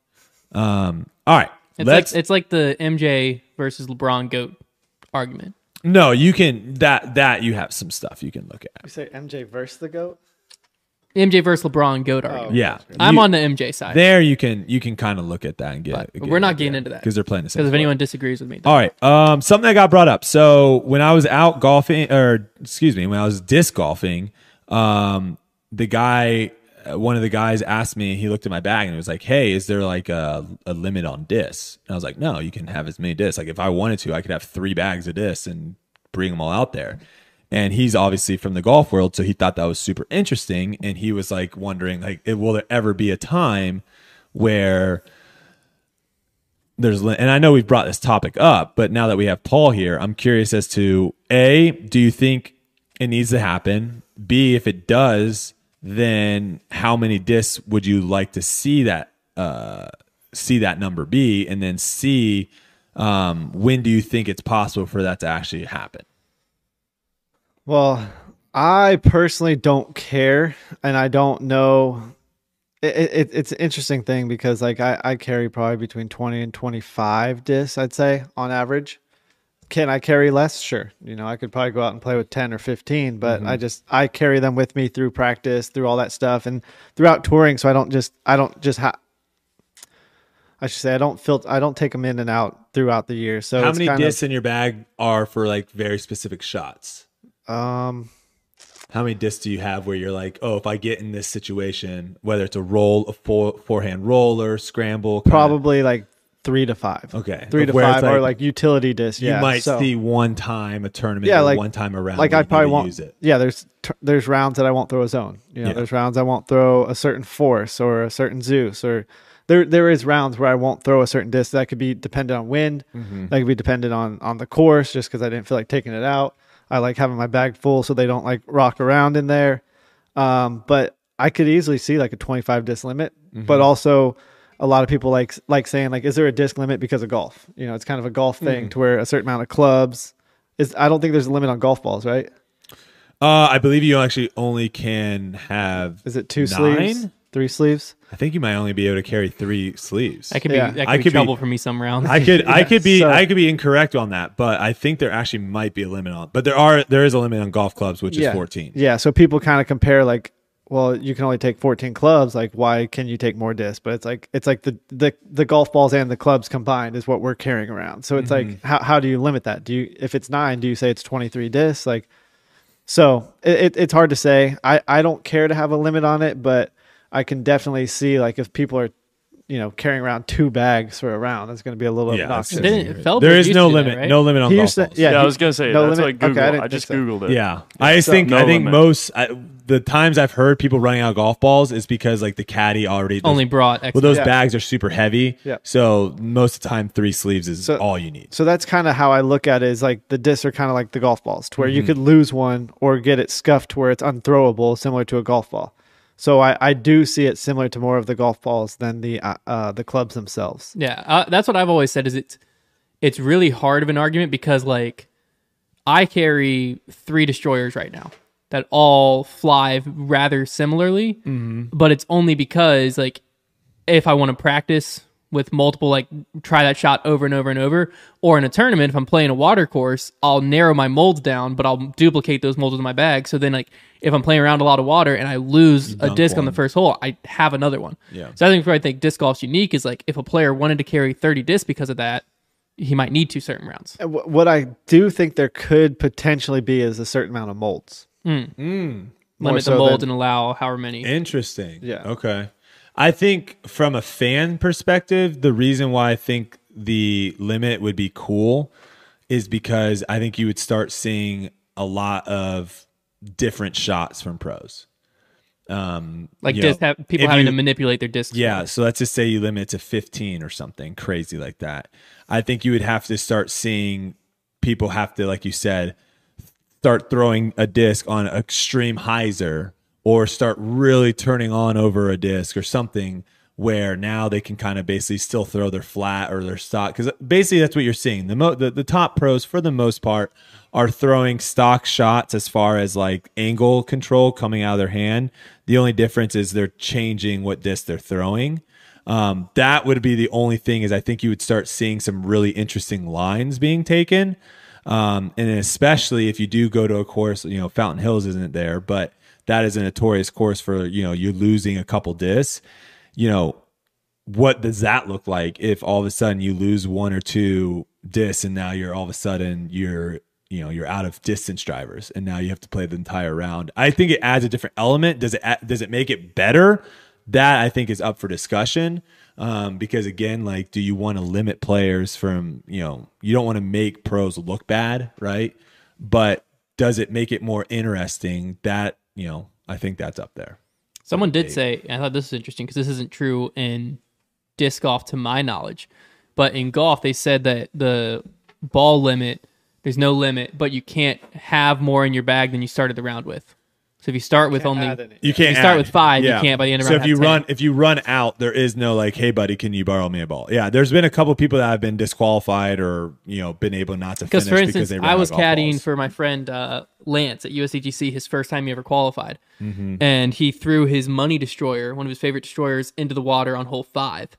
Speaker 2: Um, all right,
Speaker 1: It's
Speaker 2: let's.
Speaker 1: like it's like the MJ versus LeBron goat argument.
Speaker 2: no, you can. That that you have some stuff you can look at.
Speaker 4: you say MJ versus the goat.
Speaker 1: MJ versus LeBron goat argument.
Speaker 2: Yeah,
Speaker 1: I'm
Speaker 2: You-
Speaker 1: on the MJ side.
Speaker 2: There you can you can kind of look at that and get.
Speaker 1: But we're not getting into that.
Speaker 2: because they're playing the same.
Speaker 1: Because if
Speaker 2: sport.
Speaker 1: anyone disagrees with me,
Speaker 2: All right. Um, something that got brought up. So when I was out golfing, or excuse me, when I was disc golfing, um, the guy, uh, one of the guys asked me, he looked at my bag and he was like, Hey, is there like a, a limit on discs? And I was like, No, you can have as many discs. Like if I wanted to, I could have three bags of discs and bring them all out there. And he's obviously from the golf world. So he thought that was super interesting. And he was like wondering, like, it- will there ever be a time where there's li- and I know we've brought this topic up, but now that we have Paul here, I'm curious as to A, do you think it needs to happen? B, if it does, then how many discs would you like to see that uh see that number be? And then C, um, when do you think it's possible for that to actually happen?
Speaker 4: Well, I personally don't care, and I don't know. It, it, it's an interesting thing because, like, I, I carry probably between twenty and twenty-five discs, I'd say, on average. Can I carry less? Sure. You know, I could probably go out and play with ten or fifteen, but
Speaker 2: Mm-hmm.
Speaker 4: I just I carry them with me through practice, through all that stuff, and throughout touring. So I don't just I don't just ha- I should say I don't filter I don't take them in and out throughout the year. So
Speaker 2: How
Speaker 4: it's
Speaker 2: many
Speaker 4: kind
Speaker 2: discs in your bag are for like very specific shots?
Speaker 4: Of, um,
Speaker 2: How many discs do you have where you're like, oh, if I get in this situation, whether it's a roll, a four, forehand roller, scramble, kinda-
Speaker 4: probably like three to five.
Speaker 2: Okay.
Speaker 4: three to
Speaker 2: Where it's
Speaker 4: five or like utility disc.
Speaker 2: you
Speaker 4: yeah,
Speaker 2: might
Speaker 4: so,
Speaker 2: see one time a tournament,
Speaker 4: Yeah,
Speaker 2: or
Speaker 4: like-
Speaker 2: one time around.
Speaker 4: like I probably won't
Speaker 2: use it.
Speaker 4: Yeah, there's tur- there's rounds that I won't throw a zone. You know,
Speaker 2: Yeah.
Speaker 4: there's rounds I won't throw a certain force or a certain Zeus or there there is rounds where I won't throw a certain disc that could be dependent on wind.
Speaker 2: Mm-hmm.
Speaker 4: That could be dependent on on the course just because I didn't feel like taking it out. I like having my bag full so they don't like rock around in there. Um, but I could easily see like a 25 disc limit, but also a lot of people like like saying like, is there a disc limit because of golf? You know, it's kind of a golf thing to where a certain amount of clubs is. I don't think there's a limit on golf balls, right?
Speaker 2: Uh, I believe you actually only can have.
Speaker 4: Is it two sleeves,
Speaker 2: Nine?
Speaker 4: three sleeves?
Speaker 2: I think you might only be able to carry three sleeves.
Speaker 1: that could be
Speaker 4: Yeah.
Speaker 1: that could
Speaker 2: I
Speaker 1: be
Speaker 2: could be-
Speaker 1: trouble for me some rounds.
Speaker 2: I could, I could be,
Speaker 4: so-
Speaker 2: I could be incorrect on that, but I think there actually might be a limit on. But there are, there is a limit on golf clubs, which
Speaker 4: yeah.
Speaker 2: is fourteen.
Speaker 4: Yeah. So people kind of compare like, well, you can only take 14 clubs. Like, why can you take more discs? But it's like it's like the the the golf balls and the clubs combined is what we're carrying around. So it's like
Speaker 2: Mm-hmm.
Speaker 4: how how do you limit that? Do you if it's nine, do you say it's 23 discs? Like, so it, it it's hard to say. I I don't care to have a limit on it, but I can definitely see like if people are. You know, carrying around two bags for a round, that's going to be a little
Speaker 2: Yeah, that's
Speaker 4: obnoxious.
Speaker 2: just-
Speaker 1: Didn't- Feldman
Speaker 2: there is
Speaker 1: used
Speaker 2: no
Speaker 1: to do that,
Speaker 2: limit,
Speaker 1: right?
Speaker 2: no limit on
Speaker 4: He
Speaker 2: golf
Speaker 4: used to-
Speaker 2: balls.
Speaker 3: Yeah, I
Speaker 4: he-
Speaker 3: was gonna say
Speaker 4: no
Speaker 3: that's
Speaker 4: limit?
Speaker 3: what I
Speaker 4: Okay, I
Speaker 3: googled.
Speaker 4: didn't
Speaker 3: I, just
Speaker 4: think so.
Speaker 3: googled it.
Speaker 2: Yeah, I just think
Speaker 3: No
Speaker 2: I think
Speaker 3: limit.
Speaker 2: most I, the times I've heard people running out of golf balls is because like the caddy already those-
Speaker 1: only brought X.
Speaker 2: well those
Speaker 4: Yeah.
Speaker 2: bags are super heavy.
Speaker 4: Yeah.
Speaker 2: So most of the time, three sleeves is
Speaker 4: So-
Speaker 2: all you need.
Speaker 4: So that's kind of how I look at it is like the discs are kind of like the golf balls to where
Speaker 2: Mm-hmm.
Speaker 4: you could lose one or get it scuffed to where it's unthrowable, similar to a golf ball. So I, I do see it similar to more of the golf balls than the uh, uh, the clubs themselves.
Speaker 1: Yeah, uh, that's what I've always said. Is it's it's really hard of an argument because like I carry three destroyers right now that all fly rather similarly, but it's only because like if I want to practice with multiple like try that shot over and over and over or in a tournament if I'm playing a water course I'll narrow my molds down but I'll duplicate those molds in my bag so then like if I'm playing around a lot of water and I lose a
Speaker 2: dunk
Speaker 1: disc on the
Speaker 2: one.
Speaker 1: first hole I have another one
Speaker 2: Yeah.
Speaker 1: so I think where I think disc golf's unique is like if a player wanted to carry 30 discs because of that he might need two certain rounds
Speaker 4: And wh- What I do think there could potentially be is a certain amount of molds. More
Speaker 1: limit
Speaker 4: so
Speaker 1: the mold
Speaker 4: than-
Speaker 1: and allow however many
Speaker 2: Interesting.
Speaker 4: Yeah.
Speaker 2: Okay. I think from a fan perspective, the reason why I think the limit would be cool is because I think you would start seeing a lot of different shots from pros. Um,
Speaker 1: Like
Speaker 2: you
Speaker 1: disc
Speaker 2: know,
Speaker 1: have, people
Speaker 2: if
Speaker 1: having
Speaker 2: you-
Speaker 1: to manipulate their discs.
Speaker 2: yeah, so let's just say you limit it to 15 or something crazy like that. I think you would have to start seeing people have to, like you said, start throwing a disc on extreme hyzer or start really turning on over a disc or something where now they can kind of basically still throw their flat or their stock because basically that's what you're seeing the, mo- the the top pros for the most part are throwing stock shots as far as like angle control coming out of their hand the only difference is they're changing what disc they're throwing um, that would be the only thing is i think you would start seeing some really interesting lines being taken um, and then especially if you do go to a course, you know, Fountain Hills isn't there, but that is a notorious course for, you know, you're losing a couple discs. You know, what does that look like if all of a sudden you lose one or two discs and now you're all of a sudden you're, you know, you're out of distance drivers and now you have to play the entire round. I think it adds a different element. Does it, add- does it make it better? That I think is up for discussion. Um, because again, like, do you want to limit players from, you know, you don't want to make pros look bad, right? But does it make it more interesting? That, you know, I think that's up there.
Speaker 1: Someone did say, and I thought this was interesting because this isn't true in disc golf to my knowledge, but in golf they said that the ball limit, there's no limit, but you can't have more in your bag than you started the round with. So if you start with only,
Speaker 4: add any.
Speaker 2: You can't
Speaker 1: You start
Speaker 2: add.
Speaker 1: with five, you can't by the end of
Speaker 2: so
Speaker 1: round
Speaker 2: if you
Speaker 1: have 10.
Speaker 2: run if you run out, there is no like, hey buddy, can you borrow me a ball? Yeah, there's been a couple people that have been disqualified or you know been able not to finish
Speaker 1: because for
Speaker 2: because
Speaker 1: instance,
Speaker 2: they ran
Speaker 1: I was
Speaker 2: out of golf
Speaker 1: caddying
Speaker 2: balls.
Speaker 1: for my friend uh, Lance at USCGC, his first time he ever qualified,
Speaker 2: Mm-hmm.
Speaker 1: and he threw his money destroyer, one of his favorite destroyers, into the water on hole five,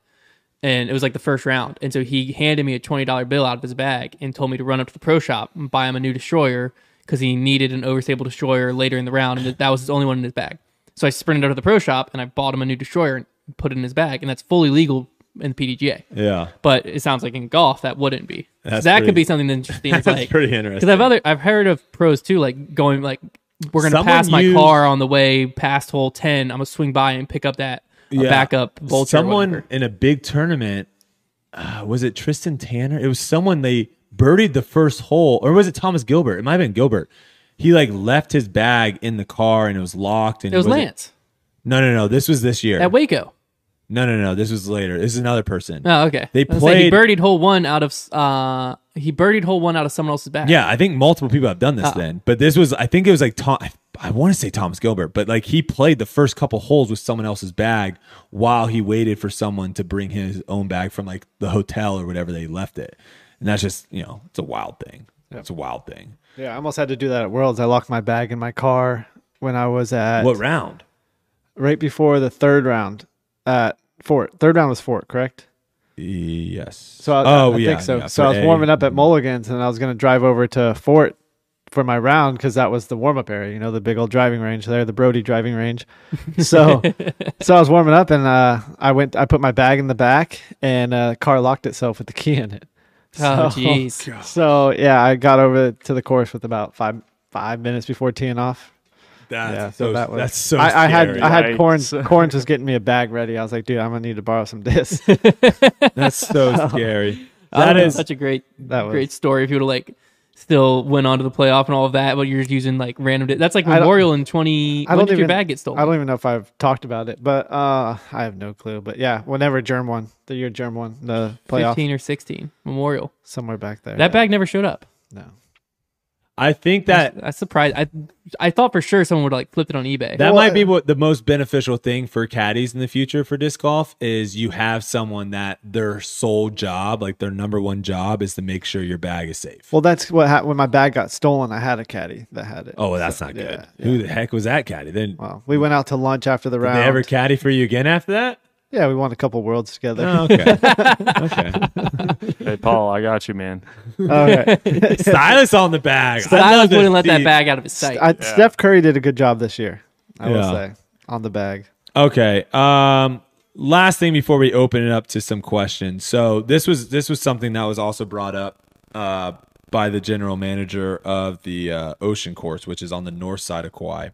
Speaker 1: and it was like the first round, and so he handed me a twenty dollar bill out of his bag and told me to run up to the pro shop and buy him a new destroyer because he needed an overstable destroyer later in the round, and that- that was his only one in his bag. So I sprinted out to the pro shop and I bought him a new destroyer and put it in his bag, and that's fully legal in the PDGA
Speaker 2: yeah,
Speaker 1: but it sounds like in golf that wouldn't be. So
Speaker 2: That's
Speaker 1: that could
Speaker 2: pretty-
Speaker 1: be something interesting. It's
Speaker 2: That's
Speaker 1: like,
Speaker 2: pretty
Speaker 1: Because I've
Speaker 2: interesting.
Speaker 1: other I've heard of pros too, like going like we're gonna
Speaker 2: Someone
Speaker 1: pass my
Speaker 2: used-
Speaker 1: car on the way past hole ten. I'm gonna swing by and pick up that uh,
Speaker 2: Yeah.
Speaker 1: backup vulture.
Speaker 2: Someone
Speaker 1: Someone
Speaker 2: in a big tournament, uh, was it Tristan Tanner? It was someone they birdied the first hole, or was it Thomas Gilbert? It might have been Gilbert. He like left his bag in the car and it was locked. And
Speaker 1: it was
Speaker 2: wasn't-
Speaker 1: Lance
Speaker 2: No, no, no. This was this year.
Speaker 1: at Waco.
Speaker 2: no, no, no. This was later. This is another person.
Speaker 1: Oh, okay.
Speaker 2: They
Speaker 1: I was gonna say,
Speaker 2: played-
Speaker 1: he birdied hole one out of s- uh he birdied hole one out of someone else's back.
Speaker 2: Yeah, I think multiple people have done this then. But this was, I think it was like Tom, I, I want to say Thomas Gilbert, but like he played the first couple holes with someone else's bag while he waited for someone to bring his own bag from like the hotel or whatever they left it. And that's just, you know, it's a wild thing. It's a wild thing.
Speaker 4: Yeah, I almost had to do that at Worlds. I locked my bag in my car when I was at
Speaker 2: What round?
Speaker 4: right before the third round at Fort. Third round was Fort, correct?
Speaker 2: Yes.
Speaker 4: So I,
Speaker 2: oh,
Speaker 4: I
Speaker 2: yeah,
Speaker 4: think so.
Speaker 2: yeah,
Speaker 4: so
Speaker 2: for
Speaker 4: I was
Speaker 2: A.
Speaker 4: warming up at Mulligan's and I was going to drive over to Fort for my round because that was the warm up area, you know, the big old driving range there, the Brody driving range. So, so I was warming up and uh, I went, I put my bag in the back and uh, the car locked itself with the key in it.
Speaker 1: Oh
Speaker 4: So-
Speaker 1: jeez.
Speaker 4: So yeah, I got over to the course with about five five minutes before teeing off.
Speaker 2: That's
Speaker 4: Yeah,
Speaker 2: so,
Speaker 4: so that was
Speaker 2: that's so
Speaker 4: I, I had
Speaker 2: scary.
Speaker 4: I had
Speaker 3: Yikes.
Speaker 4: corns. corns was getting me a bag ready. I was like, dude, I'm gonna need to borrow some discs.
Speaker 2: that's so scary.
Speaker 1: That
Speaker 2: That
Speaker 1: is
Speaker 2: is
Speaker 1: such a great
Speaker 4: That was-
Speaker 1: great story. If you would have like still went on to the playoff and all of that, but you're just using like random. Di- that's like
Speaker 4: don't-
Speaker 1: Memorial in 20.
Speaker 4: I
Speaker 1: when
Speaker 4: don't
Speaker 1: did
Speaker 4: even
Speaker 1: your bag get stolen?
Speaker 4: I don't even know if I've talked about it, but uh, I have no clue. But yeah, whenever Germ won, the year Germ won the playoff,
Speaker 1: 15 or 16 Memorial.
Speaker 4: somewhere back there.
Speaker 1: That bag never showed up.
Speaker 4: No.
Speaker 2: I think that
Speaker 1: I was surprised. I I thought for sure someone would like flipped it on eBay.
Speaker 2: That
Speaker 4: Well,
Speaker 2: might
Speaker 4: I-
Speaker 2: be what the most beneficial thing for caddies in the future for disc golf is you have someone that their sole job, like their number one job, is to make sure your bag is safe.
Speaker 4: Well, that's what ha- when my bag got stolen. I had a caddy that had it.
Speaker 2: oh, well, that's not good.
Speaker 4: yeah,
Speaker 2: Who the heck was that caddy? Then
Speaker 4: Well, we went out to lunch after the round.
Speaker 2: they ever caddy for you again after that?
Speaker 4: yeah, we won a couple worlds together.
Speaker 2: Oh, okay, okay.
Speaker 3: Hey, Paul, I got you, man.
Speaker 4: All right.
Speaker 2: Silas on the bag. I love
Speaker 1: Silas
Speaker 2: to
Speaker 1: wouldn't let
Speaker 2: see-
Speaker 1: that bag out of his sight.
Speaker 4: I, Steph Curry did a good job this year. I
Speaker 2: Yeah.
Speaker 4: will say on the bag.
Speaker 2: Okay. Um last thing before we open it up to some questions. So this was this was something that was also brought up uh by the general manager of the uh, ocean course, which is on the north side of Kauai.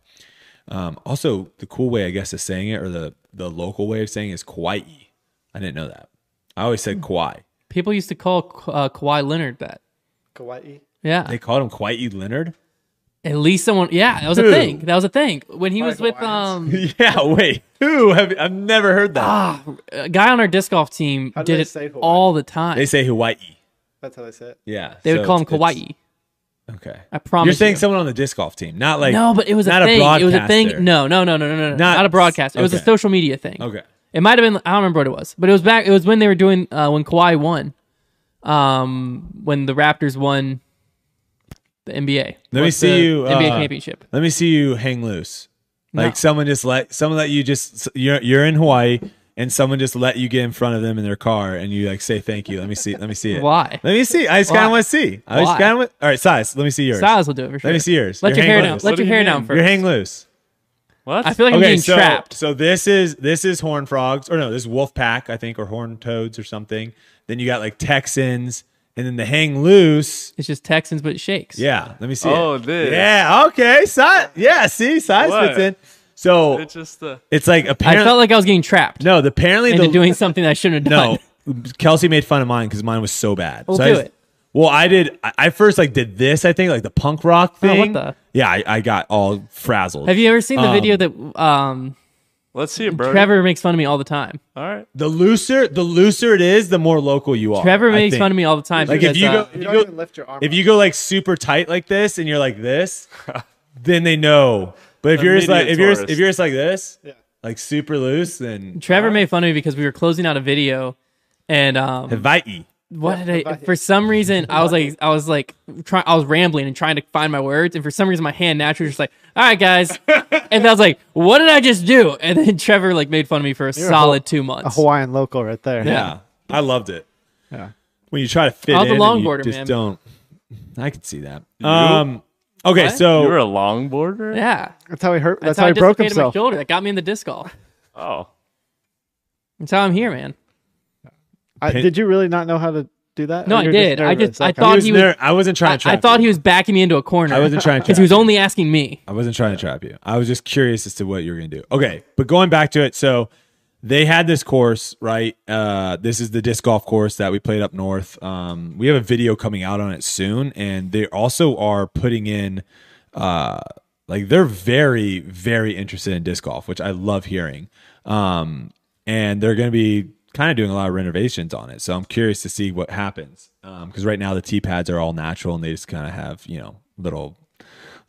Speaker 2: Um, also, the cool way, I guess, of saying it, or the, the local way of saying it is Kauai. I didn't know that. I always said Kauai.
Speaker 1: People used to call Ka- uh, Kawhi Leonard that.
Speaker 4: Kauai.
Speaker 1: Yeah.
Speaker 2: They called him Quiet Leonard.
Speaker 1: At least someone. Yeah, that was a
Speaker 2: Who?
Speaker 1: thing. That was a thing when he was with um
Speaker 2: yeah, wait. Who? Have, I've never heard that.
Speaker 1: ah, a guy on our disc golf team
Speaker 4: How do
Speaker 1: did
Speaker 4: they
Speaker 1: it
Speaker 4: say Hawaii?
Speaker 1: all the time.
Speaker 2: They
Speaker 1: They,
Speaker 2: say Hawaii.
Speaker 4: That's how they say it.
Speaker 2: Yeah.
Speaker 1: would
Speaker 2: so
Speaker 1: call him
Speaker 2: it's- it's-
Speaker 1: Kauai.
Speaker 2: Okay.
Speaker 1: I promise
Speaker 2: You're saying
Speaker 1: you.
Speaker 2: someone on the disc golf team, not like
Speaker 1: No, but it was
Speaker 2: not
Speaker 1: a thing.
Speaker 2: A
Speaker 1: it was a
Speaker 2: broadcaster.
Speaker 1: thing. No, no, no, no, no, no, not,
Speaker 2: Not-
Speaker 1: not a broadcast. It was a
Speaker 2: okay.
Speaker 1: social media thing.
Speaker 2: Okay.
Speaker 1: It might have been. I don't remember what it was, but it was back. It was when they were doing uh, when Kawhi won, um, when the Raptors won the NBA.
Speaker 2: Let me
Speaker 1: What's
Speaker 2: see
Speaker 1: the
Speaker 2: you,
Speaker 1: NBA
Speaker 2: uh,
Speaker 1: championship.
Speaker 2: Let me see you hang loose.
Speaker 1: No.
Speaker 2: Like someone just let someone let you just you're you're in Hawaii and someone just let you get in front of them in their car and you like say thank you. Let me see. Let me see it.
Speaker 1: Why?
Speaker 2: Let me see. I just kind
Speaker 1: Why?
Speaker 2: of want to see. I
Speaker 1: Why?
Speaker 2: just kind of all right. Size. Let me see yours.
Speaker 1: Styles will do it for sure.
Speaker 2: Let me see yours.
Speaker 1: Let
Speaker 2: You're
Speaker 1: your hair
Speaker 2: hang
Speaker 1: down.
Speaker 2: loose.
Speaker 1: Let
Speaker 3: What
Speaker 1: your
Speaker 3: do
Speaker 1: hair
Speaker 3: you
Speaker 1: down
Speaker 3: mean?
Speaker 1: first.
Speaker 2: You're hang loose.
Speaker 3: What?
Speaker 1: I feel like I'm
Speaker 2: Okay,
Speaker 1: being
Speaker 2: so
Speaker 1: trapped.
Speaker 2: so this is this is Horn Frogs or no, this is Wolf Pack I think or Horn Toads or something. Then you got like Texans and then the Hang Loose.
Speaker 1: It's just Texans, but it shakes.
Speaker 2: Yeah, let me see.
Speaker 3: Oh,
Speaker 2: it.
Speaker 3: this.
Speaker 2: Yeah, okay. Size. Yeah, see, size
Speaker 3: What?
Speaker 2: fits in. So
Speaker 3: it's just the
Speaker 2: it's like
Speaker 1: I
Speaker 2: apparently
Speaker 1: felt like I was getting trapped
Speaker 2: no. the- Apparently
Speaker 1: into
Speaker 2: the
Speaker 1: doing something I shouldn't have done.
Speaker 2: no. Kelsey made fun of mine because mine was so bad.
Speaker 1: Well,
Speaker 2: so
Speaker 1: do
Speaker 2: I just-
Speaker 1: it.
Speaker 2: Well, I did. I, I first like did this. I think like the punk rock
Speaker 1: Oh, what
Speaker 2: thing.
Speaker 1: the-
Speaker 2: Yeah, I, I got all frazzled.
Speaker 1: Have you ever seen the video that um,
Speaker 3: let's see it, bro.
Speaker 1: Trevor makes fun of me all the time?
Speaker 2: Oh,
Speaker 3: All right.
Speaker 2: the looser, the looser it is, the more local you are.
Speaker 1: Trevor
Speaker 2: I
Speaker 1: makes
Speaker 2: think.
Speaker 1: fun of me all the time.
Speaker 2: Like
Speaker 1: because,
Speaker 2: if you
Speaker 1: uh,
Speaker 2: go, if
Speaker 4: You
Speaker 2: you
Speaker 4: don't
Speaker 2: go,
Speaker 4: even lift your arm.
Speaker 2: if you go like super tight like this and you're like this, then they know. But if you're just like
Speaker 3: Immediate
Speaker 2: if you're just,
Speaker 3: tourist.
Speaker 2: if you're just like this,
Speaker 4: Yeah.
Speaker 2: like super loose, then
Speaker 1: Trevor made fun of me because we were closing out a video, and um,
Speaker 2: Hawaii.
Speaker 1: what did I?
Speaker 4: Hawaii.
Speaker 1: For some reason, I was like, I was like, try, I was rambling and trying to find my words, and for some reason, my hand naturally was just like, all right, guys, and I was like, what did I just do? And then Trevor like made fun of me for a solid two
Speaker 4: a
Speaker 1: months.
Speaker 4: Hawaiian local right there.
Speaker 2: Yeah. I loved it. When you try to fit
Speaker 1: I was
Speaker 2: in,
Speaker 1: a
Speaker 2: and
Speaker 1: longboarder,
Speaker 2: you just
Speaker 1: man.
Speaker 2: don't. I could see that. Um. Okay,
Speaker 1: What?
Speaker 2: so
Speaker 3: You were a longboarder?
Speaker 1: Yeah,
Speaker 4: That's how he hurt. That's,
Speaker 1: I
Speaker 4: how he broke
Speaker 1: dislocated
Speaker 4: himself.
Speaker 1: My shoulder that got me in the disc golf.
Speaker 3: Oh.
Speaker 1: That's how I'm here, man.
Speaker 4: I, did you really not know how to do that?
Speaker 1: No,
Speaker 4: Or
Speaker 1: I
Speaker 4: you're just
Speaker 1: did. I
Speaker 4: nervous?
Speaker 1: just- I
Speaker 4: Like,
Speaker 1: thought
Speaker 2: he was
Speaker 1: he was-
Speaker 2: ner- I wasn't
Speaker 1: I,
Speaker 2: trying to trap.
Speaker 1: I thought
Speaker 2: you.
Speaker 1: he was backing me into a corner.
Speaker 2: I wasn't trying to
Speaker 1: because
Speaker 2: trap.
Speaker 1: he was
Speaker 2: you.
Speaker 1: only asking me.
Speaker 2: I wasn't trying to trap you. I was just curious as to what you were going to do. Okay, but going back to it, so they had this course, right? Uh, this is the disc golf course that we played up north. Um, we have a video coming out on it soon, and they also are putting in, uh, like they're very, very interested in disc golf, which I love hearing. Um, and they're going to be kind of doing a lot of renovations on it, so I'm curious to see what happens. Because right now the tee pads are all natural, and they just kind of have you know little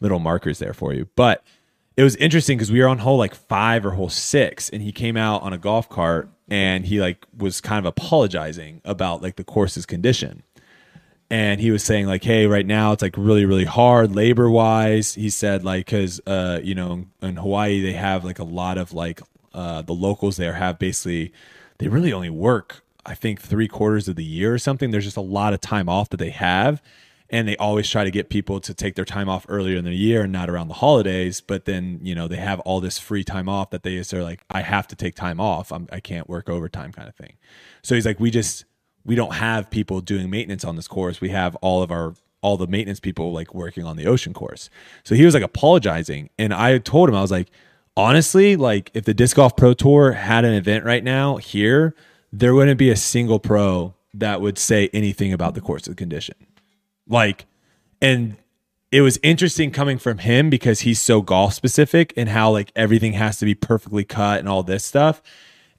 Speaker 2: little markers there for you. But it was interesting because we were on hole like five or hole six, and he came out on a golf cart and he like was kind of apologizing about like the course's condition. And he was saying like, hey, right now it's like really, really hard labor wise. He said like, because uh, you know, in Hawaii they have like a lot of like uh, the locals there have basically they really only work I think three quarters of the year or something. There's just a lot of time off that they have and they always try to get people to take their time off earlier in the year and not around the holidays but then you know they have all this free time off that they just are like i have to take time off I'm, i can't work overtime kind of thing so he's like we just we don't have people doing maintenance on this course we have all of our all the maintenance people like working on the ocean course so he was like apologizing and i told him i was like honestly like if the disc golf pro tour had an event right now here there wouldn't be a single pro that would say anything about the course of condition like and it was interesting coming from him because he's so golf specific and how like everything has to be perfectly cut and all this stuff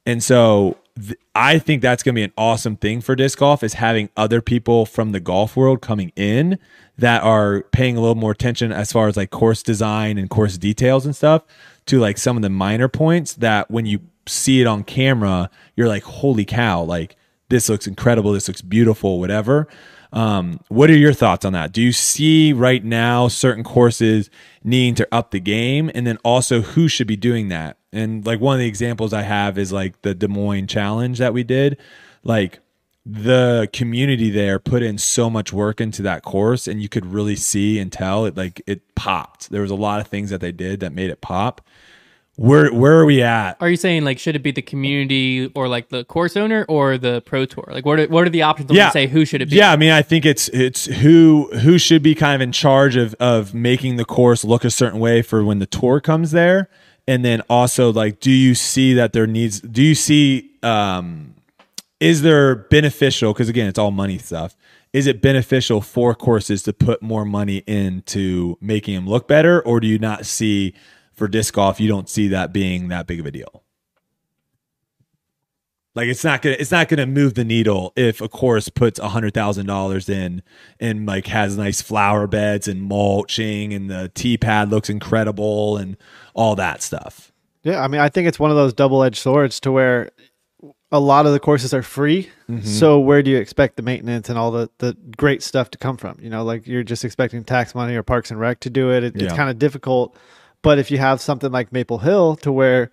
Speaker 2: and so th- i think that's going to be an awesome thing for disc golf is having other people from the golf world coming in that are paying a little more attention as far as like course design and course details and stuff to like some of the minor points that when you see it on camera you're like holy cow like this looks incredible this looks beautiful whatever um, what are your thoughts on that do you see right now certain courses needing to up the game and then also who should be doing that and like one of the examples i have is like the des moines challenge that we did like the community there put in so much work into that course and you could really see and tell it like it popped there was a lot of things that they did that made it pop where where are we at
Speaker 1: Are you saying like should it be the community or like the course owner or the pro tour? Like what are, what are the options? When you say who should it be?
Speaker 2: Yeah, I mean, I think it's it's who who should be kind of in charge of of making the course look a certain way for when the tour comes there, and then also like, do you see that there needs? Do you see um, is there beneficial? Because again, it's all money stuff. is it beneficial for courses to put more money into making them look better, or do you not see for disc golf? You don't see that being that big of a deal. Like it's not gonna it's not gonna move the needle if a course puts a hundred thousand dollars in and like has nice flower beds and mulching and the tee pad looks incredible and all that stuff.
Speaker 4: Yeah, I mean, I think it's one of those double-edged swords to where a lot of the courses are free. So where do you expect the maintenance and all the the great stuff to come from? You know, like you're just expecting tax money or Parks and Rec to do it. it It's
Speaker 2: Yeah.
Speaker 4: kind of difficult. But if you have something like Maple Hill to where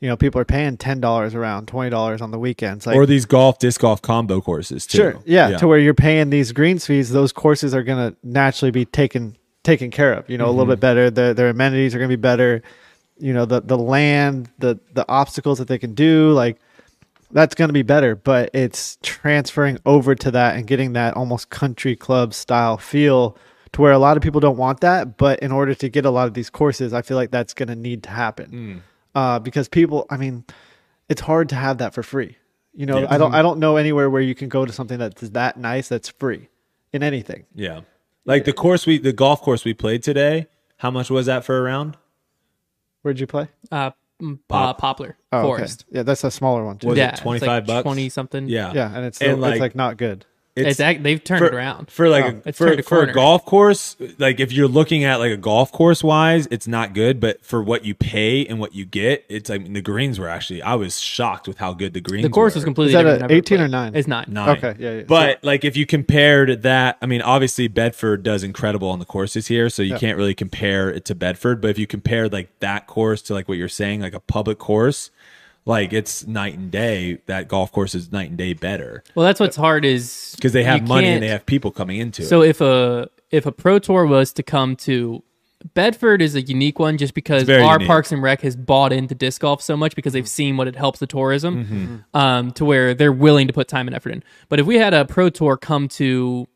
Speaker 4: you know people are paying ten dollars around, twenty dollars on the weekends, like
Speaker 2: or these golf disc golf combo courses too.
Speaker 4: Sure. Yeah, To where you're paying these greens fees, those courses are going to naturally be taken taken care of. You know, a
Speaker 2: Mm-hmm.
Speaker 4: little bit better. Their their amenities are going to be better. You know, the the land, the the obstacles that they can do, like that's going to be better. But it's transferring over to that and getting that almost country club style feel to where a lot of people don't want that. But in order to get a lot of these courses, I feel like that's going to need to
Speaker 2: Mm.
Speaker 4: happen uh, because people. I mean, it's hard to have that for free. You know,
Speaker 2: Yeah.
Speaker 4: I don't I don't know anywhere where you can go to something that's that nice that's free in anything.
Speaker 2: Yeah. Like the course we the golf course we played today, how much was that for a round?
Speaker 4: Where'd you play?
Speaker 1: Uh, mm, uh,
Speaker 2: Pop.
Speaker 1: poplar
Speaker 4: Oh, okay.
Speaker 1: forest.
Speaker 4: Yeah, that's a smaller one too.
Speaker 2: Was it
Speaker 1: yeah, it's
Speaker 2: 25 bucks?
Speaker 1: twenty something.
Speaker 2: Yeah.
Speaker 4: yeah, and it's
Speaker 2: And,
Speaker 4: like,
Speaker 2: like-
Speaker 4: it's like not good.
Speaker 1: it's,
Speaker 2: It's
Speaker 1: act- they've turned
Speaker 2: for,
Speaker 1: it around. Oh,
Speaker 2: for like a,
Speaker 1: It's
Speaker 2: for,
Speaker 1: turned a
Speaker 2: for a
Speaker 1: corner.
Speaker 2: golf course. Like if you're looking at like a golf course wise, it's not good. But for what you pay and what you get, it's I mean the greens were actually I was shocked with how good the greens.
Speaker 1: the course
Speaker 2: were.
Speaker 1: was completely
Speaker 4: Is that
Speaker 1: different than
Speaker 4: a
Speaker 1: I've ever
Speaker 4: 18 or
Speaker 1: played.
Speaker 4: nine?
Speaker 1: It's nine.
Speaker 2: nine.
Speaker 4: Okay, yeah, yeah.
Speaker 2: But like if you compared that, I mean, obviously Bedford does incredible on the courses here, so you can't really compare it to Bedford. But if you compare like that course to like what you're saying, like a public course, like it's night and day. That golf course is night and day better
Speaker 1: Well, that's what's hard is
Speaker 2: because they have
Speaker 1: you
Speaker 2: money and
Speaker 1: can't-
Speaker 2: they have people coming into it.
Speaker 1: So if a if a pro tour was to come to Bedford is a unique one just because
Speaker 2: very
Speaker 1: our
Speaker 2: unique. Mm-hmm.
Speaker 1: Parks and Rec has bought into disc golf so much because they've seen what it helps the tourism um, to where they're willing to put time and effort in. But if we had a pro tour come to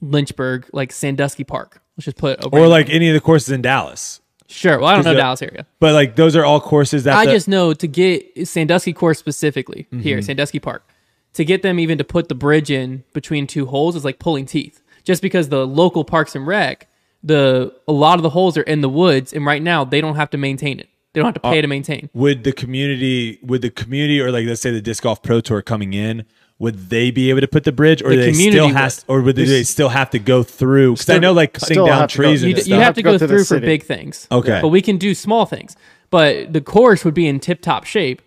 Speaker 1: Lynchburg, like Sandusky Park, let's just put a
Speaker 2: or like any of the courses in Dallas.
Speaker 1: sure. Well, I don't know
Speaker 2: the-
Speaker 1: Dallas area.
Speaker 2: But like those are all courses that
Speaker 1: I
Speaker 2: the- Mm-hmm.
Speaker 1: just know to get Sandusky course specifically here, Sandusky Park, to get them even to put the bridge in between two holes is like pulling teeth. Just because the local Parks and Rec, the a lot of the holes are in the woods, and right now they don't have to maintain it. They don't have to
Speaker 2: Uh,
Speaker 1: pay to maintain.
Speaker 2: would the community would the community or like let's say the disc golf pro tour coming in would they be able to put the bridge or
Speaker 1: The
Speaker 2: do they
Speaker 1: community
Speaker 2: still
Speaker 1: would.
Speaker 2: has or would they, still have to go through because i
Speaker 4: Still-
Speaker 2: know like cutting
Speaker 4: still
Speaker 2: down
Speaker 4: have to go-
Speaker 2: trees
Speaker 1: You,
Speaker 2: and
Speaker 1: d-
Speaker 2: stuff
Speaker 1: you have to go,
Speaker 4: to the
Speaker 1: through for
Speaker 4: city.
Speaker 1: big things.
Speaker 2: Okay.
Speaker 1: But we can do small things. But the course would be in tip top shape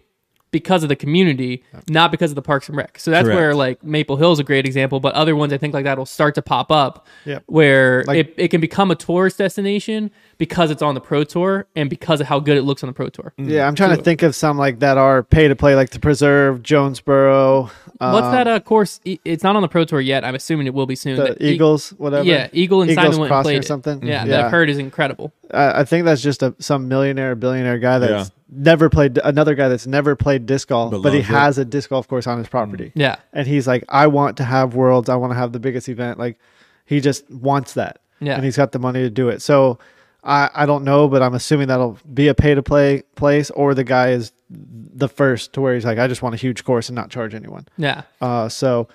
Speaker 1: because of the community, not because of the Parks and Rec. So that's
Speaker 2: Correct.
Speaker 1: where like Maple Hill is a great example, but other ones I think like that will start to pop up
Speaker 4: Yep.
Speaker 1: where
Speaker 4: Like-
Speaker 1: it, it can become a tourist destination because it's on the Pro Tour and because of how good it looks on the Pro Tour.
Speaker 2: Mm.
Speaker 4: yeah, I'm trying to think of some like that are pay to play, like the Preserve, Jonesboro, uh,
Speaker 1: What's that uh, course? E- It's not on the Pro Tour yet. I'm assuming it will be soon.
Speaker 4: the
Speaker 1: That E-
Speaker 4: Eagles, whatever.
Speaker 1: Yeah, Eagle and
Speaker 4: Eagles
Speaker 1: Simon went and
Speaker 4: Crossing
Speaker 1: played
Speaker 4: or
Speaker 1: it.
Speaker 4: something.
Speaker 1: Yeah,
Speaker 2: Mm-hmm.
Speaker 4: Yeah.
Speaker 1: that I've heard is incredible.
Speaker 4: I I think that's just a some millionaire, billionaire guy that's never played another guy that's never played disc golf,
Speaker 2: But
Speaker 4: but, he
Speaker 2: loves it.
Speaker 4: has a disc golf course on his property.
Speaker 1: Mm. Yeah.
Speaker 4: and he's like, I want to have worlds. I want to have the biggest event. Like, he just wants that.
Speaker 1: Yeah.
Speaker 4: and he's got the money to do it. So, I I don't know, but I'm assuming that'll be a pay to play place, or the guy is the first to where he's like, I just want a huge course and not charge anyone.
Speaker 1: Yeah.
Speaker 4: Uh, so,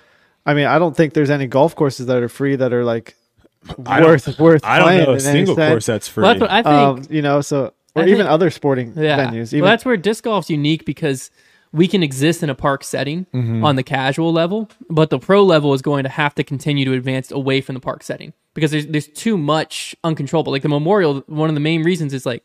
Speaker 4: I mean, I don't think there's any golf courses that are free that are like
Speaker 2: I don't-
Speaker 4: worth worth.
Speaker 2: i don't
Speaker 4: playing
Speaker 2: know a
Speaker 4: in any
Speaker 2: single
Speaker 4: sense.
Speaker 2: course that's free
Speaker 1: Well, that's what I think.
Speaker 4: Um, you know, so or
Speaker 1: I
Speaker 4: even
Speaker 1: think-
Speaker 4: other sporting
Speaker 1: yeah.
Speaker 4: venues.
Speaker 1: Well,
Speaker 4: Even
Speaker 1: that's where disc golf's unique because we can exist in a park setting
Speaker 4: Mm-hmm.
Speaker 1: on the casual level, but the pro level is going to have to continue to advance away from the park setting because there's there's too much uncontrollable. Like the memorial, one of the main reasons is like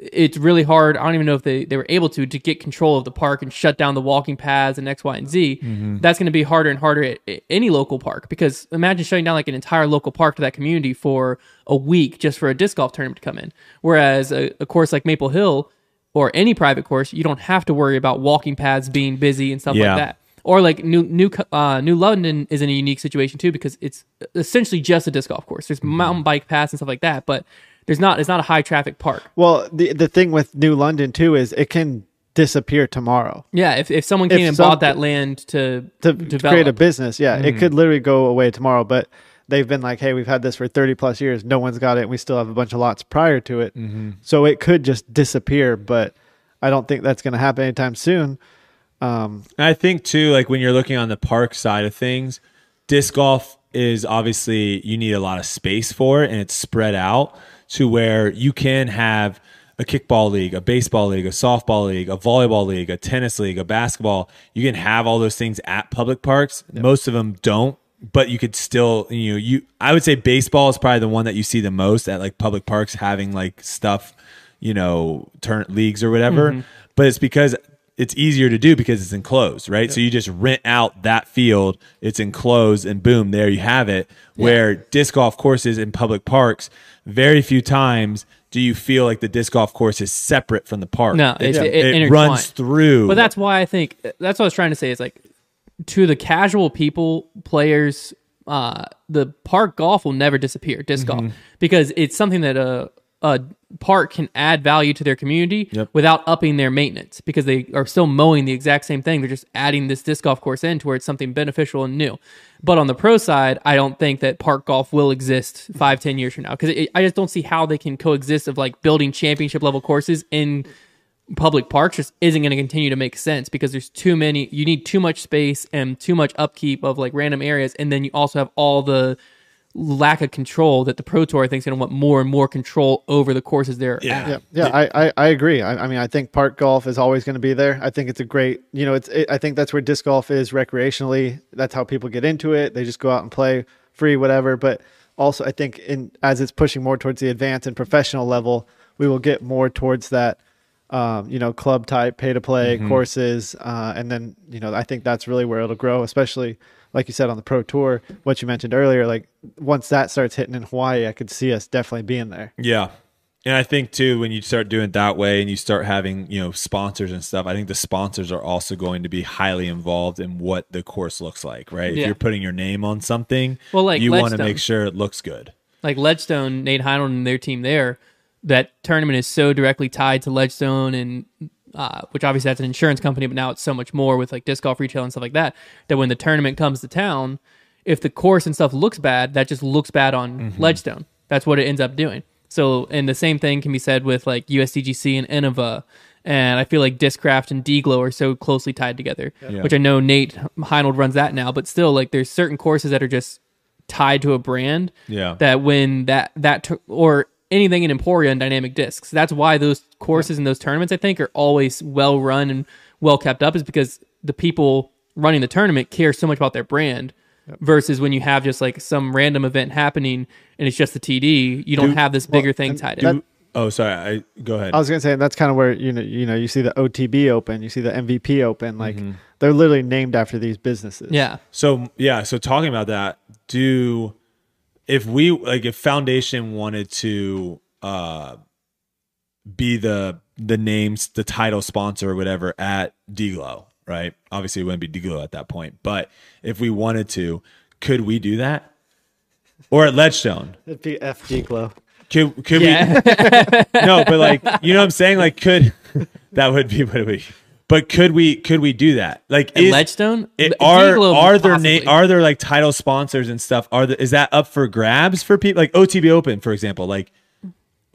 Speaker 1: it's really hard. I don't even know if they, they were able to to get control of the park and shut down the walking paths and X, Y, and Z. That's going to be harder and harder at, at any local park because imagine shutting down like an entire local park to that community for a week just for a disc golf tournament to come in. Whereas a, a course like Maple Hill or any private course, you don't have to worry about walking paths being busy and stuff
Speaker 2: Yeah.
Speaker 1: like that. Or like new new Co- uh, New London is in a unique situation too because it's essentially just a disc golf course. There's mountain bike paths and stuff like that, but there's not it's not a high traffic park.
Speaker 4: well, the the thing with New London too is it can disappear tomorrow.
Speaker 1: Yeah, if, if someone came
Speaker 4: If
Speaker 1: and
Speaker 4: some-
Speaker 1: bought that land to,
Speaker 4: to, to
Speaker 1: develop,
Speaker 4: create a business. Yeah, it could literally go away tomorrow, but they've been like, hey, we've had this for 30 plus years. No one's got it. And we still have a bunch of lots prior to it. So it could just disappear, but I don't think that's going to happen anytime soon.
Speaker 2: And I think too, like when you're looking on the park side of things, disc golf is obviously you need a lot of space for it and it's spread out to where you can have a kickball league, a baseball league, a softball league, a volleyball league, a tennis league, a basketball. You can have all those things at public parks. Most of them don't, but you could still, you know, you I would say baseball is probably the one that you see the most at like public parks having like stuff, you know, turn leagues or whatever.
Speaker 1: Mm-hmm.
Speaker 2: But it's because it's easier to do because it's enclosed, right? So you just rent out that field, it's enclosed, and boom, there you have it. Where disc golf courses in public parks, very few times do you feel like the disc golf course is separate from the park.
Speaker 1: No,
Speaker 2: it,
Speaker 1: it's- it-
Speaker 2: it
Speaker 1: intertwined.
Speaker 2: runs through.
Speaker 1: But that's why I think that's what I was trying to say. Is like to the casual people, players, uh, the park golf will never disappear. Disc golf because it's something that a a park can add value to their community
Speaker 2: Yep.
Speaker 1: without upping their maintenance because they are still mowing the exact same thing. They're just adding this disc golf course in to where it's something beneficial and new. But on the pro side, I don't think that park golf will exist five, ten years from now because I just don't see how they can coexist of like building championship level courses in public parks just isn't going to continue to make sense because there's too many you need too much space and too much upkeep of like random areas and then you also have all the lack of control that the pro tour i think is going to want more and more control over the courses there
Speaker 2: yeah.
Speaker 4: Yeah, yeah, I, I, I agree. I, I mean, I think park golf is always going to be there. I think it's a great, you know, it's. It, I think that's where disc golf is recreationally. That's how people get into it. They just go out and play free, whatever. But also, I think in as it's pushing more towards the advanced and professional level, we will get more towards that, um, you know, club type pay to play courses, uh, and then you know, I think that's really where it'll grow, especially. Like you said on the pro tour, what you mentioned earlier, like once that starts hitting in Hawaii, I could see us definitely being there.
Speaker 2: Yeah. And I think too, when you start doing it that way and you start having, you know, sponsors and stuff, I think the sponsors are also going to be highly involved in what the course looks like, right? If
Speaker 1: Yeah.
Speaker 2: you're putting your name on something,
Speaker 1: Well, like
Speaker 2: you want to
Speaker 1: Ledstone.
Speaker 2: make sure it looks good.
Speaker 1: like ledgestone nate heinold and their team there that tournament is so directly tied to ledgestone and uh, which obviously that's an insurance company but now it's so much more with like disc golf retail and stuff like that that when the tournament comes to town if the course and stuff looks bad, that just looks bad on Ledgestone. That's what it ends up doing. So, and the same thing can be said with like USDGC and Innova. And I feel like Discraft and Dglow are so closely tied together, which I know Nate Heinold runs that now, but still, like, there's certain courses that are just tied to a brand.
Speaker 2: Yeah.
Speaker 1: That uh, when that, that, tur- or anything in Emporia and Dynamic Discs, that's why those courses and those tournaments, I think, are always well run and well kept up, is because the people running the tournament care so much about their brand versus when you have just like some random event happening and it's just the TD, you don't have this bigger thing tied in.
Speaker 4: that-
Speaker 2: Oh, sorry. I go ahead.
Speaker 4: I was gonna say, and that's kind of where you know, you know, you see the OTB Open, you see the MVP Open, like
Speaker 2: Mm-hmm.
Speaker 4: they're literally named after these businesses.
Speaker 1: yeah.
Speaker 2: So yeah, so talking about that, do if we like if Foundation wanted to uh be the the names the title sponsor or whatever at Deglow, right? Obviously it wouldn't be Deglow at that point, but if we wanted to, could we do that? Or at Ledgestone?
Speaker 4: It'd be FG Glow.
Speaker 2: Could could we
Speaker 1: Yeah.
Speaker 2: no, but like you know what I'm saying? Like could that would be what we but could we could we do that? Like
Speaker 1: And
Speaker 2: is-
Speaker 1: Ledgestone?
Speaker 2: it,
Speaker 1: L-
Speaker 2: are
Speaker 1: Dglow
Speaker 2: are there
Speaker 1: possibly.
Speaker 2: na- are there like title sponsors and stuff? Are there, is that up for grabs for people like OTB Open for example? Like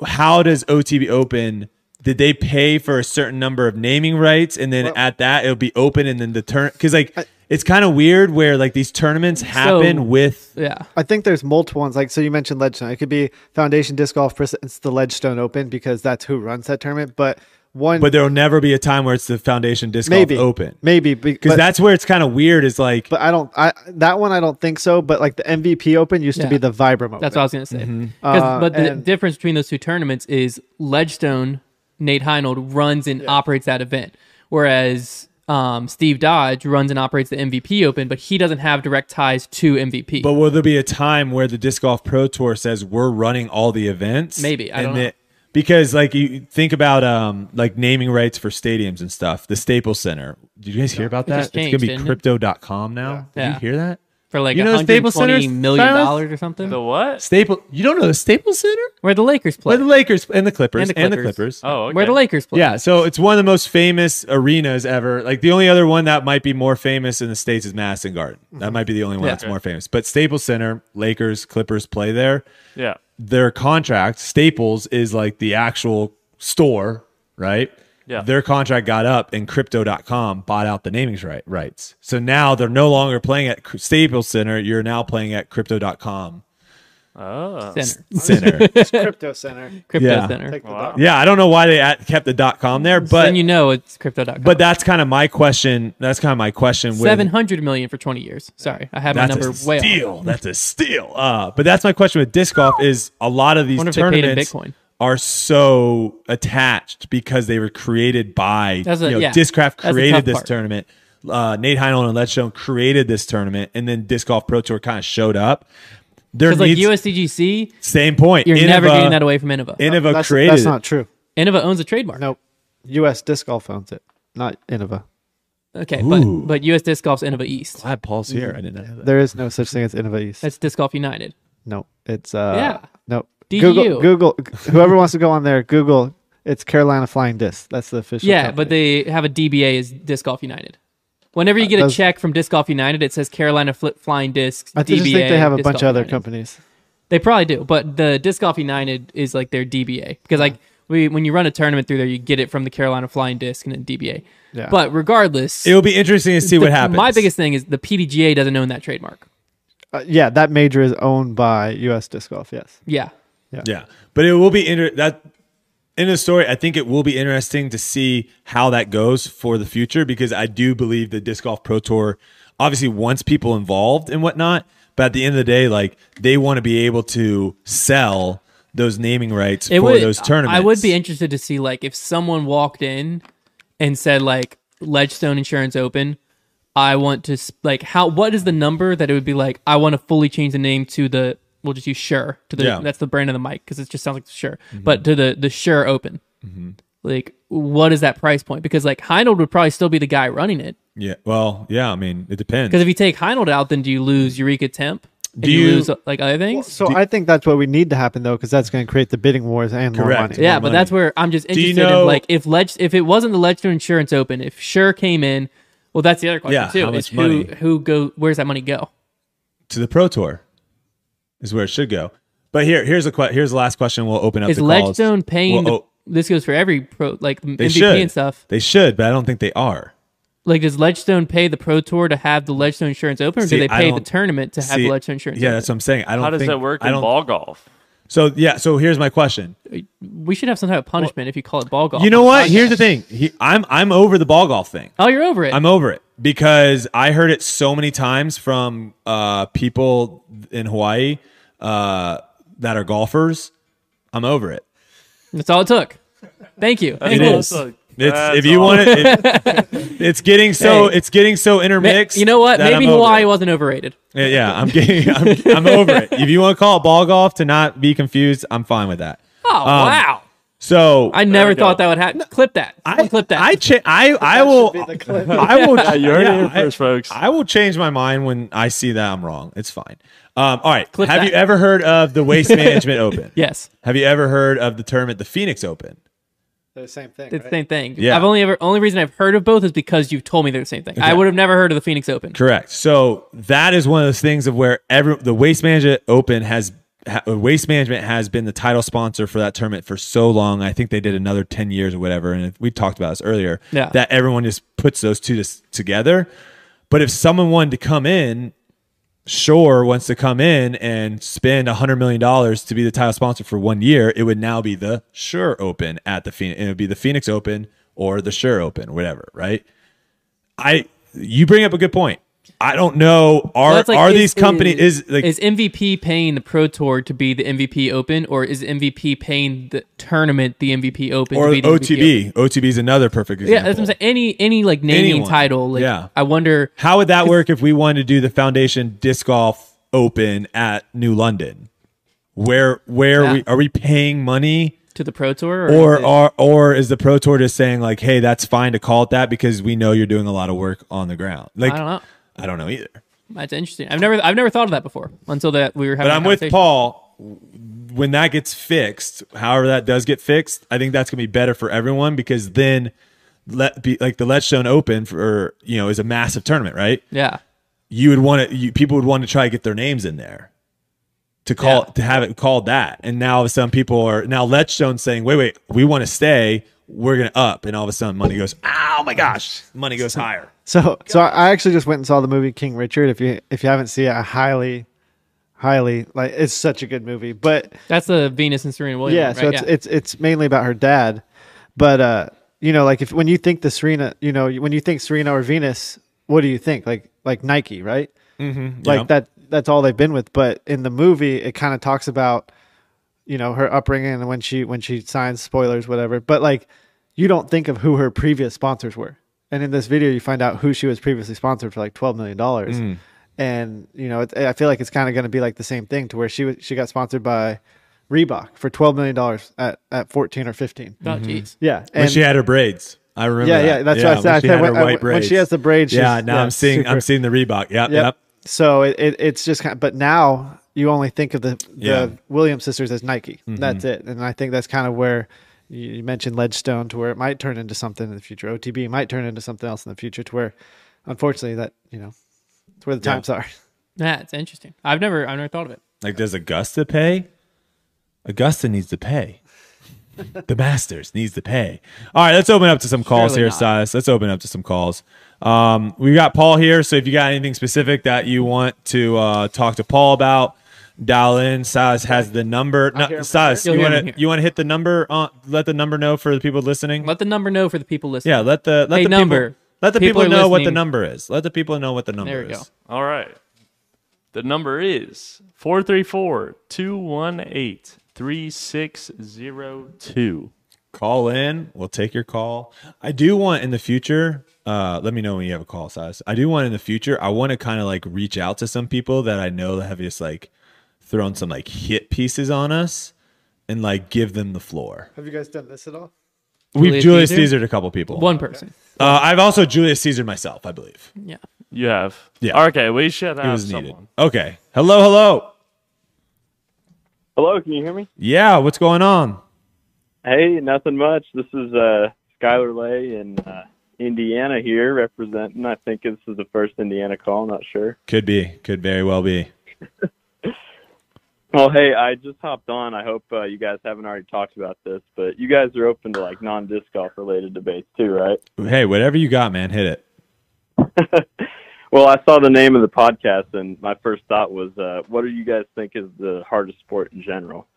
Speaker 2: how does OTB Open did they pay for a certain number of naming rights and then at that it'll be open and then the turn because like it's kind of weird where like these tournaments happen with
Speaker 1: Yeah.
Speaker 4: I think there's multiple ones. Like so, you mentioned Ledgestone. It could be Foundation Disc Golf presents the Ledgestone Open because that's who runs that tournament. But one,
Speaker 2: but there'll never be a time where it's the foundation disc golf
Speaker 4: maybe
Speaker 2: open
Speaker 4: maybe because
Speaker 2: because that's where it's kind of weird is like
Speaker 4: But I don't. I that one I don't think so. But like the MVP Open used
Speaker 1: Yeah.
Speaker 4: to be the Vibram Open.
Speaker 1: That's what I was going to say.
Speaker 2: Mm-hmm.
Speaker 1: 'Cause-
Speaker 4: Uh,
Speaker 1: but the
Speaker 4: and-
Speaker 1: difference between those two tournaments is Ledgestone, Nate Heinold, runs and operates that event, whereas um, Steve Dodge runs and operates the MVP Open, but he doesn't have direct ties to MVP.
Speaker 2: But will there be a time where the disc golf pro tour says we're running all the events?
Speaker 1: Maybe. I don't know.
Speaker 2: because like you think about um like naming rights for stadiums and stuff. The Staples Center. Did you guys hear about
Speaker 1: It
Speaker 2: that?
Speaker 1: just changed,
Speaker 2: it's gonna
Speaker 1: didn't
Speaker 2: be
Speaker 1: it?
Speaker 2: crypto.com now. Did
Speaker 1: Yeah.
Speaker 2: you hear that?
Speaker 1: for like
Speaker 2: You know Staples Center's
Speaker 1: $120 million
Speaker 2: size?
Speaker 1: dollars or something,
Speaker 3: The what?
Speaker 2: Staple you don't know the Staples Center?
Speaker 1: where the Lakers play.
Speaker 2: Where the Lakers and the Clippers
Speaker 1: And the Clippers.
Speaker 3: Oh, okay.
Speaker 1: Where the Lakers play.
Speaker 2: Yeah, so it's one of the most famous arenas ever. Like the only other one that might be more famous in the states is Madison Garden. That might be the only one
Speaker 1: Mm-hmm. Yeah.
Speaker 2: that's more famous. But Staples Center, Lakers, Clippers play there.
Speaker 3: Yeah.
Speaker 2: their contract, Staples is like the actual store, right?
Speaker 3: Yeah.
Speaker 2: their contract got up and crypto.com bought out the naming right, rights. So now they're no longer playing at Cr- Staples Center. You're now playing at crypto.com
Speaker 3: Oh,
Speaker 1: Center.
Speaker 2: Center.
Speaker 4: It's crypto center.
Speaker 1: Crypto
Speaker 2: Yeah.
Speaker 1: Center.
Speaker 4: Take the
Speaker 3: Wow.
Speaker 4: dot.
Speaker 2: yeah, I don't know why they at, kept the dot .com there,
Speaker 1: But,
Speaker 2: but
Speaker 1: then you know it's crypto.com.
Speaker 2: but that's kind of my question. That's kind of my question. with-
Speaker 1: 700 million for 20 years. Sorry, I have my
Speaker 2: That's
Speaker 1: number
Speaker 2: a
Speaker 1: way off.
Speaker 2: steal. That's a steal. Uh, but that's my question with disc golf is a lot of these
Speaker 1: Wonder if they paid in
Speaker 2: tournaments
Speaker 1: Bitcoin.
Speaker 2: are so attached because they were created by
Speaker 1: That's a-
Speaker 2: you know,
Speaker 1: yeah.
Speaker 2: Discraft
Speaker 1: That's the tough
Speaker 2: created this
Speaker 1: part.
Speaker 2: tournament. Uh, Nate Heinel and Let's Show created this tournament, and then Disc Golf Pro Tour kind of showed up. There
Speaker 1: Because like
Speaker 2: needs
Speaker 1: USDGC,
Speaker 2: same point.
Speaker 1: you're never
Speaker 2: Innova-
Speaker 1: getting that away from Innova.
Speaker 2: Innova
Speaker 4: That's,
Speaker 2: created.
Speaker 4: that's
Speaker 2: it.
Speaker 4: not true.
Speaker 1: Innova owns a trademark.
Speaker 4: Nope. U.S. Disc Golf owns it, not Innova.
Speaker 1: Okay, but
Speaker 2: Ooh.
Speaker 1: but US Disc Golf's Innova East.
Speaker 2: Glad Paul's here. I didn't know that.
Speaker 4: There is no such thing as Innova East.
Speaker 1: That's Disc Golf United.
Speaker 4: no, it's uh,
Speaker 1: Yeah.
Speaker 4: no.
Speaker 1: DU.
Speaker 4: Google, Google, whoever wants to go on there, Google. It's Carolina Flying Disc. That's the official.
Speaker 1: Yeah,
Speaker 4: company.
Speaker 1: but they have a DBA as Disc Golf United. Whenever you get a
Speaker 4: those-
Speaker 1: check from Disc Golf United, it says Carolina Flip Flying Discs.
Speaker 4: I just
Speaker 1: DBA,
Speaker 4: think they have a
Speaker 1: Disc
Speaker 4: bunch
Speaker 1: Golf
Speaker 4: of other
Speaker 1: United.
Speaker 4: companies.
Speaker 1: They probably do, but the Disc Golf United is like their DBA because like we when you run a tournament through there, you get it from the Carolina Flying Disc and then DBA.
Speaker 4: Yeah.
Speaker 1: But regardless,
Speaker 2: It will be interesting to see
Speaker 1: the-
Speaker 2: what happens.
Speaker 1: My biggest thing is the PDGA doesn't own that trademark.
Speaker 4: Uh, yeah, that major is owned by U.S. Disc Golf. Yes.
Speaker 1: Yeah,
Speaker 2: Yeah, but it will be inter- that in the story. I think it will be interesting to see how that goes for the future because I do believe the disc golf pro tour obviously wants people involved and whatnot. But at the end of the day, like they want to be able to sell those naming rights
Speaker 1: it
Speaker 2: for
Speaker 1: would.
Speaker 2: those tournaments.
Speaker 1: I would be interested to see like if someone walked in and said like Ledgestone Insurance Open, I want to s- like how what is the number that it would be like? I want to fully change the name to the we'll just use Sure to the
Speaker 2: Yeah. Mm-hmm.
Speaker 1: that's the brand of the mic because it just sounds like Sure, but to the the Sure Open. Like what is that price point? Because like Heinold would probably still be the guy running it.
Speaker 2: yeah. Well, yeah. I mean, it depends.
Speaker 1: Because if you take Heinold out, then do you lose Eureka Temp? And
Speaker 2: Do
Speaker 1: you,
Speaker 2: you-
Speaker 1: lose like other things?
Speaker 4: So I think that's what we need to happen though, because that's going to create the bidding wars and more
Speaker 2: Correct.
Speaker 4: money.
Speaker 1: Yeah,
Speaker 2: more
Speaker 1: but that's
Speaker 2: money.
Speaker 1: where I'm just
Speaker 2: you
Speaker 1: interested
Speaker 2: know-
Speaker 1: in like if Ledge if it wasn't the Ledgestone Insurance Open, if Sure came in, well that's the other question
Speaker 2: Yeah,
Speaker 1: too.
Speaker 2: how
Speaker 1: is
Speaker 2: much
Speaker 1: who
Speaker 2: money?
Speaker 1: who go where's that money go?
Speaker 2: to the pro tour is where it should go. But here, here's a que- here's the last question. We'll open up.
Speaker 1: Is
Speaker 2: the calls.
Speaker 1: Ledgestone paying
Speaker 2: We'll o-
Speaker 1: the, this goes for every pro like
Speaker 2: they
Speaker 1: MVP
Speaker 2: should.
Speaker 1: and stuff.
Speaker 2: They should, but I don't think they are.
Speaker 1: Like does Ledgestone pay the Pro Tour to have the Ledgestone Insurance Open or
Speaker 2: See,
Speaker 1: do they
Speaker 2: I
Speaker 1: pay the
Speaker 2: don't-
Speaker 1: tournament to have
Speaker 2: See,
Speaker 1: the Ledgestone Insurance
Speaker 2: Yeah,
Speaker 1: Open?
Speaker 2: that's what I'm saying. I don't.
Speaker 3: how does
Speaker 2: think,
Speaker 3: that work
Speaker 2: I
Speaker 3: in
Speaker 2: don't.
Speaker 3: ball golf?
Speaker 2: So yeah. So here's my question.
Speaker 1: we should have some type of punishment if you call it ball golf.
Speaker 3: Oh
Speaker 2: You know what? Here's the thing. He, I'm I'm over the ball golf thing.
Speaker 1: Oh, you're over it.
Speaker 2: I'm over it because I heard it so many times from uh, people in Hawaii uh, that are golfers. I'm over it.
Speaker 1: that's all it took. Thank you.
Speaker 2: It
Speaker 1: Cool.
Speaker 2: is.
Speaker 3: That's-
Speaker 2: It's if
Speaker 3: that's
Speaker 2: you
Speaker 3: all.
Speaker 2: want it, it. It's getting so
Speaker 1: Hey.
Speaker 2: it's getting so
Speaker 1: Ma-
Speaker 2: intermixed.
Speaker 1: You know what?
Speaker 2: that
Speaker 1: Maybe
Speaker 2: I'm over
Speaker 1: Hawaii
Speaker 2: it.
Speaker 1: wasn't overrated.
Speaker 2: Yeah, yeah, I'm getting. I'm, I'm over it. If you want to call it ball golf to not be confused, I'm fine with that.
Speaker 1: Oh wow.
Speaker 2: So
Speaker 1: I never
Speaker 3: we
Speaker 1: thought
Speaker 3: go.
Speaker 1: that would happen. clip that.
Speaker 2: I
Speaker 1: I, clip that.
Speaker 2: I cha- I I will. I will.
Speaker 3: Yeah, you heard it
Speaker 2: yeah,
Speaker 3: here
Speaker 2: I-
Speaker 3: first, folks.
Speaker 2: I will change my mind when I see that I'm wrong. It's fine. Um, all right.
Speaker 1: Clip
Speaker 2: Have
Speaker 1: that.
Speaker 2: you ever heard of the Waste Management Open?
Speaker 1: yes,
Speaker 2: Have you ever heard of the tournament, the Phoenix Open?
Speaker 4: They're the same thing.
Speaker 1: it's the
Speaker 4: right?
Speaker 1: same thing.
Speaker 2: Yeah.
Speaker 1: I've only ever only reason I've heard of both is because you've told me they're the same thing. I
Speaker 2: Okay.
Speaker 1: would have never heard of the Phoenix Open.
Speaker 2: Correct. So that is one of those things of where every the Waste Management Open has ha, uh, Waste Management has been the title sponsor for that tournament for so long. I think they did another ten years or whatever, and we talked about this earlier.
Speaker 1: Yeah.
Speaker 2: That everyone just puts those two just together. But if someone wanted to come in, Shore wants to come in and spend hundred million dollars to be the title sponsor for one year, it would now be the Sure Open at the Phoenix. It would be the Phoenix Open or the Sure Open, whatever, right? I you bring up a good point. I don't know. Are
Speaker 1: That's like,
Speaker 2: are
Speaker 1: is-
Speaker 2: these companies is, like
Speaker 1: is MVP paying the Pro Tour to be the MVP Open, or is MVP paying the tournament the MVP Open
Speaker 2: or
Speaker 1: to be the MVP Open?
Speaker 2: OTB? OTB is another perfect example.
Speaker 1: Yeah, that's what I'm saying. Any any like naming
Speaker 2: Anyone.
Speaker 1: title, like
Speaker 2: Yeah.
Speaker 1: I wonder.
Speaker 2: How would that work if we wanted to do the Foundation Disc Golf Open at New London? Where where
Speaker 1: Yeah.
Speaker 2: we are we paying money?
Speaker 1: To the Pro Tour, is
Speaker 2: Or
Speaker 1: it-
Speaker 2: or or is the pro tour just saying like, hey, that's fine to call it that because we know you're doing a lot of work on the ground. Like
Speaker 1: I don't know.
Speaker 2: I don't know either.
Speaker 1: that's interesting. I've never I've never thought of that before until that we were having.
Speaker 2: But
Speaker 1: a
Speaker 2: I'm with
Speaker 1: conversation.
Speaker 2: Paul. When that gets fixed, however that does get fixed, I think that's gonna be better for everyone because then let be like the Letstone Open for you know is a massive tournament, right?
Speaker 1: Yeah,
Speaker 2: You would want to you, people would want to try to get their names in there to call
Speaker 1: Yeah.
Speaker 2: to have it called that, and now some people are now Letstone saying, wait, wait, we want to stay. we're gonna up, and all of a sudden money goes, oh my gosh, money goes higher.
Speaker 4: So, so I actually just went and saw the movie King Richard. If you if you haven't seen it, I highly, highly like it's such a good movie. But
Speaker 1: That's the Venus and Serena Williams.
Speaker 4: yeah,
Speaker 1: right?
Speaker 4: so it's it's it's mainly about her dad. But uh, you know, like if when you think the Serena, you know, when you think Serena or Venus, what do you think? Like like Nike, right? Mm-hmm, like
Speaker 2: yeah.
Speaker 4: that. That's all they've been with. But in the movie, it kind of talks about you know her upbringing and when she when she signs spoilers whatever but like you don't think of who her previous sponsors were and in this video you find out who she was previously sponsored for like 12 million dollars and you know it, i feel like it's kind of going to be like the same thing to where she was she got sponsored by reebok for 12 million dollars at at 14 or 15
Speaker 1: Oh,
Speaker 2: Mm-hmm.
Speaker 1: jeez.
Speaker 4: yeah
Speaker 2: when
Speaker 4: and
Speaker 2: she had her braids. I remember.
Speaker 4: Yeah,
Speaker 2: that.
Speaker 4: yeah, that's what I
Speaker 2: When
Speaker 4: said. I
Speaker 2: she,
Speaker 4: said
Speaker 2: had
Speaker 4: when-
Speaker 2: her
Speaker 4: I-
Speaker 2: white
Speaker 4: when
Speaker 2: braids.
Speaker 4: she has the braids,
Speaker 2: Yeah,
Speaker 4: she's-
Speaker 2: now
Speaker 4: yeah,
Speaker 2: I'm seeing.
Speaker 4: super-
Speaker 2: I'm seeing the Reebok. Yep,
Speaker 4: yep.
Speaker 2: yep.
Speaker 4: so it, it it's just kind of, but now you only think of the the
Speaker 2: Yeah. Mm-hmm.
Speaker 4: williams sisters as nike that's it and i think that's kind of where you you mentioned ledgestone to where it might turn into something in the future otb might turn into something else in the future to where unfortunately that you know it's where the
Speaker 2: Yeah.
Speaker 4: times are
Speaker 1: That's interesting. I've never I've never thought of it.
Speaker 2: Like, does Augusta pay? Augusta needs to pay. the Masters needs to pay. All right, let's open up to some calls
Speaker 1: Surely
Speaker 2: here,
Speaker 1: not.
Speaker 2: Silas. Let's open up to some calls. Um, we got Paul here, so if you got anything specific that you want to uh, talk to Paul about, dial in. Silas has the number.
Speaker 4: hear
Speaker 2: No,
Speaker 4: him
Speaker 2: Silas,
Speaker 1: here.
Speaker 2: you
Speaker 1: You'll
Speaker 2: want
Speaker 1: hear him
Speaker 2: to
Speaker 1: here.
Speaker 2: you want to hit the number? Uh, let the number know for the people listening.
Speaker 1: Let the number know for the people listening.
Speaker 2: yeah, let the let
Speaker 1: Hey,
Speaker 2: the
Speaker 1: number.
Speaker 2: People, let the
Speaker 1: People
Speaker 2: people,
Speaker 1: are
Speaker 2: know what the
Speaker 1: listening.
Speaker 2: number is. Let the people know what the number
Speaker 1: There we
Speaker 2: is.
Speaker 1: go.
Speaker 3: All right. The number is 434 218 3602.
Speaker 2: call in. We'll take your call. I do want in the future. Uh, let me know when you have a call, size. I do want in the future. I want to kind of like reach out to some people that I know that have just like thrown some like hit pieces on us and like give them the floor.
Speaker 4: have you guys done this at all
Speaker 2: We've
Speaker 1: Julius
Speaker 2: Julius
Speaker 1: Caesar?
Speaker 2: Caesar a couple people.
Speaker 1: One person.
Speaker 2: Uh, I've also Julius Caesar myself, I believe.
Speaker 1: Yeah.
Speaker 3: You have.
Speaker 2: Yeah.
Speaker 3: Okay, we should
Speaker 2: It
Speaker 3: have
Speaker 2: was
Speaker 3: someone.
Speaker 2: needed. Okay. Hello, hello.
Speaker 5: Hello, can you hear me?
Speaker 2: Yeah, what's going on?
Speaker 5: Hey, nothing much. This is uh, Skylar Lay in uh, Indiana here representing. I think this is the first Indiana call. I'm not sure.
Speaker 2: Could be. Could very well be.
Speaker 5: Well, hey, I just hopped on. I hope uh, you guys haven't already talked about this, but you guys are open to like non-disc golf related debates too, right?
Speaker 2: Hey, whatever you got, man, hit it.
Speaker 5: Well, I saw the name of the podcast, and my first thought was, uh, what do you guys think is the hardest sport in general?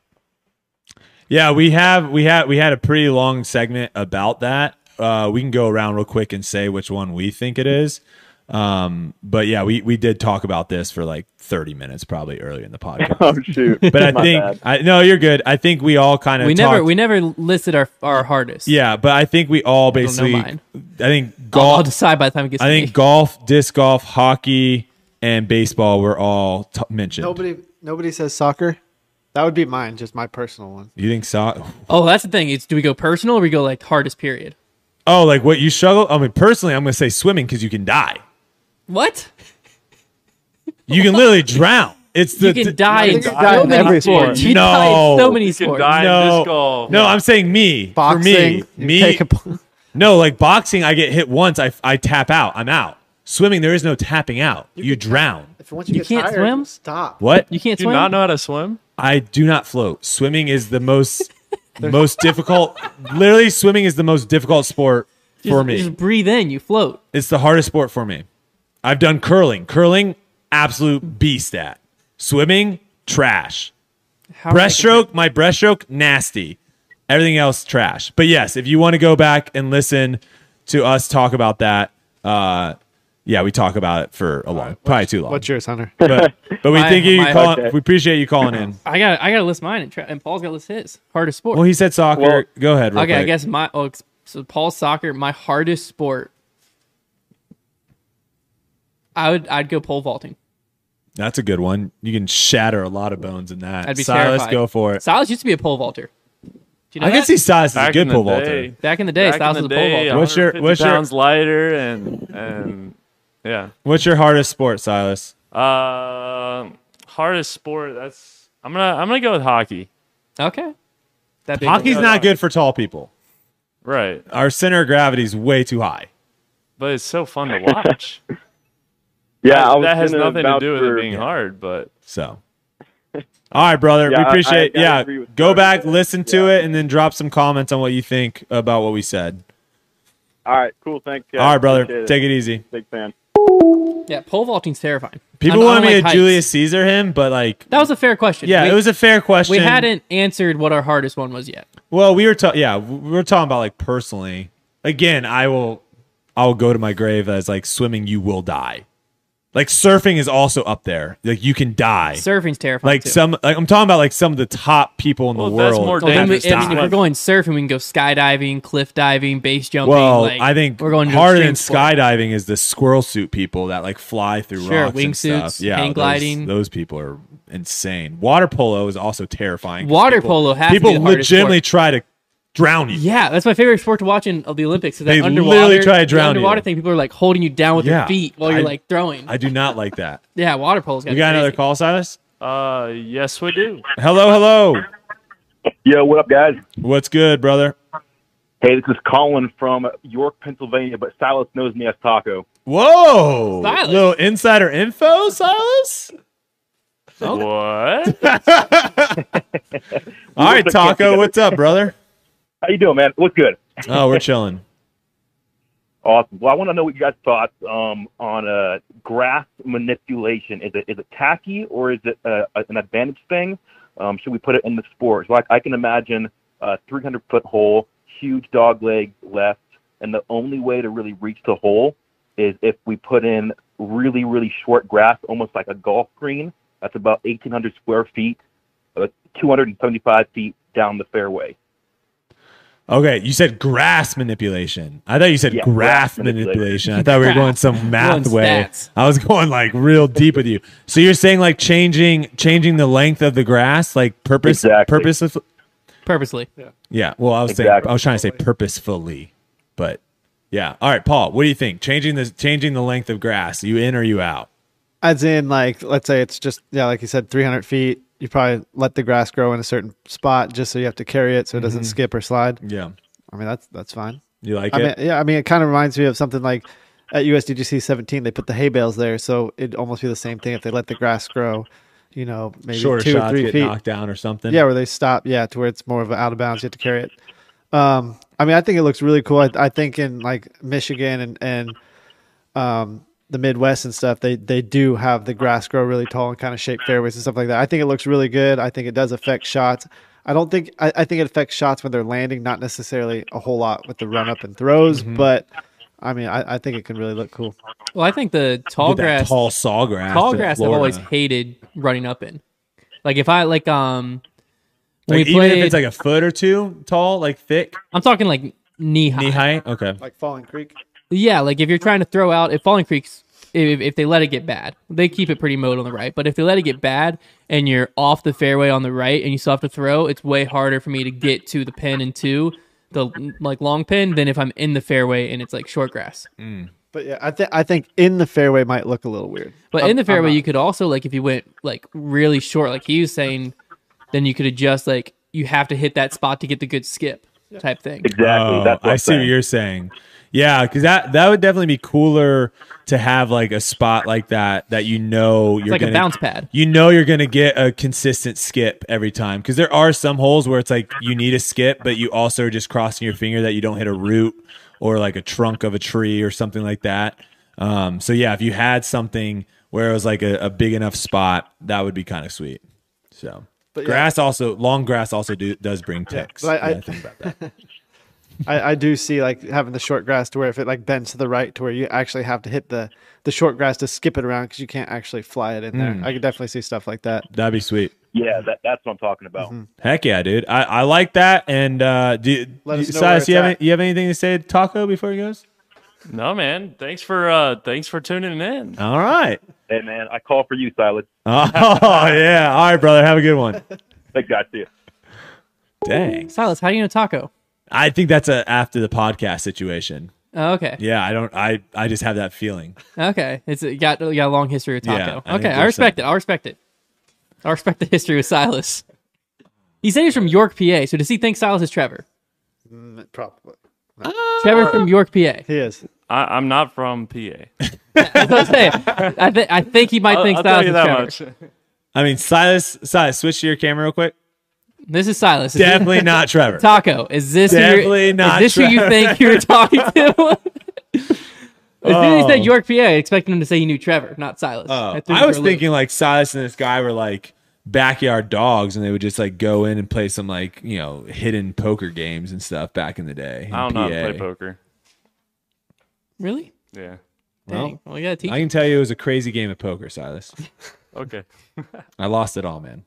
Speaker 2: Yeah, we have we had we had a pretty long segment about that. Uh, we can go around real quick and say which one we think it is. Um, but yeah, we we did talk about this for like 30 minutes probably early in the podcast.
Speaker 5: Oh shoot!
Speaker 2: But I
Speaker 5: My
Speaker 2: think
Speaker 5: bad.
Speaker 2: I no, you're good. I think we all kind of
Speaker 1: We never
Speaker 2: talked-
Speaker 1: we never listed our our hardest.
Speaker 2: yeah, but I think we all
Speaker 1: don't know
Speaker 2: basically I,
Speaker 1: mine.
Speaker 2: think
Speaker 1: I'll, I'll
Speaker 2: golf
Speaker 1: decide by the time it gets
Speaker 2: I
Speaker 1: to
Speaker 2: think
Speaker 1: me.
Speaker 2: golf, disc golf, hockey and baseball were all t- mentioned.
Speaker 4: nobody nobody says soccer that would be mine just my personal one
Speaker 2: You think so?
Speaker 1: Oh, that's the thing. It's do we go personal or we go like hardest period?
Speaker 2: Oh, like what you struggle? I mean, personally, I'm going to say swimming cuz you can die.
Speaker 1: What?
Speaker 2: You can literally drown. It's the
Speaker 1: You can die
Speaker 4: you
Speaker 1: in
Speaker 4: can
Speaker 1: so
Speaker 4: die in every
Speaker 1: many sports.
Speaker 2: sport.
Speaker 1: You die in
Speaker 2: No.
Speaker 1: so many
Speaker 3: You can
Speaker 1: sports.
Speaker 3: die in
Speaker 2: no,
Speaker 3: disc golf.
Speaker 2: no, I'm saying me.
Speaker 4: boxing
Speaker 2: for
Speaker 4: you
Speaker 2: me, me.
Speaker 4: take a-
Speaker 2: no, like boxing, I get hit once, I, I tap out, I'm out. Swimming, there is no tapping out. You, drown.
Speaker 4: if once you,
Speaker 1: You
Speaker 4: get
Speaker 1: can't
Speaker 4: tired,
Speaker 1: swim?
Speaker 4: stop
Speaker 2: What?
Speaker 1: You can't
Speaker 3: Do you
Speaker 1: swim.
Speaker 3: not know how to swim?
Speaker 2: I do not float. Swimming is the most most difficult. Literally, swimming is the most difficult sport
Speaker 1: Just-
Speaker 2: for me.
Speaker 1: Just breathe in. You float.
Speaker 2: It's the hardest sport for me. I've done curling. Curling, absolute beast at. Swimming, trash.
Speaker 1: How
Speaker 2: breaststroke, my breaststroke, nasty. Everything else, trash. But yes, if you want to go back and listen to us talk about that, uh, yeah, we talk about it for a long, probably too long.
Speaker 4: what's yours hunter
Speaker 2: but, but we
Speaker 1: My-
Speaker 2: think you
Speaker 1: my-
Speaker 2: call.
Speaker 5: Okay.
Speaker 2: We appreciate you calling in.
Speaker 1: I got I got to list mine and, tra- and Paul's got to list his hardest sport.
Speaker 2: Well, he said soccer.
Speaker 5: Well-
Speaker 2: go ahead. real
Speaker 1: okay, I
Speaker 2: quick.
Speaker 1: guess my oh, it's- so Paul's soccer my hardest sport. I would I'd go pole vaulting.
Speaker 2: that's a good one. You can shatter a lot of bones in that.
Speaker 1: I'd be
Speaker 2: Silas,
Speaker 1: terrified.
Speaker 2: go for it.
Speaker 1: Silas used to be a pole vaulter. Do you know
Speaker 2: I can
Speaker 1: that?
Speaker 2: see Silas is a
Speaker 3: Back
Speaker 2: good
Speaker 3: in the
Speaker 2: pole
Speaker 3: day.
Speaker 2: vaulter.
Speaker 1: back in the day,
Speaker 3: Back
Speaker 1: Silas
Speaker 3: in
Speaker 1: was a
Speaker 3: the
Speaker 1: pole
Speaker 3: day,
Speaker 1: vaulter.
Speaker 2: What's your-
Speaker 3: 150
Speaker 2: what's your-
Speaker 3: pounds lighter and and yeah.
Speaker 2: What's your hardest sport, Silas?
Speaker 3: Uh, hardest sport. That's I'm gonna I'm gonna go with hockey.
Speaker 1: Okay, that big
Speaker 2: Hockey's
Speaker 1: one.
Speaker 2: not good for tall people.
Speaker 3: Right,
Speaker 2: Our center of gravity is way too high.
Speaker 3: but it's so fun to watch.
Speaker 5: Yeah, I was
Speaker 3: that has
Speaker 5: gonna
Speaker 3: nothing to
Speaker 5: vouch
Speaker 3: do with
Speaker 5: for-
Speaker 3: it being hard, but
Speaker 2: So All right, brother. we
Speaker 5: Yeah, I- I
Speaker 2: appreciate.
Speaker 5: gotta agree
Speaker 2: yeah,
Speaker 5: with
Speaker 2: go
Speaker 5: Jordan.
Speaker 2: back, listen to
Speaker 5: Yeah.
Speaker 2: it, and then drop some comments on what you think about what we said.
Speaker 5: All right, cool. Thanks, guys.
Speaker 2: All right, brother.
Speaker 5: Appreciate
Speaker 2: Take it easy.
Speaker 5: Big fan.
Speaker 1: Yeah, pole vaulting's terrifying.
Speaker 2: People
Speaker 1: I don't- I
Speaker 2: wanted
Speaker 1: don't
Speaker 2: me
Speaker 1: like
Speaker 2: to
Speaker 1: heights.
Speaker 2: Julius Caesar him, but like,
Speaker 1: That was a fair question.
Speaker 2: yeah,
Speaker 1: we,
Speaker 2: it was a fair question.
Speaker 1: We hadn't answered what our hardest one was yet.
Speaker 2: Well, we were talking. Yeah, we were talking about like personally. Again, I will. I will go to my grave as like swimming. You will die. Like surfing is also up there. Like you can die.
Speaker 1: Surfing's terrifying.
Speaker 2: like
Speaker 1: too.
Speaker 2: some. Like I'm talking about like some of the top people in
Speaker 3: Well,
Speaker 2: the
Speaker 3: that's
Speaker 2: world.
Speaker 3: more
Speaker 1: Well, then we,
Speaker 3: dangerous
Speaker 1: I mean, if
Speaker 3: than
Speaker 1: we're going surfing, we can go skydiving, cliff diving, base jumping.
Speaker 2: Well,
Speaker 1: like,
Speaker 2: I think
Speaker 1: we're going to
Speaker 2: harder than
Speaker 1: extreme sports.
Speaker 2: skydiving is the squirrel suit people that like fly through
Speaker 1: Sure,
Speaker 2: rocks and
Speaker 1: wingsuits,
Speaker 2: stuff. Yeah,
Speaker 1: hang
Speaker 2: those-
Speaker 1: gliding.
Speaker 2: Those, people are insane. Water polo is also terrifying.
Speaker 1: Water
Speaker 2: people,
Speaker 1: polo has to
Speaker 2: people
Speaker 1: be the hardest
Speaker 2: legitimately
Speaker 1: sport.
Speaker 2: try to drown you.
Speaker 1: Yeah, that's my favorite sport to watch in of the Olympics. Is that
Speaker 2: They
Speaker 1: underwater,
Speaker 2: literally try to
Speaker 1: the
Speaker 2: drown you.
Speaker 1: underwater thing. People are like holding you down with
Speaker 2: Yeah,
Speaker 1: their feet while you're
Speaker 2: I-
Speaker 1: like throwing.
Speaker 2: I do not like that.
Speaker 1: yeah, water polo's got.
Speaker 2: You got another call, Silas?
Speaker 3: Uh, yes, we do.
Speaker 2: Hello, hello.
Speaker 6: Yo, what up, guys?
Speaker 2: What's good, brother?
Speaker 6: Hey, this is Colin from York, Pennsylvania, but Silas knows me as Taco.
Speaker 2: Whoa,
Speaker 1: Silas.
Speaker 2: little insider info, Silas. Oh.
Speaker 3: What?
Speaker 2: All right,
Speaker 6: worked at camp
Speaker 2: Taco,
Speaker 6: together.
Speaker 2: what's up, brother?
Speaker 6: How you doing, man? What's good?
Speaker 2: Oh, we're chilling.
Speaker 6: Awesome. Well, I want to know what you guys' thoughts um, on uh, graph manipulation. Is it is it tacky or is it uh, an advantage thing? Um, should we put it in the sports? Like I can imagine a 300 foot hole, huge dog leg left, and the only way to really reach the hole is if we put in really really short grass, almost like a golf green. That's about 1,800 square feet, uh, 275 feet down the fairway.
Speaker 2: Okay, you said grass manipulation. I thought you said
Speaker 6: Yeah,
Speaker 2: graph
Speaker 6: graph
Speaker 2: manipulation.
Speaker 6: manipulation.
Speaker 2: I thought we were going some
Speaker 1: Going
Speaker 2: math way.
Speaker 1: stats.
Speaker 2: I was going like real deep with you. So you're saying like changing changing the length of the grass, like purpose
Speaker 6: Exactly.
Speaker 2: purposeful.
Speaker 1: purposely.
Speaker 2: Yeah. Well, I was saying
Speaker 6: Exactly.
Speaker 2: I was trying to say purposefully, but yeah. All right, Paul. What do you think? Changing the changing the length of grass. You in or you out?
Speaker 4: As in, like, let's say it's just, yeah, like you said, 300 feet. You probably let the grass grow in a certain spot just so you have to carry it so it doesn't skip or slide.
Speaker 2: Yeah.
Speaker 4: I mean, that's that's fine.
Speaker 2: Mm-hmm. You like
Speaker 4: I
Speaker 2: it?
Speaker 4: mean, yeah, I mean, it kind of reminds me of something like at USDGC 17, they put the hay bales there. So it'd almost be the same thing if they let the grass grow, you know, maybe
Speaker 2: Shorter
Speaker 4: two or
Speaker 2: shots
Speaker 4: three
Speaker 2: get
Speaker 4: feet.
Speaker 2: knocked down or something.
Speaker 4: Yeah, where they stop. Yeah, to where it's more of an out of bounds. You have to carry it. Um, I mean, I think it looks really cool. I, I think in like Michigan and and um, the Midwest and stuff, they they do have the grass grow really tall and kind of shape fairways and stuff like that. I think it looks really good. I think it does affect shots. I don't think I, I think it affects shots when they're landing, not necessarily a whole lot with the run up and throws, but. I mean, I, I think it can really look cool.
Speaker 1: Well, I think the tall
Speaker 2: With that
Speaker 1: grass,
Speaker 2: tall sawgrass.
Speaker 1: tall
Speaker 2: in
Speaker 1: grass, I've
Speaker 2: Florida.
Speaker 1: always hated running up in. Like if I like um, when
Speaker 2: Like,
Speaker 1: we
Speaker 2: even
Speaker 1: played,
Speaker 2: if it's like a foot or two tall, like thick,
Speaker 1: I'm talking like knee high.
Speaker 2: knee high. Okay.
Speaker 4: Like Falling Creek.
Speaker 1: Yeah, like if you're trying to throw out, if Falling Creek's, if, if they let it get bad, they keep it pretty mowed on the right. But if they let it get bad and you're off the fairway on the right and you still have to throw, it's way harder for me to get to the pin and to the like long pin than if I'm in the fairway and it's like short grass.
Speaker 4: But yeah, I think I think in the fairway might look a little weird.
Speaker 1: But
Speaker 4: I'm-
Speaker 1: in the
Speaker 4: I'm
Speaker 1: fairway,
Speaker 4: not-
Speaker 1: you could also like if you went like really short, like he was saying, then you could adjust like you have to hit that spot to get the good skip type thing.
Speaker 6: Exactly.
Speaker 2: Oh,
Speaker 6: that's what
Speaker 2: I
Speaker 6: I'm
Speaker 2: see
Speaker 6: saying.
Speaker 2: what you're saying. Yeah, because that that would definitely be cooler to have like a spot like that that you know you're
Speaker 1: like a
Speaker 2: gonna,
Speaker 1: bounce pad.
Speaker 2: You know you're gonna get a consistent skip every time because there are some holes where it's like you need a skip, but you also are just crossing your finger that you don't hit a root or like a trunk of a tree or something like that. Um, so yeah, if you had something where it was like a, a big enough spot, that would be kind of sweet. So
Speaker 4: yeah.
Speaker 2: grass also long grass also do, does bring ticks.
Speaker 4: but I-
Speaker 2: Yeah, I think about that.
Speaker 4: I, I do see like having the short grass to where if it like bends to the right to where you actually have to hit the the short grass to skip it around because you can't actually fly it in there.
Speaker 2: Hmm.
Speaker 4: I could definitely see stuff like that.
Speaker 2: That'd be sweet.
Speaker 6: Yeah, that, that's what I'm talking
Speaker 2: Mm-hmm.
Speaker 6: about.
Speaker 2: Heck yeah, dude. I, I like that. And uh, do,
Speaker 4: Let
Speaker 2: do-
Speaker 4: us know
Speaker 2: Silas,
Speaker 4: where it's
Speaker 2: you have
Speaker 4: at.
Speaker 2: any- you have anything to say to Taco before he goes?
Speaker 3: no, man. Thanks for uh, thanks for tuning in.
Speaker 2: All right.
Speaker 6: Hey, man, I call for you, Silas.
Speaker 2: Oh yeah. All right, brother. Have a good one.
Speaker 6: Thanks, guys. See you.
Speaker 2: Dang.
Speaker 1: Silas, how do you know taco?
Speaker 2: I think that's a after the podcast situation.
Speaker 1: Oh, okay.
Speaker 2: Yeah, I don't. I I just have that feeling.
Speaker 1: Okay, it's it got you got a long history with
Speaker 2: Yeah,
Speaker 1: Taco.
Speaker 2: I think
Speaker 1: okay, I
Speaker 2: there's
Speaker 1: respect it. I respect it. I respect the history with Silas. He said he's from York, PA. So does he think Silas is Trevor?
Speaker 4: Probably
Speaker 1: Trevor from York, PA.
Speaker 4: he is.
Speaker 3: I, I'm not from PA.
Speaker 1: That's what I'm saying. I, th- I think he might
Speaker 3: I'll,
Speaker 1: think
Speaker 3: I'll
Speaker 1: Silas
Speaker 3: tell
Speaker 1: is
Speaker 3: you that
Speaker 1: Trevor.
Speaker 3: much.
Speaker 2: I mean, Silas, Silas, switch to your camera real quick.
Speaker 1: This is Silas. Is this-
Speaker 2: Definitely not Trevor.
Speaker 1: Taco, is this who you're-
Speaker 2: Definitely not
Speaker 1: Is this who you
Speaker 2: Trevor.
Speaker 1: think you're talking to? As soon as he said York, PA, I expected him to say he knew Trevor, not Silas.
Speaker 2: Oh,
Speaker 1: threw me
Speaker 2: I
Speaker 1: for
Speaker 2: was
Speaker 1: a loop.
Speaker 2: thinking like Silas and this guy were like backyard dogs, and they would just like go in and play some like you know hidden poker games and stuff back in the day.
Speaker 3: I don't
Speaker 2: in
Speaker 3: know how
Speaker 2: PA.
Speaker 3: to play poker.
Speaker 1: really?
Speaker 3: Yeah.
Speaker 1: Dang. Well, you gotta teach.
Speaker 2: I can tell you it was a crazy game of poker, Silas.
Speaker 3: Okay.
Speaker 2: I lost it all, man.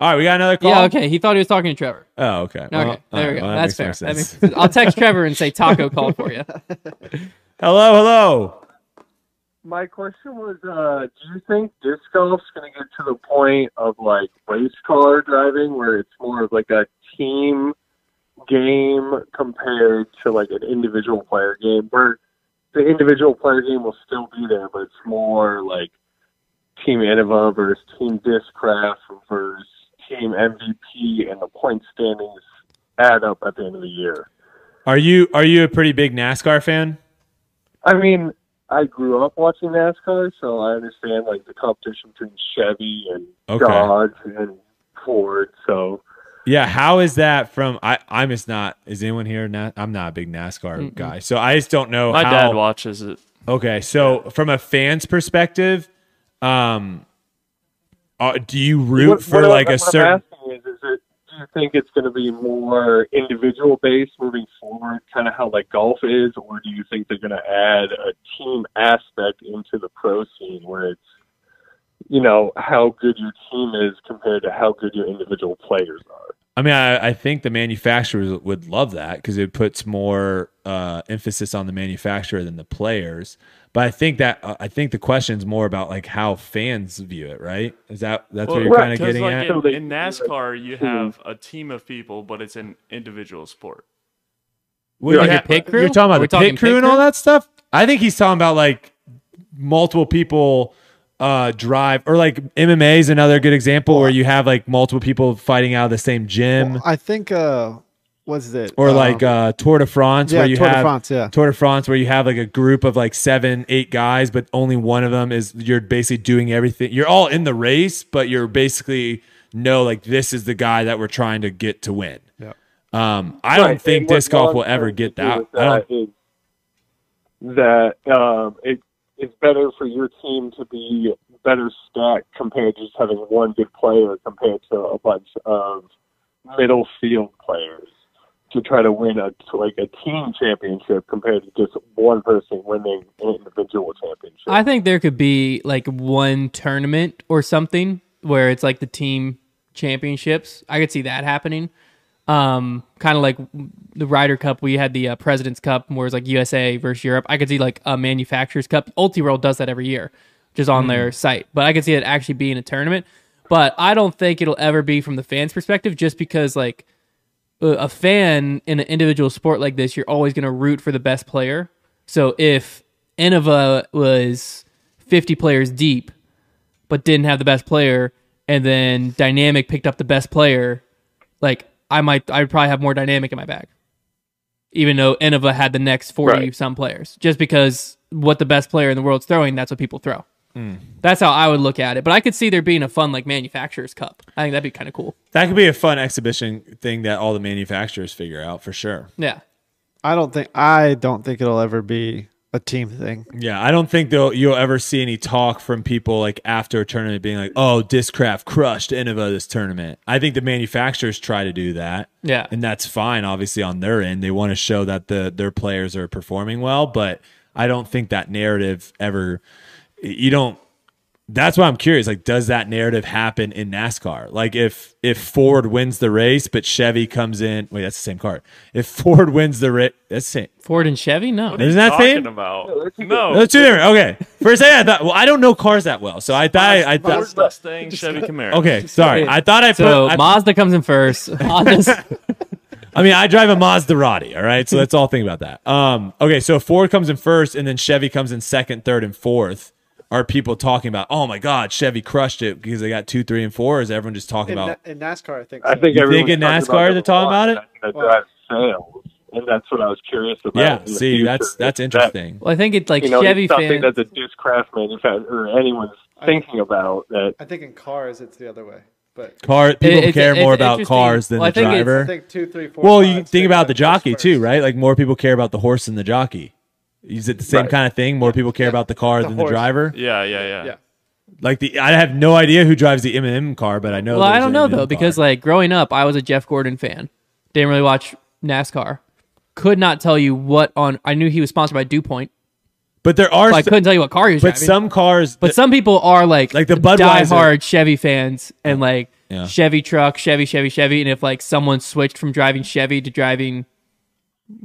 Speaker 2: All right, we got another call.
Speaker 1: yeah, okay. He thought he was talking to Trevor.
Speaker 2: Oh, okay.
Speaker 1: Okay,
Speaker 2: Well, all
Speaker 1: there we
Speaker 2: right,
Speaker 1: go.
Speaker 2: well, that
Speaker 1: That's fair.
Speaker 2: makes more
Speaker 1: That
Speaker 2: sense.
Speaker 1: makes- I'll text Trevor and say Taco called for you.
Speaker 2: hello, hello.
Speaker 7: my question was, uh, do you think disc golf's going to get to the point of like race car driving, where it's more of like a team game compared to like an individual player game, where the individual player game will still be there, but it's more like Team Innova versus Team Discraft versus Team MVP, and the point standings add up at the end of the year.
Speaker 2: Are you are you a pretty big NASCAR fan?
Speaker 7: I mean, I grew up watching NASCAR, so I understand like the competition between Chevy and
Speaker 2: Okay.
Speaker 7: Dodge and Ford. So
Speaker 2: Yeah, how is that from? I I'm just not. Is anyone here? Na- I'm not a big NASCAR guy, so I just don't know.
Speaker 3: My
Speaker 2: how,
Speaker 3: dad watches it.
Speaker 2: Okay, so from a fan's perspective, um, uh, do you root
Speaker 7: what,
Speaker 2: for
Speaker 7: what
Speaker 2: like
Speaker 7: I'm,
Speaker 2: a
Speaker 7: what
Speaker 2: certain?
Speaker 7: I'm asking is, is it do you think it's going to be more individual based moving forward, kind of how like golf is, or do you think they're going to add a team aspect into the pro scene where it's you know how good your team is compared to how good your individual players are?
Speaker 2: I mean, I, I think the manufacturers would love that because it puts more uh, emphasis on the manufacturer than the players. But I think that uh, I think the question's more about like how fans view it, right? Is that that's what you're
Speaker 7: right,
Speaker 2: kind of
Speaker 3: 'Cause,
Speaker 2: getting
Speaker 3: like,
Speaker 2: at?
Speaker 3: In,
Speaker 7: So they-
Speaker 3: in NASCAR, you have a team of people, but it's an individual sport.
Speaker 2: Well,
Speaker 1: Like a pit crew?
Speaker 2: You're talking
Speaker 1: Are
Speaker 2: about
Speaker 1: we
Speaker 2: the
Speaker 1: talking
Speaker 2: pit crew
Speaker 1: pit
Speaker 2: and
Speaker 1: crew?
Speaker 2: all that stuff. I think he's talking about like multiple people uh drive or like MMA is another good example where you have like multiple people fighting out of the same gym
Speaker 4: I think uh, what's it?
Speaker 2: or
Speaker 4: Um,
Speaker 2: like uh Tour de France
Speaker 4: yeah,
Speaker 2: where you
Speaker 4: Tour de
Speaker 2: have
Speaker 4: France, yeah.
Speaker 2: Tour de France where you have like a group of like 7 8 guys but only one of them is you're basically doing everything. You're all in the race but you're basically no like this is the guy that we're trying to get to win.
Speaker 4: Yep.
Speaker 2: Um I don't
Speaker 7: Right, and
Speaker 2: think
Speaker 7: what
Speaker 2: disc golf will
Speaker 7: long-term
Speaker 2: ever
Speaker 7: to
Speaker 2: get
Speaker 7: do
Speaker 2: that.
Speaker 7: with
Speaker 2: I don't
Speaker 7: that is that um, it, it's better for your team to be better stacked compared to just having one good player compared to a bunch of middle field players to try to win a to, like a team championship compared to just one person winning an individual championship.
Speaker 1: I think there could be like one tournament or something where it's like the team championships. I could see that happening. Um, kind of like the Ryder Cup. We had the uh, President's Cup, where it's like USA versus Europe. I could see like a Manufacturers Cup. UltiWorld does that every year, just on their site. But I could see it actually being a tournament. But I don't think it'll ever be from the fans' perspective, just because like a- a fan in an individual sport like this, you're always going to root for the best player. So if Innova was 50 players deep, but didn't have the best player, and then Dynamic picked up the best player, like I might, I would probably have more Dynamic in my bag, even though Innova had the next 40
Speaker 7: Right.
Speaker 1: some players, just because what the best player in the world's throwing, that's what people throw. That's how I would look at it. But I could see there being a fun like manufacturers cup. I think that'd be kind of cool.
Speaker 2: That could be a fun exhibition thing that all the manufacturers figure out for sure.
Speaker 1: Yeah.
Speaker 4: I don't think I don't think it'll ever be a team thing.
Speaker 2: Yeah, I don't think they'll you'll ever see any talk from people like after a tournament being like, "Oh, Discraft crushed Innova this tournament." I think the manufacturers try to do that.
Speaker 1: Yeah.
Speaker 2: And that's fine obviously on their end. They want to show that the their players are performing well, but I don't think that narrative ever you don't that's why I'm curious. Like, does that narrative happen in NASCAR? Like, if if Ford wins the race, but Chevy comes in, wait, that's the same car. If Ford wins the race, that's the same.
Speaker 1: Ford and Chevy? No.
Speaker 2: Isn't that
Speaker 3: Talking
Speaker 2: same?
Speaker 3: about no.
Speaker 2: Those two different. Okay. For a second, I thought. Well, I don't know cars that well, so I thought. I
Speaker 3: Ford
Speaker 2: thought.
Speaker 3: Mustang, Chevy Camaro.
Speaker 2: Okay, sorry. I thought I put.
Speaker 1: So
Speaker 2: I,
Speaker 1: Mazda comes in first. Mazda's,
Speaker 2: I mean, I drive a Maserati. All right, so let's all think about that. Um. Okay, so Ford comes in first, and then Chevy comes in second, third, and fourth. Are people talking about? Oh my God, Chevy crushed it because they got two, three, and four. Or is everyone just talking
Speaker 4: In,
Speaker 2: about?
Speaker 4: NASCAR, I think.
Speaker 7: I think
Speaker 2: You think
Speaker 7: everyone's
Speaker 2: in
Speaker 7: talking
Speaker 2: NASCAR
Speaker 7: about
Speaker 2: they're talking about it?
Speaker 7: That drives sales. and that's what I was curious about.
Speaker 2: yeah.
Speaker 7: in the
Speaker 2: See,
Speaker 7: future.
Speaker 2: that's that's
Speaker 7: Is
Speaker 2: interesting.
Speaker 1: Well, I think it's
Speaker 7: That,
Speaker 1: like
Speaker 7: you know,
Speaker 1: Chevy
Speaker 7: it's something
Speaker 1: fans.
Speaker 7: that the discraft manufacturer or anyone's
Speaker 4: I-
Speaker 7: thinking about that
Speaker 4: I think in cars it's the other way, but
Speaker 2: Car people
Speaker 1: it's-
Speaker 2: care
Speaker 1: it's
Speaker 2: more about
Speaker 1: interesting.
Speaker 2: cars than
Speaker 1: Well, I
Speaker 2: the
Speaker 1: think it's-
Speaker 4: I
Speaker 2: driver.
Speaker 4: think two, three, four.
Speaker 2: Well,
Speaker 4: five,
Speaker 2: you
Speaker 4: six,
Speaker 2: think about the
Speaker 4: that goes
Speaker 2: jockey
Speaker 4: first.
Speaker 2: too, right? Like more people care about the horse than the jockey. Is it the same kind of thing? More people care about the car
Speaker 4: The
Speaker 2: than
Speaker 4: horse.
Speaker 2: the driver.
Speaker 3: Yeah, yeah, yeah.
Speaker 4: Yeah.
Speaker 2: Like the, I have no idea who drives the M and M car, but I know.
Speaker 1: Well, I
Speaker 2: there's
Speaker 1: don't
Speaker 2: an
Speaker 1: know
Speaker 2: M&M
Speaker 1: though,
Speaker 2: car.
Speaker 1: because like growing up, I was a Jeff Gordon fan. Didn't really watch NASCAR. Could not tell you what on. I knew he was sponsored by Dew Point,
Speaker 2: but there are,
Speaker 1: but I
Speaker 2: s-
Speaker 1: couldn't tell you what car he was
Speaker 2: but
Speaker 1: driving.
Speaker 2: some cars,
Speaker 1: but some people are like
Speaker 2: Like the Budweiser.
Speaker 1: diehard Chevy fans and like
Speaker 2: Yeah.
Speaker 1: Chevy truck, Chevy, Chevy, Chevy. And if like someone switched from driving Chevy to driving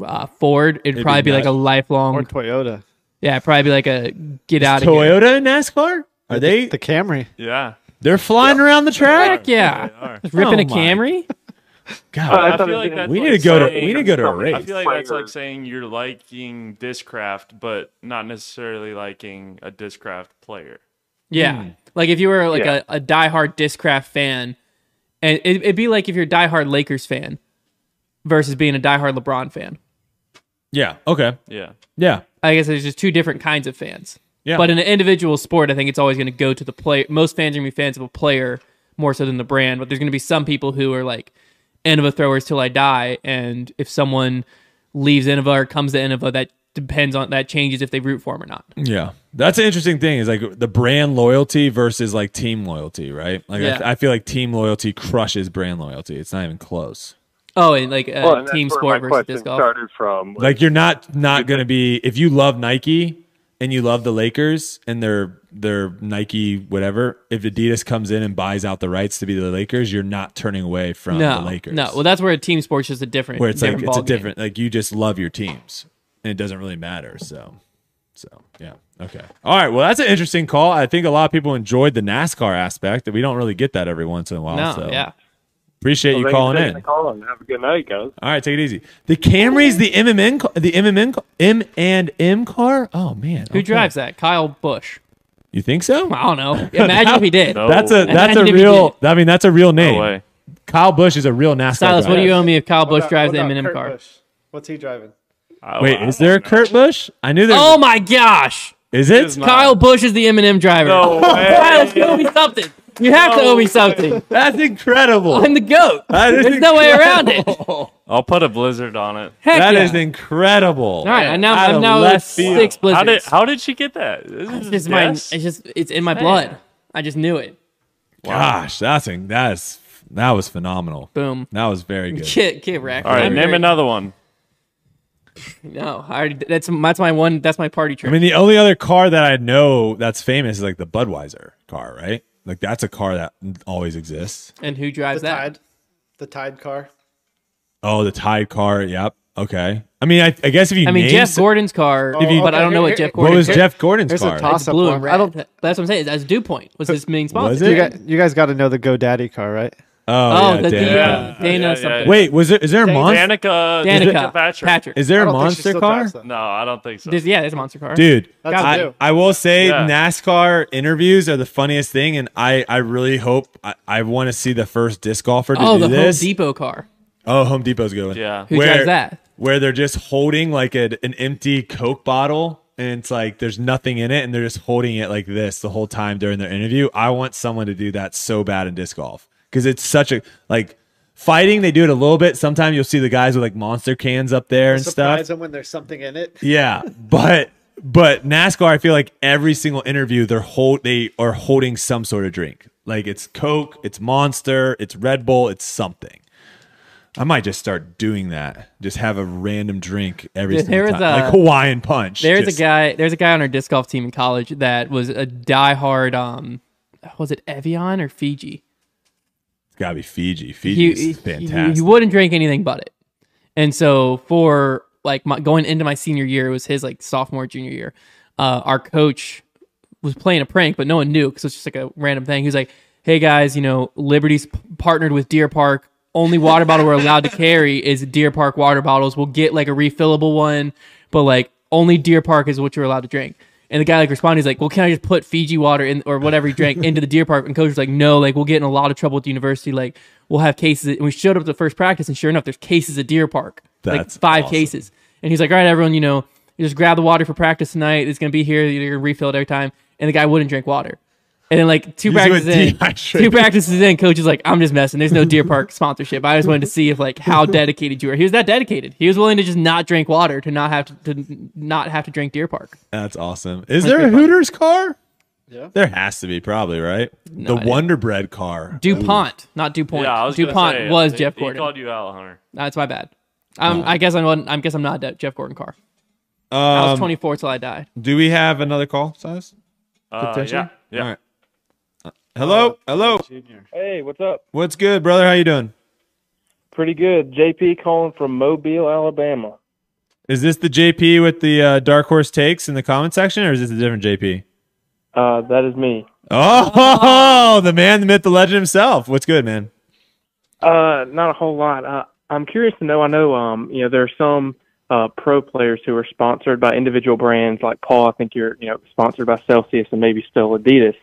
Speaker 1: uh, Ford, it'd
Speaker 2: It'd
Speaker 1: probably
Speaker 2: be
Speaker 1: be, like
Speaker 2: nuts.
Speaker 1: a lifelong.
Speaker 4: Or Toyota.
Speaker 1: yeah, it'd probably be like a get out of here.
Speaker 2: Toyota and NASCAR are they?
Speaker 4: The Camry.
Speaker 3: Yeah.
Speaker 2: They're flying around the track.
Speaker 1: Heck yeah,
Speaker 3: They are.
Speaker 1: ripping a
Speaker 2: Oh my.
Speaker 1: Camry.
Speaker 2: God,
Speaker 3: I
Speaker 7: thought
Speaker 3: feel
Speaker 7: it
Speaker 3: like
Speaker 7: didn't-
Speaker 3: that's
Speaker 2: we need
Speaker 3: like
Speaker 2: to go to
Speaker 3: saying-
Speaker 2: we need to go to a
Speaker 7: something.
Speaker 3: I
Speaker 2: race.
Speaker 3: feel like that's like
Speaker 7: Flavors.
Speaker 3: saying you're liking discraft, but not necessarily liking a discraft player.
Speaker 1: Yeah. Like if you were like
Speaker 7: Yeah.
Speaker 1: a, a diehard Discraft fan, and it, it'd be like if you're a diehard Lakers fan versus being a diehard LeBron fan.
Speaker 2: Yeah. Okay.
Speaker 3: Yeah.
Speaker 2: Yeah.
Speaker 1: I guess there's just two different kinds of fans.
Speaker 2: Yeah.
Speaker 1: But in an individual sport, I think it's always going to go to the player. Most fans are going to be fans of a player more so than the brand. But there's going to be some people who are like Innova throwers till I die. And if someone leaves Innova or comes to Innova, that depends on that changes if they root for him or not.
Speaker 2: Yeah, that's an interesting thing. Is like the brand loyalty versus like team loyalty, right? Like
Speaker 1: Yeah.
Speaker 2: I, I feel like team loyalty crushes brand loyalty. It's not even close.
Speaker 1: Oh, and like uh,
Speaker 7: Well, and that's
Speaker 1: team
Speaker 7: where
Speaker 1: sport
Speaker 7: my
Speaker 1: versus
Speaker 7: question
Speaker 1: disc golf.
Speaker 7: started from.
Speaker 2: Like you're not not gonna be if you love Nike and you love the Lakers and their their Nike whatever. If Adidas comes in and buys out the rights to be the Lakers, you're not turning away from
Speaker 1: no,
Speaker 2: the Lakers.
Speaker 1: No, well, that's where a team sport's just a different.
Speaker 2: where it's like
Speaker 1: different
Speaker 2: it's a
Speaker 1: ballgame.
Speaker 2: different like you just love your teams and it doesn't really matter so so yeah okay all right well that's an interesting call i think a lot of people enjoyed the nascar aspect that we don't really get that every once in a while
Speaker 1: No,
Speaker 2: so
Speaker 1: yeah,
Speaker 2: appreciate you
Speaker 7: Thanks for
Speaker 2: calling
Speaker 7: taking the
Speaker 2: in
Speaker 7: call and have a good night, guys.
Speaker 2: all right take it easy the camry's the mmn ca- the mmn ca- m and m car oh man
Speaker 1: who drives that? Kyle Bush.
Speaker 2: you think so
Speaker 1: I don't know. Imagine if he did.
Speaker 3: No.
Speaker 2: that's a
Speaker 3: Imagine
Speaker 2: that's a
Speaker 1: if he
Speaker 2: real i mean that's a real name
Speaker 3: No way.
Speaker 2: kyle bush is a real nascar
Speaker 1: Silas, what do
Speaker 2: driver.
Speaker 1: you owe me if Kyle Bush
Speaker 4: What
Speaker 1: drives
Speaker 4: about-
Speaker 1: the
Speaker 4: what about
Speaker 1: M&M
Speaker 4: Kurt
Speaker 1: car?
Speaker 4: Busch? What's he driving?
Speaker 3: I-
Speaker 2: wait
Speaker 3: I
Speaker 2: is
Speaker 3: don't
Speaker 2: there a
Speaker 3: know.
Speaker 2: kurt bush i knew there
Speaker 1: Oh my gosh!
Speaker 2: is it
Speaker 3: It's not.
Speaker 1: Kyle Bush is the M&M driver.
Speaker 3: Uh, No way.
Speaker 1: Silas, you owe me something. You have to owe me something.
Speaker 2: that's incredible
Speaker 1: I'm the goat.
Speaker 2: That is
Speaker 1: There's no way around it. Heck
Speaker 3: I'll put a blizzard on it.
Speaker 2: That
Speaker 1: yeah.
Speaker 2: is incredible.
Speaker 1: All right, I now
Speaker 2: Out
Speaker 1: I'm
Speaker 2: of
Speaker 1: now with
Speaker 2: left field.
Speaker 1: six blizzards.
Speaker 3: How did how did she get that? This
Speaker 1: it's
Speaker 3: is
Speaker 1: just my,
Speaker 3: guess?
Speaker 1: it's just it's in my blood. I just knew it.
Speaker 2: Gosh, that's in- that's that was phenomenal.
Speaker 1: Boom.
Speaker 2: That was very good.
Speaker 1: Kid, kid rack.
Speaker 3: All right,
Speaker 1: I'm
Speaker 3: name
Speaker 1: very-
Speaker 3: another one.
Speaker 1: No, I already, that's that's my one. That's my party
Speaker 2: I
Speaker 1: trick.
Speaker 2: mean, the only other car that I know that's famous is like the Budweiser car, right? Like that's a car that always exists.
Speaker 1: and who
Speaker 4: The
Speaker 1: drives that?
Speaker 4: Tide. The Tide car.
Speaker 2: Oh, the Tide car. Yep. Okay. I mean, I, I guess if you
Speaker 1: I mean,
Speaker 2: name
Speaker 1: Jeff Gordon's car,
Speaker 4: If you-
Speaker 1: but I don't know what
Speaker 4: Oh, okay,
Speaker 1: Jeff
Speaker 2: what
Speaker 1: Gordon.
Speaker 2: was Jeff Gordon's
Speaker 4: Here's a
Speaker 2: car?
Speaker 4: top-
Speaker 1: It's blue. and-
Speaker 4: Awesome.
Speaker 1: I don't. That's what I'm saying. That's Dew Point. Was his main sponsor?
Speaker 2: Was
Speaker 4: You
Speaker 2: it?
Speaker 4: guys, you guys got to know the GoDaddy car, right?
Speaker 2: Oh,
Speaker 1: Oh,
Speaker 2: yeah,
Speaker 1: the
Speaker 2: Dan.
Speaker 1: Dana,
Speaker 3: Yeah.
Speaker 1: Dana
Speaker 3: Yeah, yeah,
Speaker 1: something.
Speaker 3: yeah.
Speaker 2: Wait, was there? Is there a monster?
Speaker 3: Danica,
Speaker 1: Danica
Speaker 3: Patrick.
Speaker 1: Patrick.
Speaker 2: Is there
Speaker 4: I
Speaker 2: a
Speaker 4: don't think she
Speaker 2: monster
Speaker 4: still
Speaker 2: car?
Speaker 4: drives that.
Speaker 3: No, I don't think so.
Speaker 1: There's- yeah, there's a monster car.
Speaker 2: dude
Speaker 4: That's a
Speaker 2: I,
Speaker 4: do.
Speaker 2: I will say
Speaker 3: Yeah.
Speaker 2: nascar interviews are the funniest thing and i i really hope i, I want to see the first disc golfer to
Speaker 1: oh,
Speaker 2: do
Speaker 1: the
Speaker 2: this
Speaker 1: Home Depot car.
Speaker 2: oh home depot's a good one
Speaker 3: Yeah.
Speaker 1: Who drives that?
Speaker 2: where they're just holding like a, an empty coke bottle and it's like there's nothing in it and they're just holding it like this the whole time during their interview i want someone to do that so bad in disc golf because it's such a like fighting they do it a little bit sometimes you'll see the guys with like monster cans up there and stuff
Speaker 4: Surprise them when there's something in it.
Speaker 2: yeah, but but NASCAR, I feel like every single interview they're hold they are holding some sort of drink. Like it's Coke, it's Monster, it's Red Bull, it's something. I might just start doing that. Just have a random drink every
Speaker 1: Dude,
Speaker 2: single
Speaker 1: there was
Speaker 2: time,
Speaker 1: a-
Speaker 2: like Hawaiian Punch.
Speaker 1: There's
Speaker 2: just-
Speaker 1: a guy. There's a guy on our disc golf team in college that was a diehard. Um, was it Evian or Fiji?
Speaker 2: It's gotta be Fiji.
Speaker 1: He,
Speaker 2: Fiji's
Speaker 1: he,
Speaker 2: fantastic.
Speaker 1: he wouldn't drink anything but it. And so for like my, going into my senior year, it was his like sophomore junior year. Uh, our coach was playing a prank, but no one knew because it's just like a random thing. He was like, "Hey guys, you know Liberty's p- partnered with Deer Park. Only water bottle we're allowed to carry is Deer Park water bottles. We'll get like a refillable one, but like only Deer Park is what you're allowed to drink." And the guy like responded, he's like, "Well, can I just put Fiji water in or whatever he drank into the Deer Park?" And coach was like, "No, like we'll get in a lot of trouble at the university. Like we'll have cases." And we showed up to the first practice, and sure enough, there's cases at Deer Park.
Speaker 2: That's
Speaker 1: like five
Speaker 2: awesome.
Speaker 1: cases. And he's like, all right, everyone, you know, you just grab the water for practice tonight. It's gonna be here. You're gonna refill it every time. And the guy wouldn't drink water. And then like two
Speaker 2: You just went
Speaker 1: practices in, two
Speaker 2: dehydrated.
Speaker 1: practices in, coach is like, I'm just messing. There's no Deer Park sponsorship. I just wanted to see if like how dedicated you are. He was that dedicated. He was willing to just not drink water to not have to, to not have to drink Deer Park.
Speaker 2: That's awesome. Is there a
Speaker 1: good fun.
Speaker 2: Hooters car?
Speaker 4: Yeah.
Speaker 2: There has to be, probably, right? the
Speaker 1: I-
Speaker 2: Wonder Bread car.
Speaker 1: DuPont, not DuPont.
Speaker 3: Yeah, I was gonna
Speaker 1: DuPont
Speaker 3: say,
Speaker 1: was
Speaker 3: he-
Speaker 1: Jeff
Speaker 3: He
Speaker 1: Gordon.
Speaker 3: called you out, Hunter.
Speaker 1: That's my bad. Um, I guess I'm. I guess I'm not De- Jeff Gordon Carr. I was
Speaker 2: Um,
Speaker 1: 24 till I died.
Speaker 2: do we have another call, size?
Speaker 3: Uh, yeah, yeah.
Speaker 2: All right. Uh, Hello, hello.
Speaker 5: Hey, what's up?
Speaker 2: What's good, brother? How you doing?
Speaker 5: Pretty good. JP calling from Mobile, Alabama.
Speaker 2: Is this the JP with the uh, dark horse takes in the comment section, or is this a different JP?
Speaker 5: Uh, that is me.
Speaker 2: Oh, the man, the myth, the legend himself. What's good, man?
Speaker 5: Uh, not a whole lot. Uh, I'm curious to know. I know, um, you know, there are some uh, pro players who are sponsored by individual brands, like Paul. I think you're, you know, sponsored by Celsius and maybe still Adidas.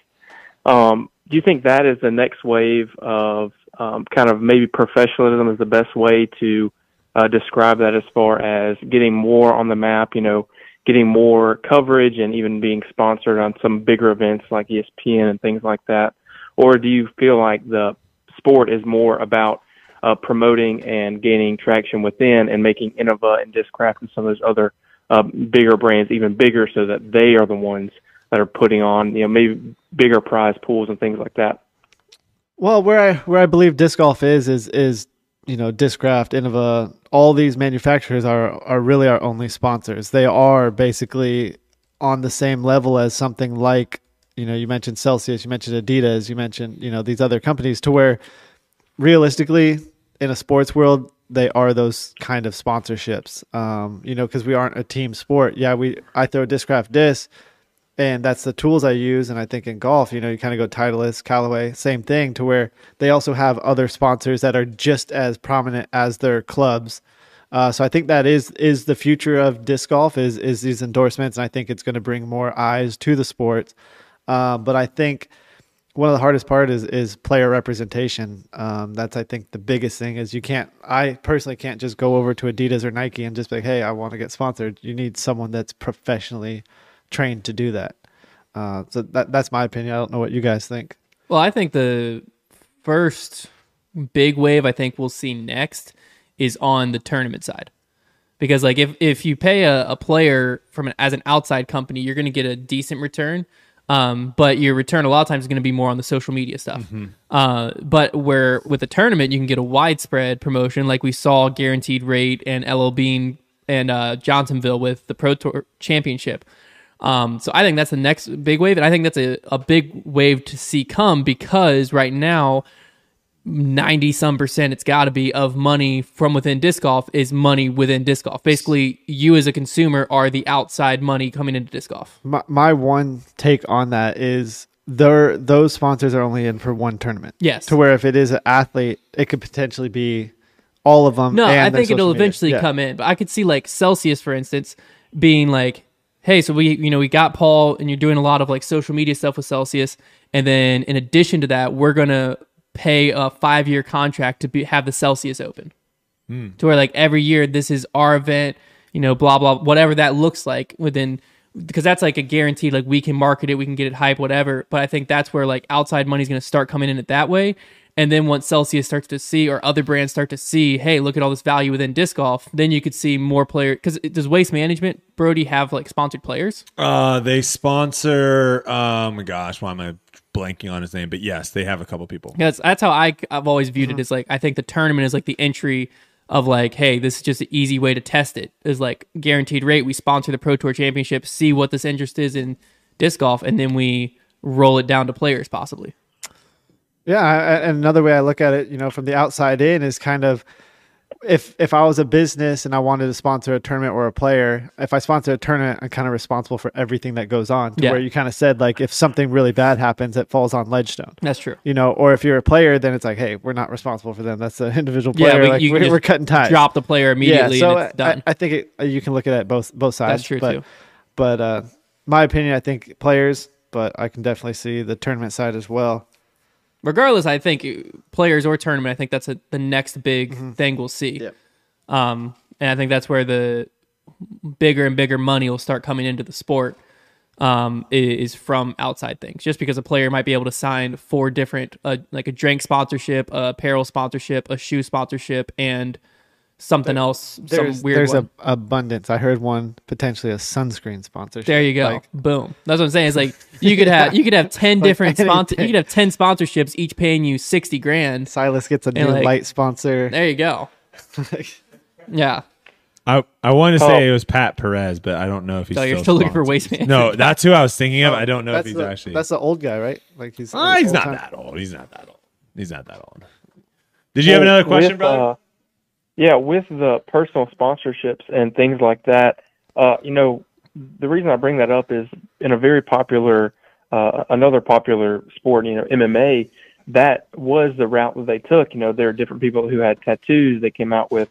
Speaker 5: Um, do you think that is the next wave of um, kind of maybe professionalism is the best way to uh, describe that as far as getting more on the map? You know, getting more coverage and even being sponsored on some bigger events like E ESPN and things like that. Or do you feel like the sport is more about uh, promoting and gaining traction within and making Innova and Discraft and some of those other uh, bigger brands even bigger so that they are the ones that are putting on, you know, maybe bigger prize pools and things like that.
Speaker 4: Well, where I where I believe disc golf is is is you know Discraft, Innova, all these manufacturers are are really our only sponsors. They are basically on the same level as something like you know you mentioned Celsius, you mentioned Adidas, you mentioned you know these other companies to where realistically in a sports world they are those kind of sponsorships. Um, you know because we aren't a team sport. Yeah, we I throw Discraft disc and that's the tools I use. And I think in golf, you know, you kind of go Titleist, Callaway, same thing, to where they also have other sponsors that are just as prominent as their clubs. Uh, so I think that is is the future of disc golf is is these endorsements, and I think it's going to bring more eyes to the sport. Um, but I think one of the hardest part is is player representation. Um, that's I think the biggest thing is you can't. I personally can't just go over to Adidas or Nike and just be like, hey, I want to get sponsored. You need someone that's professionally trained to do that. Uh, so that that's my opinion. I don't know what you guys think.
Speaker 1: Well, I think the first big wave I think we'll see next is on the tournament side. Because like if, if you pay a, a player from an, as an outside company, you're going to get a decent return. Um, but your return a lot of times is going to be more on the social media stuff. Uh, but where with a tournament, you can get a widespread promotion, like we saw Guaranteed Rate and LL Bean and uh, Johnsonville with the Pro Tour Championship. Um, so I think that's the next big wave, and I think that's a, a big wave to see come because right now, ninety some percent, it's got to be of money from within disc golf is money within disc golf. Basically, you as a consumer are the outside money coming into disc golf.
Speaker 4: My my one take on that is there those sponsors are only in for one tournament.
Speaker 1: Yes.
Speaker 4: To where if it is an athlete, it could potentially be all of them.
Speaker 1: No,
Speaker 4: and
Speaker 1: I
Speaker 4: their
Speaker 1: think
Speaker 4: social
Speaker 1: it'll
Speaker 4: media.
Speaker 1: eventually
Speaker 4: Yeah.
Speaker 1: come in, but I could see like Celsius, for instance, being like, "Hey, so we, you know, we got Paul, and you're doing a lot of like social media stuff with Celsius, and then in addition to that, we're gonna pay a five year contract to be, have the Celsius Open, to where like every year this is our event, you know, blah blah, whatever that looks like within." Because that's like a guaranteed, like we can market it, we can get it hype, whatever. But I think that's where like outside money's going to start coming in it that way. And then once Celsius starts to see, or other brands start to see, hey, look at all this value within disc golf, then you could see more player. Because does Waste Management Brody have like sponsored players?
Speaker 2: Uh, they sponsor. Oh my gosh, why am I blanking on his name? But yes, they have a couple people.
Speaker 1: Yeah, That's that's how I I've always viewed
Speaker 4: Mm-hmm.
Speaker 1: it. Is like I think the tournament is like the entry of like, hey, this is just an easy way to test it. Is like guaranteed rate. We sponsor the Pro Tour Championship, see what this interest is in disc golf, and then we roll it down to players possibly.
Speaker 4: Yeah, I- I- and another way I look at it, you know, from the outside in is kind of if if I was a business and I wanted to sponsor a tournament or a player, if I sponsor a tournament, I'm kind of responsible for everything that goes on. To
Speaker 1: Yeah.
Speaker 4: Where you kind of said like if something really bad happens, it falls on Ledgestone.
Speaker 1: That's true.
Speaker 4: You know, or if you're a player, then it's like, hey, we're not responsible for them. That's an individual player.
Speaker 1: we-
Speaker 4: like,
Speaker 1: you can
Speaker 4: we're,
Speaker 1: just
Speaker 4: we're cutting ties.
Speaker 1: Drop the player immediately,
Speaker 4: Yeah, so
Speaker 1: and it's
Speaker 4: I-
Speaker 1: done.
Speaker 4: I, I think it, uh, you can look at it both both sides.
Speaker 1: That's true,
Speaker 4: but,
Speaker 1: too.
Speaker 4: But uh, my opinion, I think players, but I can definitely see the tournament side as well.
Speaker 1: regardless, I
Speaker 4: Mm-hmm.
Speaker 1: think uh, players or tournament, I think that's a, the next big thing we'll see. Um, and I think that's where the bigger and bigger money will start coming into the sport um, i- is from outside things. Just because a player might be able to sign four different, uh, like a drink sponsorship, a apparel sponsorship, a shoe sponsorship, and something else, some
Speaker 4: There's,
Speaker 1: weird
Speaker 4: there's
Speaker 1: one.
Speaker 4: a abundance. I heard one potentially a sunscreen sponsorship.
Speaker 1: There you go.
Speaker 4: Like,
Speaker 1: Boom. That's what I'm saying. It's like you could have you could have ten
Speaker 4: Like
Speaker 1: different sponsor. You
Speaker 4: anything.
Speaker 1: could have ten sponsorships, each paying you sixty grand.
Speaker 4: Silas gets a new
Speaker 1: like-
Speaker 4: light sponsor.
Speaker 1: There you go. Yeah.
Speaker 2: I I want to say it was Pat Perez, but I don't know if he's
Speaker 1: So
Speaker 2: still,
Speaker 1: you're still looking for
Speaker 2: sponsored.
Speaker 1: waistband.
Speaker 2: No, that's who I was thinking of. I don't know if
Speaker 4: Oh, That's
Speaker 2: he's
Speaker 4: the,
Speaker 2: actually.
Speaker 4: that's the old guy, right? Like he's
Speaker 2: Ah, he's
Speaker 4: old
Speaker 2: not
Speaker 4: time-
Speaker 2: that old. He's not that old. He's not that old. Did you have another question,
Speaker 5: with,
Speaker 2: brother?
Speaker 5: uh, yeah, with the personal sponsorships and things like that, uh, you know, the reason I bring that up is in a very popular, uh, another popular sport, you know, MMA, that was the route that they took. You know, there are different people who had tattoos. They came out with,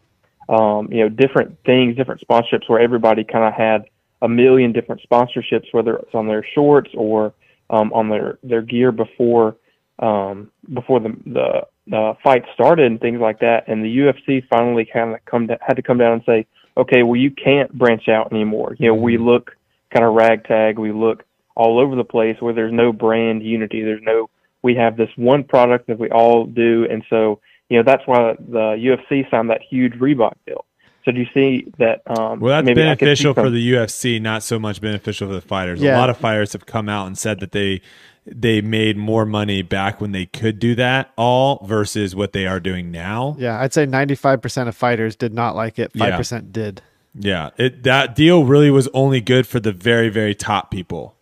Speaker 5: um, you know, different things, different sponsorships where everybody kind of had a million different sponsorships, whether it's on their shorts or um, on their, their gear before um, before the the uh, fight started and things like that. And the UFC finally kind of come da- had to come down and say, okay, well you can't branch out anymore. You know, we
Speaker 2: Mm-hmm.
Speaker 5: look kind of ragtag, we look all over the place where there's no brand unity. There's no we have this one product that we all do, and so you know that's why the UFC signed that huge Reebok deal. So do you see that? Um,
Speaker 2: Well, that's
Speaker 5: maybe I could see
Speaker 2: beneficial for
Speaker 5: some-
Speaker 2: the UFC, not so much beneficial for the fighters. A
Speaker 4: Yeah.
Speaker 2: lot of fighters have come out and said that they they made more money back when they could do that all versus what they are doing now.
Speaker 4: Yeah, I'd say 95% of fighters did not like it.
Speaker 2: Yeah.
Speaker 4: 5% did.
Speaker 2: Yeah, it that deal really was only good for the very very top people.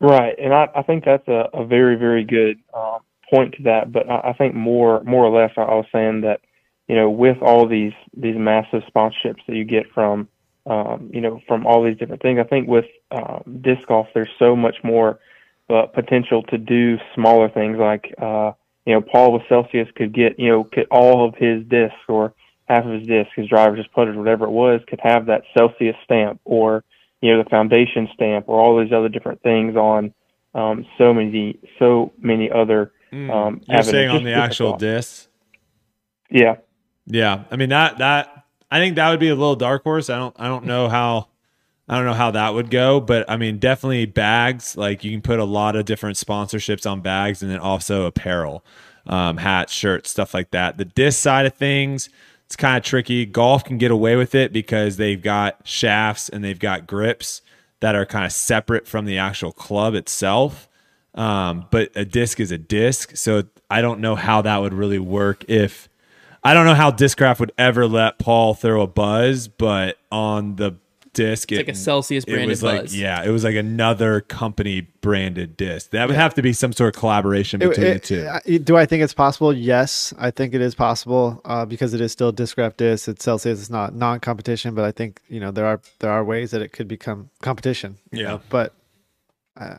Speaker 5: Right, and I, I think that's a, a very, very good um, point to that. But I, I think more, more or less, I, I was saying that you know, with all these these massive sponsorships that you get from um, you know from all these different things, I think with um, disc golf, there's so much more uh, potential to do smaller things like uh, you know Paul with Celsius could get you know could all of his discs or half of his discs, his drivers, his putters, whatever it was, could have that Celsius stamp or you know the foundation stamp or all these other different things on um, so many so many other um,
Speaker 2: You're
Speaker 5: avenues.
Speaker 2: saying on
Speaker 5: Just-
Speaker 2: the
Speaker 5: just
Speaker 2: actual
Speaker 5: thought.
Speaker 2: discs.
Speaker 5: yeah
Speaker 2: Yeah, I mean that that I think that would be a little dark horse. I don't I don't know how I don't know how that would go, but I mean definitely bags. Like you can put a lot of different sponsorships on bags, and then also apparel, um, hats, shirts, stuff like that. The disc side of things, it's kind of tricky. Golf can get away with it because they've got shafts and they've got grips that are kind of separate from the actual club itself. Um, but a disc is a disc, so I don't know how that would really work if. I don't know how Discraft would ever let Paul throw a buzz, but on the disc,
Speaker 1: It's like a Celsius
Speaker 2: it
Speaker 1: branded
Speaker 2: was like,
Speaker 1: buzz.
Speaker 2: Yeah, it was like another company branded disc. That would have to be some sort of collaboration
Speaker 4: It-
Speaker 2: between
Speaker 4: it-
Speaker 2: the two.
Speaker 4: I- do I think it's possible? Yes, I think it is possible uh, because it is still Discraft Disc. It's Celsius. It's not non-competition, but I think you know there are there are ways that it could become competition. you
Speaker 2: Yeah.
Speaker 4: know, but uh,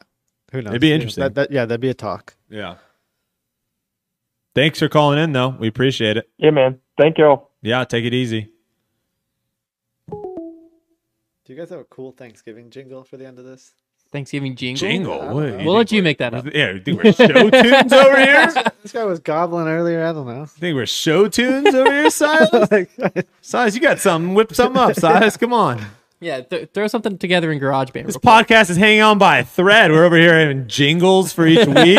Speaker 4: who knows?
Speaker 2: It'd be
Speaker 4: You know,
Speaker 2: interesting.
Speaker 4: That, that, yeah, that'd be a talk.
Speaker 2: yeah. Thanks for calling in, though. We appreciate it.
Speaker 5: yeah man thank y'all
Speaker 2: Yeah, take it easy.
Speaker 4: Do you guys have a cool Thanksgiving jingle for the end of this?
Speaker 1: Thanksgiving jingle.
Speaker 2: Jingle. What?
Speaker 1: We'll let you make that up.
Speaker 2: Yeah, you think we're show tunes over here?
Speaker 4: This guy was gobbling earlier. I don't know.
Speaker 2: think we're show tunes over here, Silas? Silas, you got something. Whip something up, Silas. Come on.
Speaker 1: Yeah, th- throw something together in GarageBand.
Speaker 2: This
Speaker 1: real quick.
Speaker 2: podcast is hanging on by a thread. We're over here having jingles for each week.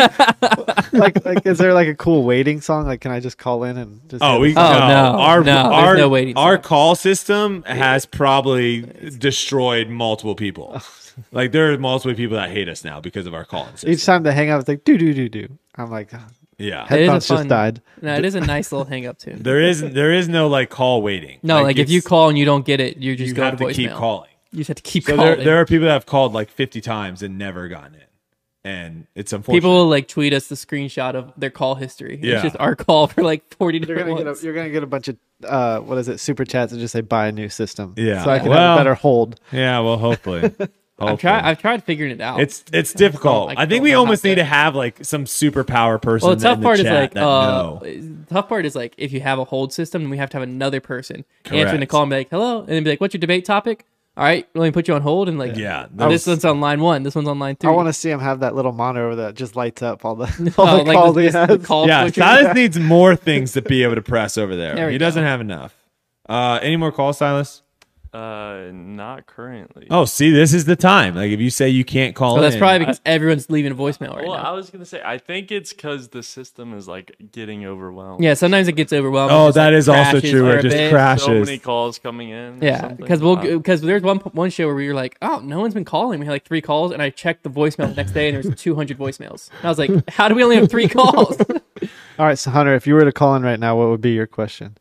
Speaker 4: like, like, is there like a cool waiting song? Like, can I just call in and just?
Speaker 2: Oh, we
Speaker 1: Oh, no.
Speaker 2: Our
Speaker 1: No, there's
Speaker 2: our,
Speaker 1: no waiting
Speaker 2: our
Speaker 1: time.
Speaker 2: call system has probably destroyed multiple people. like there are multiple people that hate us now because of our calling system.
Speaker 4: each time they hang out, it's like do do do do. I'm like, oh,
Speaker 2: yeah.
Speaker 1: It is a
Speaker 4: headphones
Speaker 1: fun-
Speaker 4: just died.
Speaker 1: No, it is a nice little hang up tune.
Speaker 2: There is there is no like call waiting.
Speaker 1: No, like, if
Speaker 2: it's-
Speaker 1: you call and you don't get it, you just
Speaker 2: you
Speaker 1: go to
Speaker 2: have to
Speaker 1: voicemail.
Speaker 2: keep calling.
Speaker 1: You just have to keep
Speaker 2: So there,
Speaker 1: calling.
Speaker 2: there are people that have called like 50 times and never gotten in. And it's unfortunate.
Speaker 1: people will like tweet us the screenshot of their call history.
Speaker 2: Yeah.
Speaker 1: It's just our call for like forty
Speaker 4: You're
Speaker 1: different
Speaker 4: gonna get a,
Speaker 1: ones.
Speaker 4: you're gonna get a bunch of uh, what is it? Super chats and just say buy a new system.
Speaker 2: Yeah.
Speaker 4: so I can
Speaker 2: Well-
Speaker 4: have a better hold.
Speaker 2: yeah, well, hopefully.
Speaker 1: I've tried. I've tried figuring it out.
Speaker 2: It's it's difficult.
Speaker 1: I
Speaker 2: I, think
Speaker 1: don't
Speaker 2: we
Speaker 1: know how
Speaker 2: almost
Speaker 1: to-
Speaker 2: need to have like some superpower person.
Speaker 1: well, the tough
Speaker 2: in
Speaker 1: part is
Speaker 2: chat
Speaker 1: like
Speaker 2: that
Speaker 1: uh,
Speaker 2: know.
Speaker 1: tough part is like if you have a hold system, then we have to have another person answering the
Speaker 2: Correct.
Speaker 1: call and be like, "Hello," and then be like, "What's your debate topic?" all right, let me put you on hold and like
Speaker 2: Yeah, that
Speaker 1: this one's on line one, this one's on line three.
Speaker 4: I want to see him have that little monitor over that just lights up all the,
Speaker 1: Oh,
Speaker 4: all the
Speaker 1: like
Speaker 4: calls
Speaker 1: the-
Speaker 4: he
Speaker 1: the
Speaker 4: has.
Speaker 1: call
Speaker 2: yeah,
Speaker 1: switcher.
Speaker 2: Silas needs more things to be able to press over there.
Speaker 1: There we
Speaker 2: he
Speaker 1: go.
Speaker 2: doesn't have enough. Uh, any more calls, Silas?
Speaker 3: Uh, not currently.
Speaker 2: Oh, see, this is the time. Like if you say you can't call,
Speaker 1: Well, Oh, that's
Speaker 2: in-
Speaker 1: probably because everyone's leaving a voicemail right
Speaker 3: well,
Speaker 1: now.
Speaker 3: I was gonna say I think it's because the system is like getting overwhelmed.
Speaker 1: yeah, sometimes it gets overwhelming.
Speaker 2: Oh,
Speaker 1: Just, like,
Speaker 2: that is also
Speaker 1: crashes
Speaker 2: true.
Speaker 1: for
Speaker 2: It
Speaker 1: a
Speaker 2: just
Speaker 1: bit.
Speaker 2: crashes.
Speaker 3: So many calls coming in. or
Speaker 1: Yeah,
Speaker 3: something.
Speaker 1: because we'll
Speaker 3: Uh,
Speaker 1: because there's one one show where we were like, oh, no one's been calling. We had like three calls, and I checked the voicemail the next day, and there was 200 voicemails. And I was like, how do we only have three calls?
Speaker 4: All right, so Hunter, if you were to call in right now, what would be your question?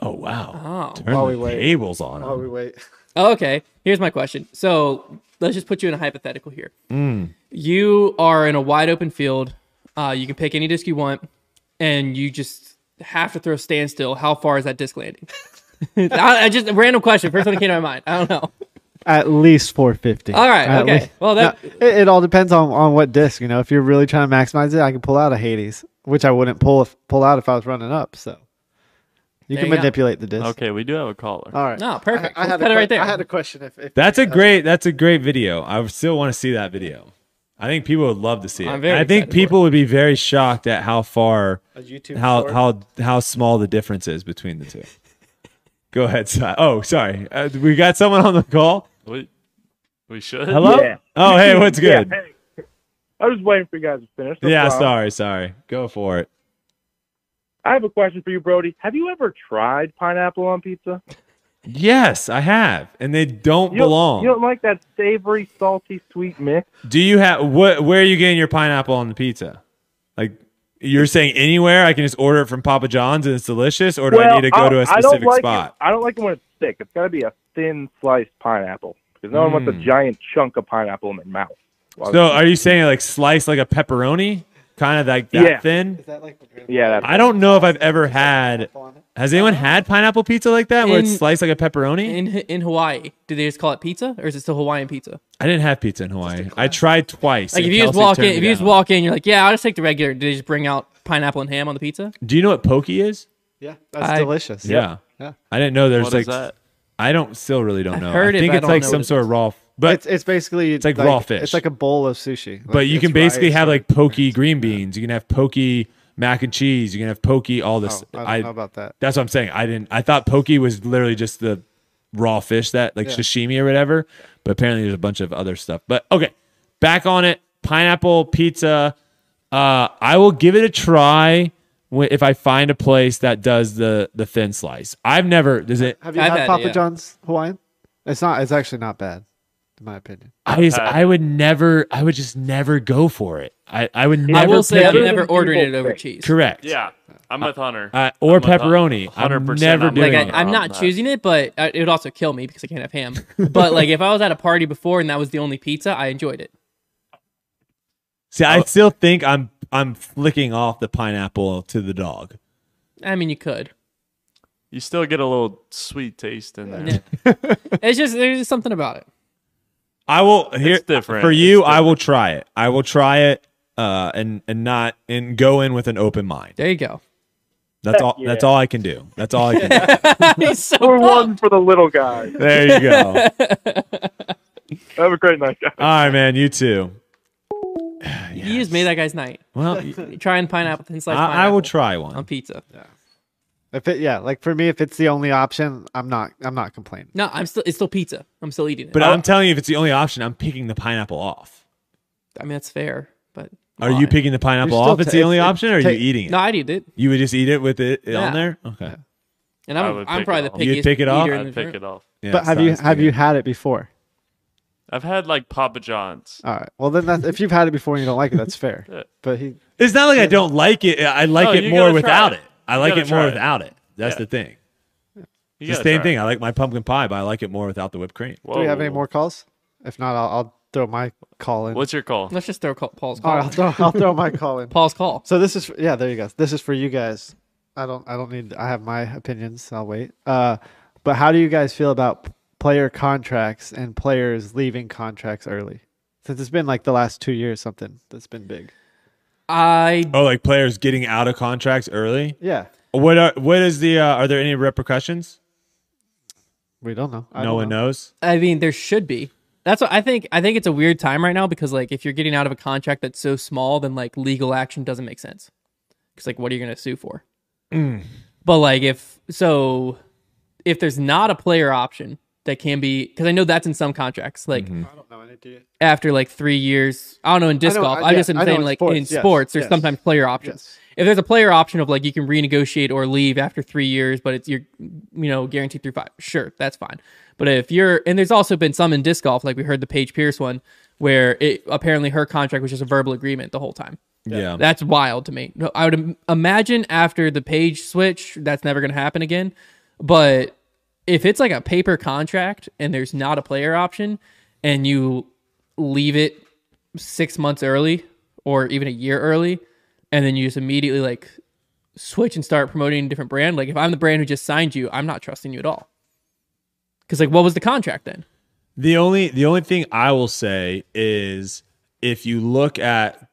Speaker 2: oh wow,
Speaker 1: oh,
Speaker 2: turn
Speaker 4: While
Speaker 2: the
Speaker 4: we wait.
Speaker 2: tables on
Speaker 4: Oh,
Speaker 2: him.
Speaker 4: we wait.
Speaker 1: okay. Here's my question. So let's just put you in a hypothetical here.
Speaker 4: Hmm.
Speaker 1: You are in a wide open field. Uh, you can pick any disc you want, and you just have to throw standstill. How far is that disc landing? I, I just a random question. First one that came to my mind. I don't know.
Speaker 4: At least 450.
Speaker 1: All right,
Speaker 4: At
Speaker 1: okay. Well, that-
Speaker 4: No, it, it all depends on, on what disc. You know, if you're really trying to maximize it, I can pull out a Hades, which I wouldn't pull if, pull out if I was running up. So
Speaker 1: There
Speaker 4: you can
Speaker 1: you go.
Speaker 4: manipulate the disc.
Speaker 3: okay, we do have a caller.
Speaker 2: Uh,
Speaker 4: All right.
Speaker 1: No, perfect.
Speaker 4: I, I had
Speaker 1: Let's cut
Speaker 4: a
Speaker 1: it
Speaker 4: que-
Speaker 1: right there.
Speaker 4: I had a question. If, if
Speaker 2: That's a great. That's a great video. I still want to see that video. I think people would love to see it.
Speaker 1: I'm very
Speaker 2: I think
Speaker 1: excited for
Speaker 2: people would be very shocked at how far,
Speaker 4: a YouTube
Speaker 2: how
Speaker 4: short-
Speaker 2: how how small the difference is between the two. Go ahead, Si. Oh, sorry, uh, we got someone on the call.
Speaker 3: We we should.
Speaker 2: Hello.
Speaker 6: Yeah.
Speaker 2: Oh, hey, what's
Speaker 6: Yeah,
Speaker 2: good? Yeah,
Speaker 6: hey. I was waiting for you guys to finish. No problem.
Speaker 2: sorry, sorry. Go for it.
Speaker 6: I have a question for you, Brody. Have you ever tried pineapple on pizza?
Speaker 2: Yes, I have, and they don't
Speaker 6: You don't-
Speaker 2: belong.
Speaker 6: You don't like that savory, salty, sweet mix?
Speaker 2: Do you have what? Where are you getting your pineapple on the pizza? Like you're saying, anywhere I can just order it from Papa John's and it's delicious, or do I
Speaker 6: Well,
Speaker 2: need to go to a
Speaker 6: I don't
Speaker 2: specific
Speaker 6: like
Speaker 2: spot?
Speaker 6: It, I don't like it when it's thick. It's got to be a thin sliced pineapple because no one
Speaker 2: Hmm.
Speaker 6: wants a giant chunk of pineapple in their mouth. Well,
Speaker 2: So are you saying like slice like a pepperoni, kind of like that
Speaker 6: Yeah.
Speaker 2: thin?
Speaker 4: Is that like
Speaker 6: yeah, that's
Speaker 2: I don't know if I've ever had. Has anyone had pineapple pizza like that, where it's
Speaker 1: Oh. In-
Speaker 2: sliced like a pepperoni?
Speaker 1: in in Hawaii, do they just call it pizza, or is it still Hawaiian pizza?
Speaker 2: I didn't have pizza in Hawaii. I tried twice.
Speaker 1: Like
Speaker 2: and
Speaker 1: if you just
Speaker 2: Kelsey
Speaker 1: walk in,
Speaker 2: turned
Speaker 1: if
Speaker 2: me
Speaker 1: you just
Speaker 2: down.
Speaker 1: walk in, you're like, yeah, I'll just take the regular. Do they just bring out pineapple and ham on the pizza?
Speaker 2: Do you know what pokey is?
Speaker 4: Yeah, that's
Speaker 1: I-
Speaker 4: delicious.
Speaker 2: Yeah.
Speaker 4: Yeah.
Speaker 2: I didn't know there's
Speaker 3: What
Speaker 2: like
Speaker 3: is that?
Speaker 2: I don't still really don't know.
Speaker 1: heard
Speaker 2: I
Speaker 1: it,
Speaker 2: think
Speaker 1: but I
Speaker 2: it's
Speaker 1: don't
Speaker 2: like
Speaker 1: know
Speaker 2: some
Speaker 1: what it
Speaker 2: sort of raw but
Speaker 4: It's it's basically it's
Speaker 2: like raw fish.
Speaker 4: It's like a bowl of sushi. Like,
Speaker 2: but you
Speaker 4: it's
Speaker 2: can basically
Speaker 4: rice.
Speaker 2: have like pokey green beans. You can have pokey mac and cheese. You can have pokey all
Speaker 4: Oh,
Speaker 2: this.
Speaker 4: I don't know about that.
Speaker 2: That's what I'm saying. I didn't. I thought pokey was literally just the raw fish that like sashimi or whatever. But apparently there's a bunch of other stuff. But okay, back on it. Pineapple pizza. Uh, I will give it a try when, if I find a place that does the the thin slice. I've never. Does it?
Speaker 4: Have you
Speaker 1: I've
Speaker 4: had,
Speaker 1: had it,
Speaker 4: Papa
Speaker 1: yeah.
Speaker 4: John's Hawaiian? It's not. It's actually not bad, in my opinion.
Speaker 2: I just.
Speaker 1: Uh,
Speaker 3: had-
Speaker 2: I would never. I would just never go for it. I. I would never.
Speaker 1: I will say
Speaker 2: pick
Speaker 1: I've
Speaker 2: it.
Speaker 1: never ordered it
Speaker 6: people
Speaker 1: over
Speaker 6: think.
Speaker 1: cheese.
Speaker 2: Correct.
Speaker 3: Yeah, I'm with Hunter.
Speaker 2: Uh, or
Speaker 3: I'm with Hun-
Speaker 2: pepperoni. I'm
Speaker 3: 100%
Speaker 2: never
Speaker 3: I'm with
Speaker 1: Like
Speaker 2: doing Yeah.
Speaker 1: I,
Speaker 2: it.
Speaker 3: Hunter
Speaker 1: I'm
Speaker 3: on
Speaker 1: not
Speaker 3: that.
Speaker 1: choosing it, but uh, it would also kill me because I can't have ham. But like if I was at a party before and that was the only pizza, I enjoyed it.
Speaker 2: See,
Speaker 1: Oh.
Speaker 2: I still think I'm. I'm flicking off the pineapple to the dog.
Speaker 1: I mean, you could.
Speaker 3: You still get a little sweet taste in there.
Speaker 1: Yeah. It's just there's just something about it.
Speaker 2: I will here
Speaker 3: different.
Speaker 2: for
Speaker 3: It's
Speaker 2: you. I will try it. I will try it uh, and and not and go in with an open mind.
Speaker 1: There you go.
Speaker 2: That's all. That's all I can do. That's all I can. do.
Speaker 1: He's so
Speaker 6: Number
Speaker 1: pumped.
Speaker 6: one for the little guy.
Speaker 2: There you go. All
Speaker 6: Have a great night, guys.
Speaker 2: right, man. You too.
Speaker 1: You just made that guy's night.
Speaker 2: Well,
Speaker 1: Trying pineapple thin sliced pineapple
Speaker 2: I, I will try one.
Speaker 1: on pizza.
Speaker 4: If it, yeah, like for me, if it's the only option, I'm not. I'm not complaining.
Speaker 1: No, I'm still it's still pizza. I'm still eating it.
Speaker 2: But I'm telling you, if it's the only option, I'm picking the pineapple off.
Speaker 1: I mean that's fair. But
Speaker 2: Are you picking the pineapple
Speaker 4: You're still
Speaker 2: off? It's
Speaker 4: ta-
Speaker 2: the only
Speaker 4: it's-
Speaker 2: option, or are you
Speaker 4: take-
Speaker 2: eating it?
Speaker 1: No, I'd eat it,
Speaker 2: You would just eat it with it
Speaker 1: Yeah.
Speaker 2: on there. Okay.
Speaker 1: and
Speaker 3: I
Speaker 1: I'm
Speaker 3: would
Speaker 1: I'm
Speaker 3: pick
Speaker 1: probably
Speaker 3: it
Speaker 1: the
Speaker 3: off.
Speaker 1: pickiest.
Speaker 2: You'd pick it off?
Speaker 1: eater in
Speaker 3: I'd
Speaker 1: the
Speaker 3: pick
Speaker 1: room.
Speaker 3: it off.
Speaker 2: Yeah,
Speaker 4: but have you
Speaker 2: Steins
Speaker 4: have
Speaker 2: eating
Speaker 4: you
Speaker 2: it.
Speaker 4: had it before?
Speaker 3: I've had like Papa John's.
Speaker 4: All right. Well, then that's, if you've had it before and you don't like it, that's fair.
Speaker 3: Yeah.
Speaker 4: But he
Speaker 2: It's not like I don't like it. I like
Speaker 3: No,
Speaker 2: it
Speaker 3: you
Speaker 2: more
Speaker 3: gotta try
Speaker 2: without
Speaker 3: it.
Speaker 2: it. I
Speaker 3: You
Speaker 2: like
Speaker 3: gotta
Speaker 2: it more
Speaker 3: try it.
Speaker 2: without it. That's
Speaker 3: Yeah.
Speaker 2: the thing.
Speaker 3: You
Speaker 2: It's the
Speaker 3: gotta
Speaker 2: same
Speaker 3: try it.
Speaker 2: thing. I like my pumpkin pie, but I like it more without the whipped cream.
Speaker 3: Whoa.
Speaker 4: do we have any more calls? If not, I'll, I'll throw my call in.
Speaker 3: What's your call?
Speaker 1: Let's just throw call, Paul's
Speaker 4: All
Speaker 1: call.
Speaker 4: right, I'll throw, I'll throw my call in.
Speaker 1: Paul's call.
Speaker 4: So this is yeah, there you go. This is for you guys. I don't I don't need I have my opinions. I'll wait. Uh, but how do you guys feel about p- player contracts and players leaving contracts early? Since it's been like the last two years, something that's been big.
Speaker 1: I
Speaker 2: Oh, like players getting out of contracts early.
Speaker 4: Yeah,
Speaker 2: What are what is the? Uh, are there any repercussions?
Speaker 4: We don't know. I
Speaker 2: no
Speaker 4: don't
Speaker 2: one
Speaker 4: know.
Speaker 2: knows.
Speaker 1: I mean, there should be. That's what I think. I think it's a weird time right now because like if you're getting out of a contract that's so small, then like legal action doesn't make sense. Because like, what are you going to sue for?
Speaker 4: Mm.
Speaker 1: But like if so, if there's not a player option that can be, because I know that's in some contracts. Like
Speaker 4: I don't know. I need to get-
Speaker 1: after like three years, I don't know in disc
Speaker 4: Mm-hmm. I know,
Speaker 1: golf.
Speaker 4: I-
Speaker 1: I, just
Speaker 4: yeah,
Speaker 1: am
Speaker 4: I know
Speaker 1: saying
Speaker 4: in
Speaker 1: like
Speaker 4: sports,
Speaker 1: in
Speaker 4: yes,
Speaker 1: sports, there's
Speaker 4: yes.
Speaker 1: sometimes player options.
Speaker 4: Yes.
Speaker 1: If there's a player option of like you can renegotiate or leave after three years, but it's you're you know guaranteed through five. Sure, that's fine. But if you're and there's also been some in disc golf, like we heard the Paige Pierce one, where it apparently her contract was just a verbal agreement the whole time.
Speaker 2: Yeah.
Speaker 1: That's wild to me. No, I would im- imagine after the page switch, that's never going to happen again. But if it's like a paper contract and there's not a player option and you leave it six months early or even a year early, and then you just immediately like switch and start promoting a different brand, like if I'm the brand who just signed you, I'm not trusting you at all. Because, like, what was the contract then?
Speaker 2: The only the only thing I will say is if you look at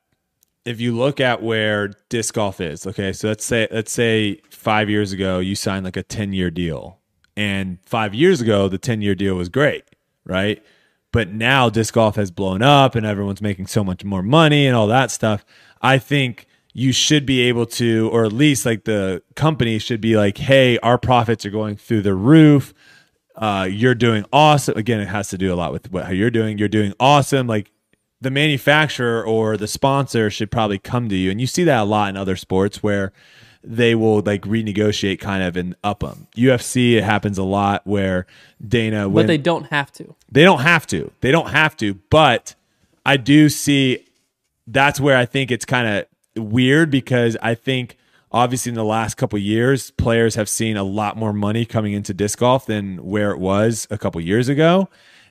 Speaker 2: if you look at where disc golf is, okay, so let's say let's say five years ago you signed like a ten year deal, and five years ago the ten year deal was great, right? But now disc golf has blown up and everyone's making so much more money and all that stuff. I think you should be able to, or at least like the company should be like, hey, our profits are going through the roof uh, you're doing awesome. Again, it has to do a lot with what how you're doing. You're doing awesome. Like the manufacturer or the sponsor should probably come to you, and you see that a lot in other sports where they will like renegotiate kind of and up them. UFC it happens a lot where Dana
Speaker 1: But
Speaker 2: when,
Speaker 1: they don't have to.
Speaker 2: they don't have to. They don't have to. But I do see that's where I think it's kind of weird because I think obviously in the last couple of years, players have seen a lot more money coming into disc golf than where it was a couple of years ago.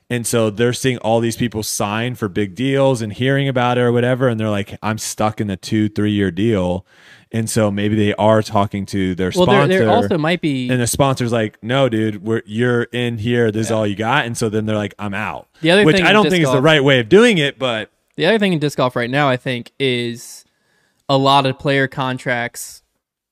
Speaker 2: And so they're seeing all these people sign for big deals and hearing about it or whatever. And they're like, I'm stuck in a two, three year deal. And so maybe they are talking to their
Speaker 1: Well, there,
Speaker 2: sponsor
Speaker 1: there also might be.
Speaker 2: and the sponsor's like, "No, dude, we're you're in here. This is all you got." And so then they're like, "I'm out."
Speaker 1: The other
Speaker 2: which
Speaker 1: thing
Speaker 2: I
Speaker 1: with
Speaker 2: don't
Speaker 1: disc
Speaker 2: think is the
Speaker 1: golf-
Speaker 2: right way of doing it, but
Speaker 1: The other thing in disc golf right now, I think, is a lot of player contracts.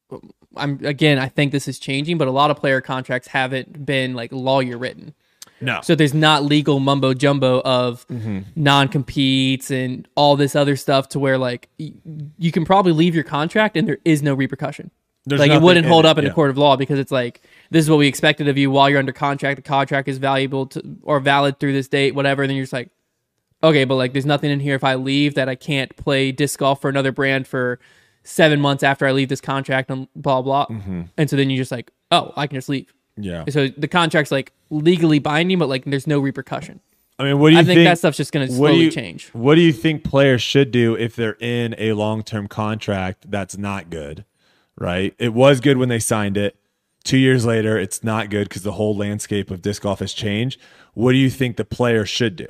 Speaker 1: Um, I'm again, I think this is changing, but a lot of player contracts haven't been like lawyer written.
Speaker 2: no.
Speaker 1: So there's not legal mumbo jumbo of
Speaker 2: Mm-hmm.
Speaker 1: non competes and all this other stuff to where like y- you can probably leave your contract and there is no repercussion.
Speaker 2: There's
Speaker 1: like it
Speaker 2: nothing
Speaker 1: wouldn't
Speaker 2: in
Speaker 1: hold
Speaker 2: it,
Speaker 1: up in
Speaker 2: yeah.
Speaker 1: a court of law because it's like this is what we expected of you while you're under contract. The contract is valuable to or valid through this date, whatever. And then you're just like, okay, but like there's nothing in here if I leave that I can't play disc golf for another brand for seven months after I leave this contract and blah blah.
Speaker 2: Mm-hmm.
Speaker 1: And so then you're just like, oh, I can just leave.
Speaker 2: yeah.
Speaker 1: So the contract's like legally binding, but like there's no repercussion.
Speaker 2: I mean, what do you
Speaker 1: I think, that stuff's just going to
Speaker 2: what do
Speaker 1: slowly
Speaker 2: you-
Speaker 1: change.
Speaker 2: What do you think players should do if they're in a long-term contract that's not good? Right? It was good when they signed it. 2 years later, it's not good cuz the whole landscape of disc golf has changed. What do you think the player should do?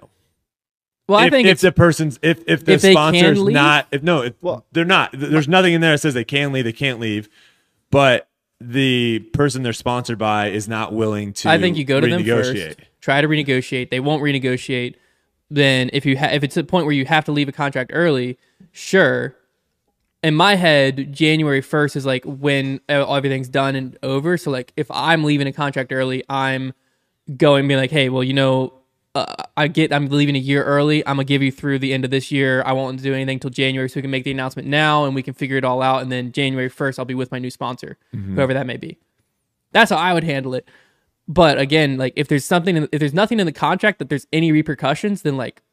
Speaker 1: Well,
Speaker 2: if,
Speaker 1: I think
Speaker 2: if
Speaker 1: it's
Speaker 2: the person's if if the
Speaker 1: If they can
Speaker 2: sponsor's
Speaker 1: leave?
Speaker 2: not if no if
Speaker 4: Well-
Speaker 2: they're not Th- there's nothing in there that says they can leave they can't leave but the person they're sponsored by is not willing to
Speaker 1: I think you go to them
Speaker 2: renegotiate.
Speaker 1: first, try to renegotiate. They won't renegotiate. Then if you ha- if it's a point where you have to leave a contract early, sure. In my head, January first is like when uh, everything's done and over. So like if I'm leaving a contract early, I'm going be like, hey, well you know. Uh, I get. I'm leaving a year early. I'm gonna give you through the end of this year. I won't do anything till January, so we can make the announcement now, and we can figure it all out. And then January first, I'll be with my new sponsor,
Speaker 2: Mm-hmm.
Speaker 1: whoever that may be. That's how I would handle it. But again, like if there's something, in, if there's nothing in the contract that there's any repercussions, then like,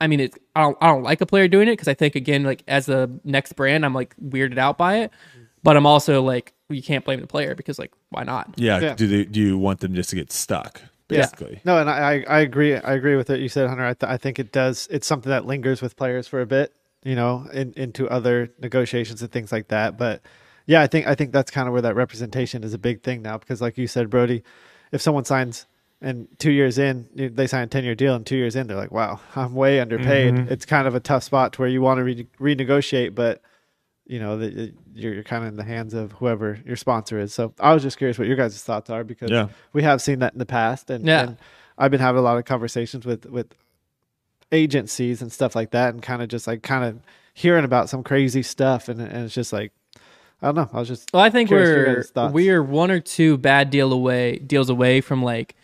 Speaker 1: I mean, it's I don't I don't like a player doing it because I think again, like as the next brand, I'm like weirded out by it. But I'm also like, you can't blame the player because like, why not?
Speaker 2: yeah,
Speaker 4: Yeah.
Speaker 2: do they, do you want them just to get stuck basically
Speaker 4: No, and I, I I agree. I agree with what you said, Hunter. I, th- I think it does. It's something that lingers with players for a bit, you know, in, into other negotiations and things like that. But yeah, I think I think that's kind of where that representation is a big thing now, because like you said, Brody, if someone signs and two years in you- they sign a 10 year deal and two years in they're like wow i'm way underpaid it's kind of a tough spot to where you want to re- renegotiate but you know the, the- you're, you're kind of in the hands of whoever your sponsor is so i was just curious what your guys' thoughts are because
Speaker 2: Yeah.
Speaker 4: we have seen that in the past and,
Speaker 1: Yeah.
Speaker 4: and i've been having a lot of conversations with with agencies and stuff like that and kind of just like kind of hearing about some crazy stuff and, and it's just like i don't know i was just
Speaker 1: Well, I think
Speaker 4: Curious your guys'
Speaker 1: we're
Speaker 4: thoughts.
Speaker 1: we're one or two bad deal away deals away from like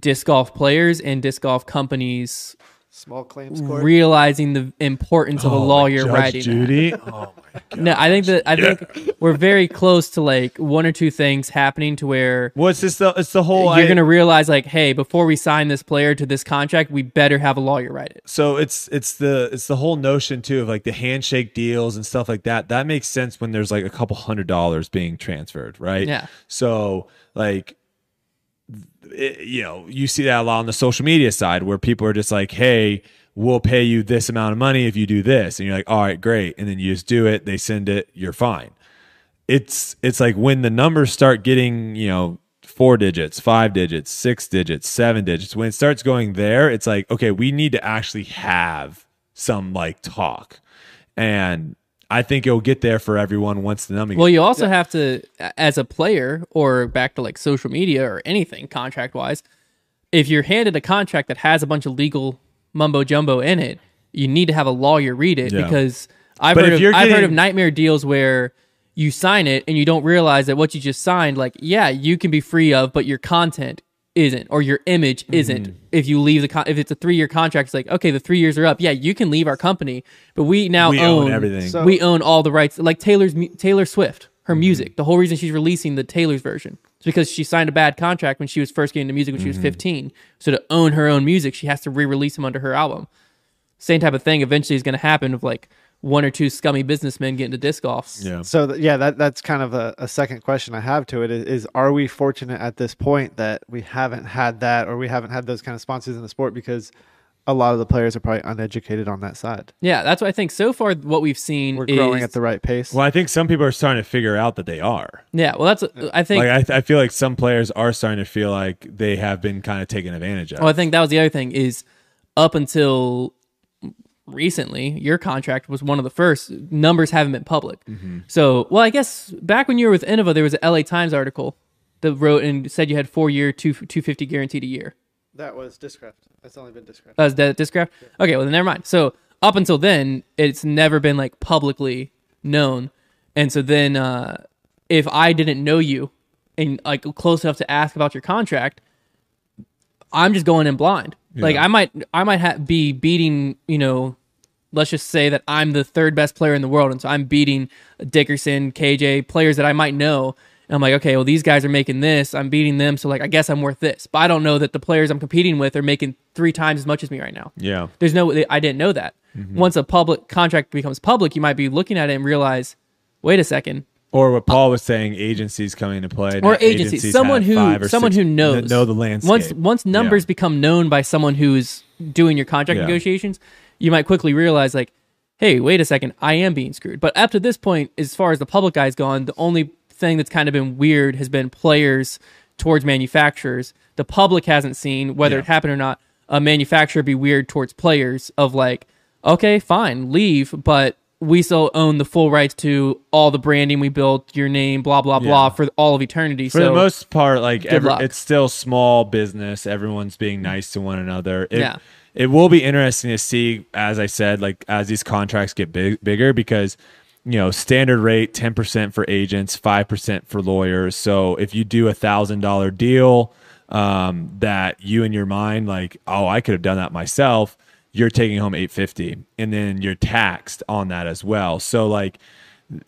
Speaker 1: disc golf players and disc golf companies
Speaker 4: Small claims court.
Speaker 1: realizing the importance of a
Speaker 4: Oh,
Speaker 1: lawyer
Speaker 2: Oh, Judge
Speaker 1: writing that.
Speaker 2: Judy. Oh my god.
Speaker 1: No, I think that I think we're very close to like one or two things happening to where
Speaker 2: What's this? The, it's the whole.
Speaker 1: you're
Speaker 2: I-
Speaker 1: going to realize like, hey, before we sign this player to this contract, we better have a lawyer write it.
Speaker 2: so it's it's the it's the whole notion too of like the handshake deals and stuff like that that makes sense when there's like a couple hundred dollars being transferred right
Speaker 1: Yeah.
Speaker 2: so like it, you know you see that a lot on the social media side where people are just like hey we'll pay you this amount of money if you do this and you're like all right great and then you just do it they send it you're fine it's it's like when the numbers start getting you know four digits five digits six digits seven digits when it starts going there it's like okay we need to actually have some like talk and i think it'll get there for everyone once the number
Speaker 1: Well, you also have to, as a player or back to like social media or anything contract wise, if you're handed a contract that has a bunch of legal mumbo jumbo in it, you need to have a lawyer read it
Speaker 2: Yeah.
Speaker 1: because I've
Speaker 2: But
Speaker 1: heard
Speaker 2: if
Speaker 1: of,
Speaker 2: you're
Speaker 1: I've heard of
Speaker 2: getting-
Speaker 1: nightmare deals where you sign it and you don't realize that what you just signed, like yeah, you can be free of, but your content isn't or your image
Speaker 2: Mm-hmm.
Speaker 1: isn't if you leave the con- if it's a three year contract it's like okay the three years are up yeah you can leave our company but we now
Speaker 2: We own everything.
Speaker 4: So-
Speaker 1: we own all the rights. Like Taylor's mu- Taylor Swift, her
Speaker 4: Mm-hmm.
Speaker 1: music. The whole reason she's releasing the Taylor's version is because she signed a bad contract when she was first getting into music when
Speaker 4: Mm-hmm.
Speaker 1: she was 15. So to own her own music, she has to re-release them under her album. Same type of thing eventually is going to happen of like one or two scummy businessmen getting into disc golfs.
Speaker 2: yeah
Speaker 4: So th- yeah, that that's kind of a, a second question I have to it is, is are we fortunate at this point that we haven't had that or we haven't had those kind of sponsors in the sport because a lot of the players are probably uneducated on that side.
Speaker 1: Yeah, that's what I think. So far, what we've seen
Speaker 4: We're
Speaker 1: is
Speaker 4: growing at the right pace.
Speaker 2: well i think some people are starting to figure out that they are
Speaker 1: yeah. Well, that's I think.
Speaker 2: like I, th- I feel like some players are starting to feel like they have been kind of taken advantage of
Speaker 1: Well, I think that was the other thing is up until recently, your contract was one of the first. Numbers haven't been public. So, well, I guess back when you were with Innova, there was an LA Times article that wrote and said you had four year, two two fifty guaranteed a year.
Speaker 4: that was discraft. That's only been discraft.
Speaker 1: That was that discraft. Okay, well then never mind. So up until then, it's never been like publicly known, and so then uh, if I didn't know you and like close enough to ask about your contract, I'm just going in blind. Like I might I might ha- be beating you know. Let's just say that I'm the third best player in the world, and so I'm beating Dickerson, KJ, players that I might know. And I'm like, okay, well, these guys are making this. I'm beating them, so like, I guess I'm worth this. But I don't know that the players I'm competing with are making three times as much as me right now.
Speaker 2: yeah
Speaker 1: There's no, I didn't know that. Once a public contract becomes public, you might be looking at it and realize, wait a second,
Speaker 2: Or what Paul was saying, agencies coming into play.
Speaker 1: or
Speaker 2: Now
Speaker 1: agency,
Speaker 2: agencies
Speaker 1: someone
Speaker 2: have five
Speaker 1: who
Speaker 2: or
Speaker 1: someone
Speaker 2: six
Speaker 1: who knows
Speaker 2: that know the landscape.
Speaker 1: Once once
Speaker 2: Yeah.
Speaker 1: numbers become known by someone who's doing your contract
Speaker 2: Yeah.
Speaker 1: negotiations, you might quickly realize like, hey, wait a second, I am being screwed. But up to this point, as far as the public eye's gone, the only thing that's kind of been weird has been players towards manufacturers. The public hasn't seen whether it happened or not. A manufacturer be weird towards players of like, okay, fine, leave, but we still own the full rights to all the branding we built, your name, blah blah blah, for all of eternity.
Speaker 2: for
Speaker 1: so
Speaker 2: the most part, like every,
Speaker 1: luck. Mm.
Speaker 2: it's still small business. Everyone's being nice to one another. It,
Speaker 1: Yeah.
Speaker 2: it will be interesting to see, as I said, like as these contracts get big, bigger because you know standard rate ten percent for agents, five percent for lawyers. So if you do a thousand dollar deal um, that you in your mind like, oh, I could have done that myself. You're taking home eight fifty, and then you're taxed on that as well. So like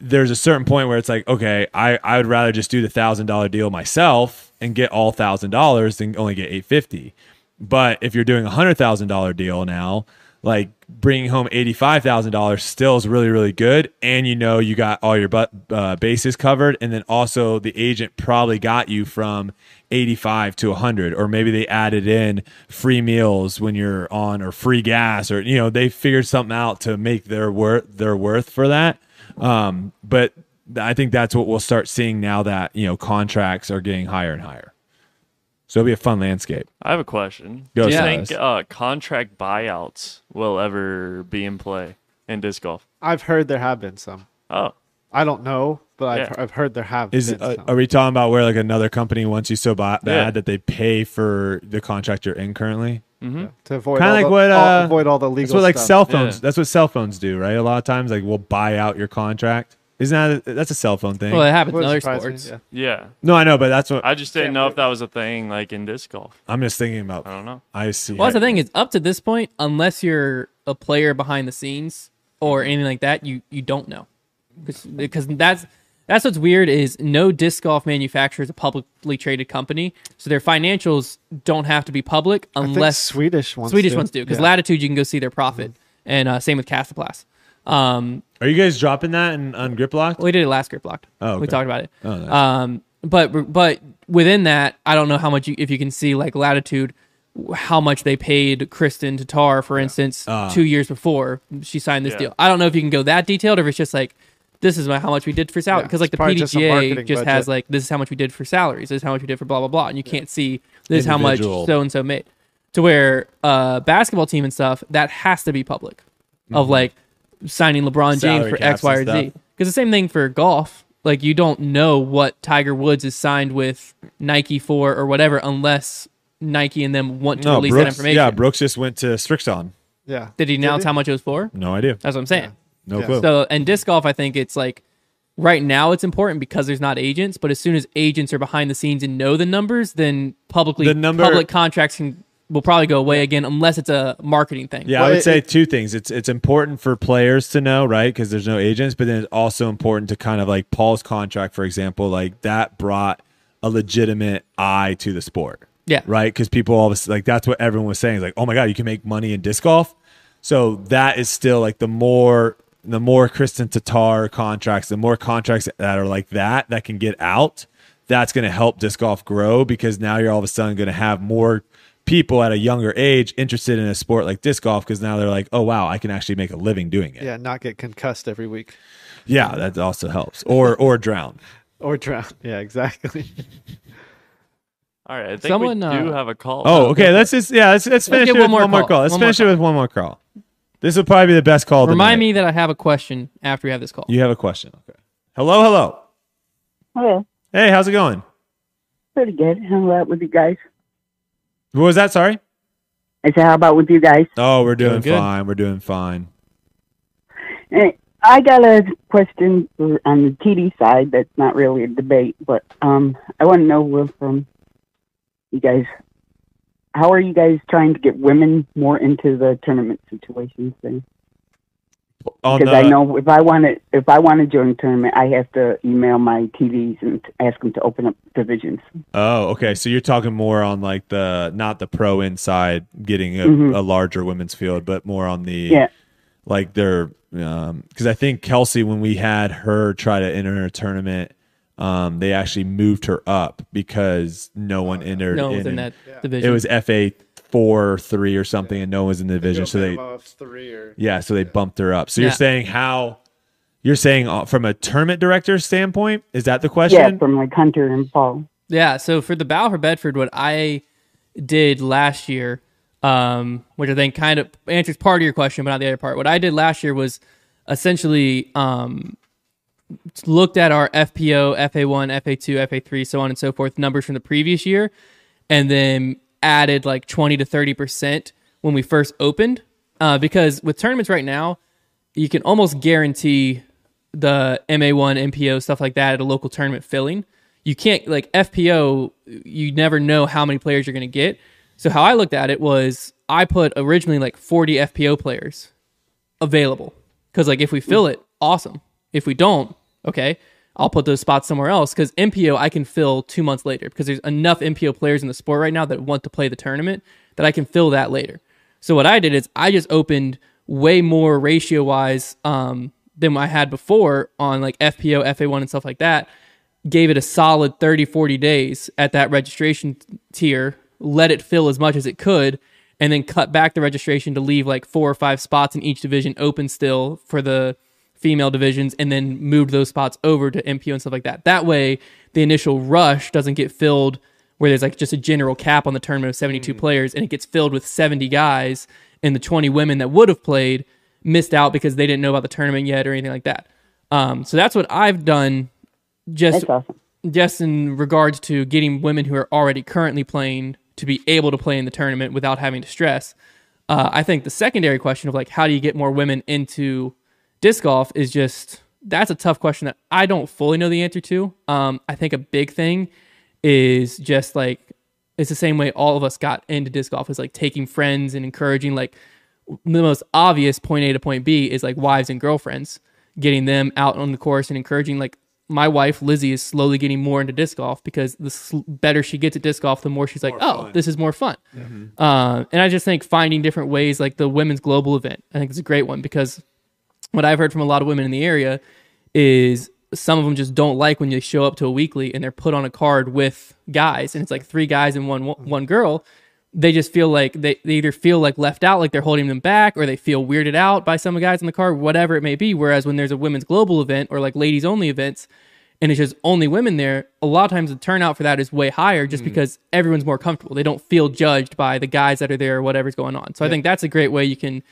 Speaker 2: there's a certain point where it's like, okay, I, I would rather just do the thousand dollar deal myself and get all thousand dollars than only get eight fifty. But if you're doing a hundred thousand dollar deal now, like bringing home eighty five thousand dollars still is really really good, and you know you got all your but, uh, bases covered, and then also the agent probably got you from eighty five to hundred, or maybe they added in free meals when you're on or free gas, or you know they figured something out to make their worth their worth for that. Um, but th- I think that's what we'll start seeing now that you know contracts are getting higher and higher. So it'll be a fun landscape.
Speaker 3: I have a question.
Speaker 2: Go
Speaker 3: Do you
Speaker 1: Yeah.
Speaker 3: think
Speaker 2: Silas.
Speaker 3: uh, contract buyouts will ever be in play in disc golf?
Speaker 4: I've heard there have been some.
Speaker 3: Oh,
Speaker 4: I don't know, but I've,
Speaker 3: Yeah.
Speaker 4: I've heard there have
Speaker 2: Is
Speaker 4: been
Speaker 2: uh,
Speaker 4: some.
Speaker 2: are we talking about where like another company wants you so ba- bad
Speaker 3: Yeah.
Speaker 2: that they pay for the contract you're in currently?
Speaker 4: to avoid
Speaker 2: Kind
Speaker 4: all
Speaker 2: of like
Speaker 4: the,
Speaker 2: what
Speaker 4: all-
Speaker 2: uh,
Speaker 4: avoid all the legal
Speaker 2: That's what like
Speaker 4: stuff.
Speaker 2: cell phones.
Speaker 3: Yeah.
Speaker 2: That's what cell phones do, right? A lot of times, like we'll buy out your contract. Isn't that that's a cell phone thing?
Speaker 1: Well, it happens in
Speaker 4: Wouldn't
Speaker 1: other
Speaker 4: surprise me,
Speaker 1: sports.
Speaker 4: yeah.
Speaker 3: Yeah.
Speaker 2: no, I know, but that's what
Speaker 3: I just didn't know if that was a thing like in disc golf.
Speaker 2: I'm just thinking about.
Speaker 3: I don't know.
Speaker 2: I see.
Speaker 1: Well, that's the thing is, up to this point, unless you're a player behind the scenes or anything like that, you you don't know because because that's that's what's weird is no disc golf manufacturer is a publicly traded company, so their financials don't have to be public
Speaker 4: I think
Speaker 1: unless
Speaker 4: Swedish ones.
Speaker 1: Swedish
Speaker 4: do.
Speaker 1: ones do because
Speaker 4: Yeah. Mm-hmm.
Speaker 1: Latitude you can go see their profit, and uh, same with Castoplast. Um,
Speaker 2: Are you guys dropping that in, on Grip Lock?
Speaker 1: we did it last grip locked.
Speaker 2: Oh, okay.
Speaker 1: we talked about it.
Speaker 2: Oh, nice.
Speaker 1: Um, but but within that, I don't know how much you, if you can see like latitude, w- how much they paid Kristen Tatar, for instance,
Speaker 4: Uh.
Speaker 2: Ah.
Speaker 1: two years before she signed this
Speaker 3: Yeah.
Speaker 1: deal. I don't know if you can go that detailed or if it's just like this is my- how much we did for salary
Speaker 4: Yeah,
Speaker 1: because
Speaker 4: it's
Speaker 1: like the
Speaker 4: probably just a
Speaker 1: PDGA
Speaker 4: marketing
Speaker 1: just, has
Speaker 4: budget.
Speaker 1: like this is how much we did for salaries, this is how much we did for blah blah blah, and you can't see this is how much
Speaker 2: Individual.
Speaker 1: so and so made. To where uh, basketball team and stuff that has to be public,
Speaker 4: Mm-hmm.
Speaker 1: of like signing LeBron James
Speaker 2: Salary
Speaker 1: for X,
Speaker 2: caps
Speaker 1: Y, or
Speaker 2: and
Speaker 1: Z.
Speaker 2: stuff.
Speaker 1: Because the same thing for golf. Like you don't know what Tiger Woods is signed with Nike for or whatever, unless Nike and them want to
Speaker 2: No,
Speaker 1: release that
Speaker 2: Brooks.
Speaker 1: information.
Speaker 2: Yeah, Brooks just went to Strixon.
Speaker 4: Yeah.
Speaker 1: Did he announce
Speaker 4: he?
Speaker 1: how much it was for?
Speaker 2: No idea.
Speaker 1: That's what I'm saying.
Speaker 2: No
Speaker 4: Yeah.
Speaker 2: clue.
Speaker 1: So and disc golf, I think it's like right now it's important because there's not agents, but as soon as agents are behind the scenes and know the numbers, then publicly
Speaker 2: The number-
Speaker 1: public contracts can will probably go away again unless it's a marketing thing.
Speaker 2: Yeah,
Speaker 4: Well,
Speaker 2: I would
Speaker 4: it-
Speaker 2: say two things. It's it's important for players to know, right? Because there's no agents, but then it's also important to kind of like Paul's contract, for example, like that brought a legitimate eye to the sport.
Speaker 1: Yeah.
Speaker 2: Right? Because people all of a sudden, like that's what everyone was saying. It's like, oh my God, you can make money in disc golf. So that is still like the more the more Kristen Tatar contracts, the more contracts that are like that that can get out, that's going to help disc golf grow because now you're all of a sudden going to have more people at a younger age interested in a sport like disc golf because now they're like, oh wow, I can actually make a living doing it.
Speaker 4: Yeah, not get concussed every week
Speaker 2: yeah that also helps. Or or drown.
Speaker 4: or drown. Yeah, exactly.
Speaker 3: All right. I think
Speaker 1: Someone,
Speaker 3: we
Speaker 1: uh,
Speaker 3: do have a call.
Speaker 2: Oh, okay. Let's just yeah. Let's, let's finish
Speaker 1: get
Speaker 2: it with
Speaker 1: one more
Speaker 2: one more
Speaker 1: call.
Speaker 2: call. Let's
Speaker 1: One more
Speaker 2: finish
Speaker 1: call.
Speaker 2: it with one more call. This will probably be the best call. of the
Speaker 1: Remind
Speaker 2: night.
Speaker 1: me that I have a question after we have this call.
Speaker 2: You have a question. Okay. Hello, hello.
Speaker 8: Hello.
Speaker 2: Hey, how's it going?
Speaker 8: Pretty good. Hung out with you guys.
Speaker 2: What was that? Sorry.
Speaker 8: I said, how about with you guys?
Speaker 2: Oh, we're doing,
Speaker 1: Doing good.
Speaker 2: fine. We're doing fine.
Speaker 8: Eh, I got a question for, on the TD side that's not really a debate, but um, I want to know from you guys, how are you guys trying to get women more into the tournament situations thing?
Speaker 2: On
Speaker 8: Because
Speaker 2: the,
Speaker 8: I know if I want to if I want to join a tournament, I have to email my TDs and ask them to open up divisions.
Speaker 2: Oh, okay. So you're talking more on like the not the pro inside getting a,
Speaker 8: Mhm.
Speaker 2: a larger women's field, but more on the
Speaker 8: Yeah.
Speaker 2: like their um because I think Kelsey when we had her try to enter a tournament, um they actually moved her up because no one entered.
Speaker 1: no,
Speaker 2: in
Speaker 1: within
Speaker 2: and-
Speaker 1: that
Speaker 2: It
Speaker 1: division.
Speaker 2: was FA four or three or something, and no one was in the division. So they
Speaker 4: three or
Speaker 2: yeah, so they bumped her up. So
Speaker 1: Yeah.
Speaker 2: you're saying how you're saying uh, from a tournament director standpoint is that the
Speaker 8: Yeah,
Speaker 2: question?
Speaker 8: from like Hunter and Paul.
Speaker 1: Yeah, so for the Battle for Bedford, what I did last year, um, which I think kind of answers part of your question, but not the other part. What I did last year was essentially um, looked at our FPO, FA1, FA2, FA3, so on and so forth numbers from the previous year, and then added like 20 to 30% when we first opened. Uh, because with tournaments right now, you can almost guarantee the MA1, MPO, stuff like that at a local tournament filling. You can't, like FPO, you never know how many players you're going to get. So, how I looked at it was I put originally like 40 FPO players available. Because, like, if we fill it, awesome. If we don't, okay, I'll put those spots somewhere else. Because MPO, I can fill two months later because there's enough MPO players in the sport right now that want to play the tournament that I can fill that later. So what I did is I just opened way more ratio wise um, than I had before on like FPO, FA1, and stuff like that. Gave it a solid 30, 40 days at that registration tier, let it fill as much as it could, and then cut back the registration to leave like four or five spots in each division open still for the female divisions and then moved those spots over to MPO and stuff like that. That way, the initial rush doesn't get filled where there's like just a general cap on the tournament of 72 players and it gets filled with 70 guys and the 20 women that would have played missed out because they didn't know about the tournament yet or anything like that. Um, so that's what I've done just
Speaker 8: That's awesome.
Speaker 1: just in regards to getting women who are already currently playing to be able to play in the tournament without having to stress. Uh, I think the secondary question of like how do you get more women into disc golf is just That's a tough question that I don't fully know the answer to. Um, I think a big thing is just like it's the same way all of us got into disc golf is like taking friends and encouraging like the most obvious point A to point B is like wives and girlfriends, getting them out on the course and encouraging. Like my wife Lizzie is slowly getting more into disc golf because the sl- better she gets at disc golf, the more she's like, oh, this is more fun. Uh, and I just think finding different ways, like the women's global event, I think it's a great one because what I've heard from a lot of women in the area is some of them just don't like when they show up to a weekly and they're put on a card with guys and it's like three guys and one one girl they just feel like they, they either feel like left out like they're holding them back or they feel weirded out by some guys in the car whatever it may be whereas when there's a women's global event or like ladies only events and it's just only women there a lot of times the turnout for that is way higher just because everyone's more comfortable they don't feel judged by the guys that are there or whatever's going on so i think that's a great way you can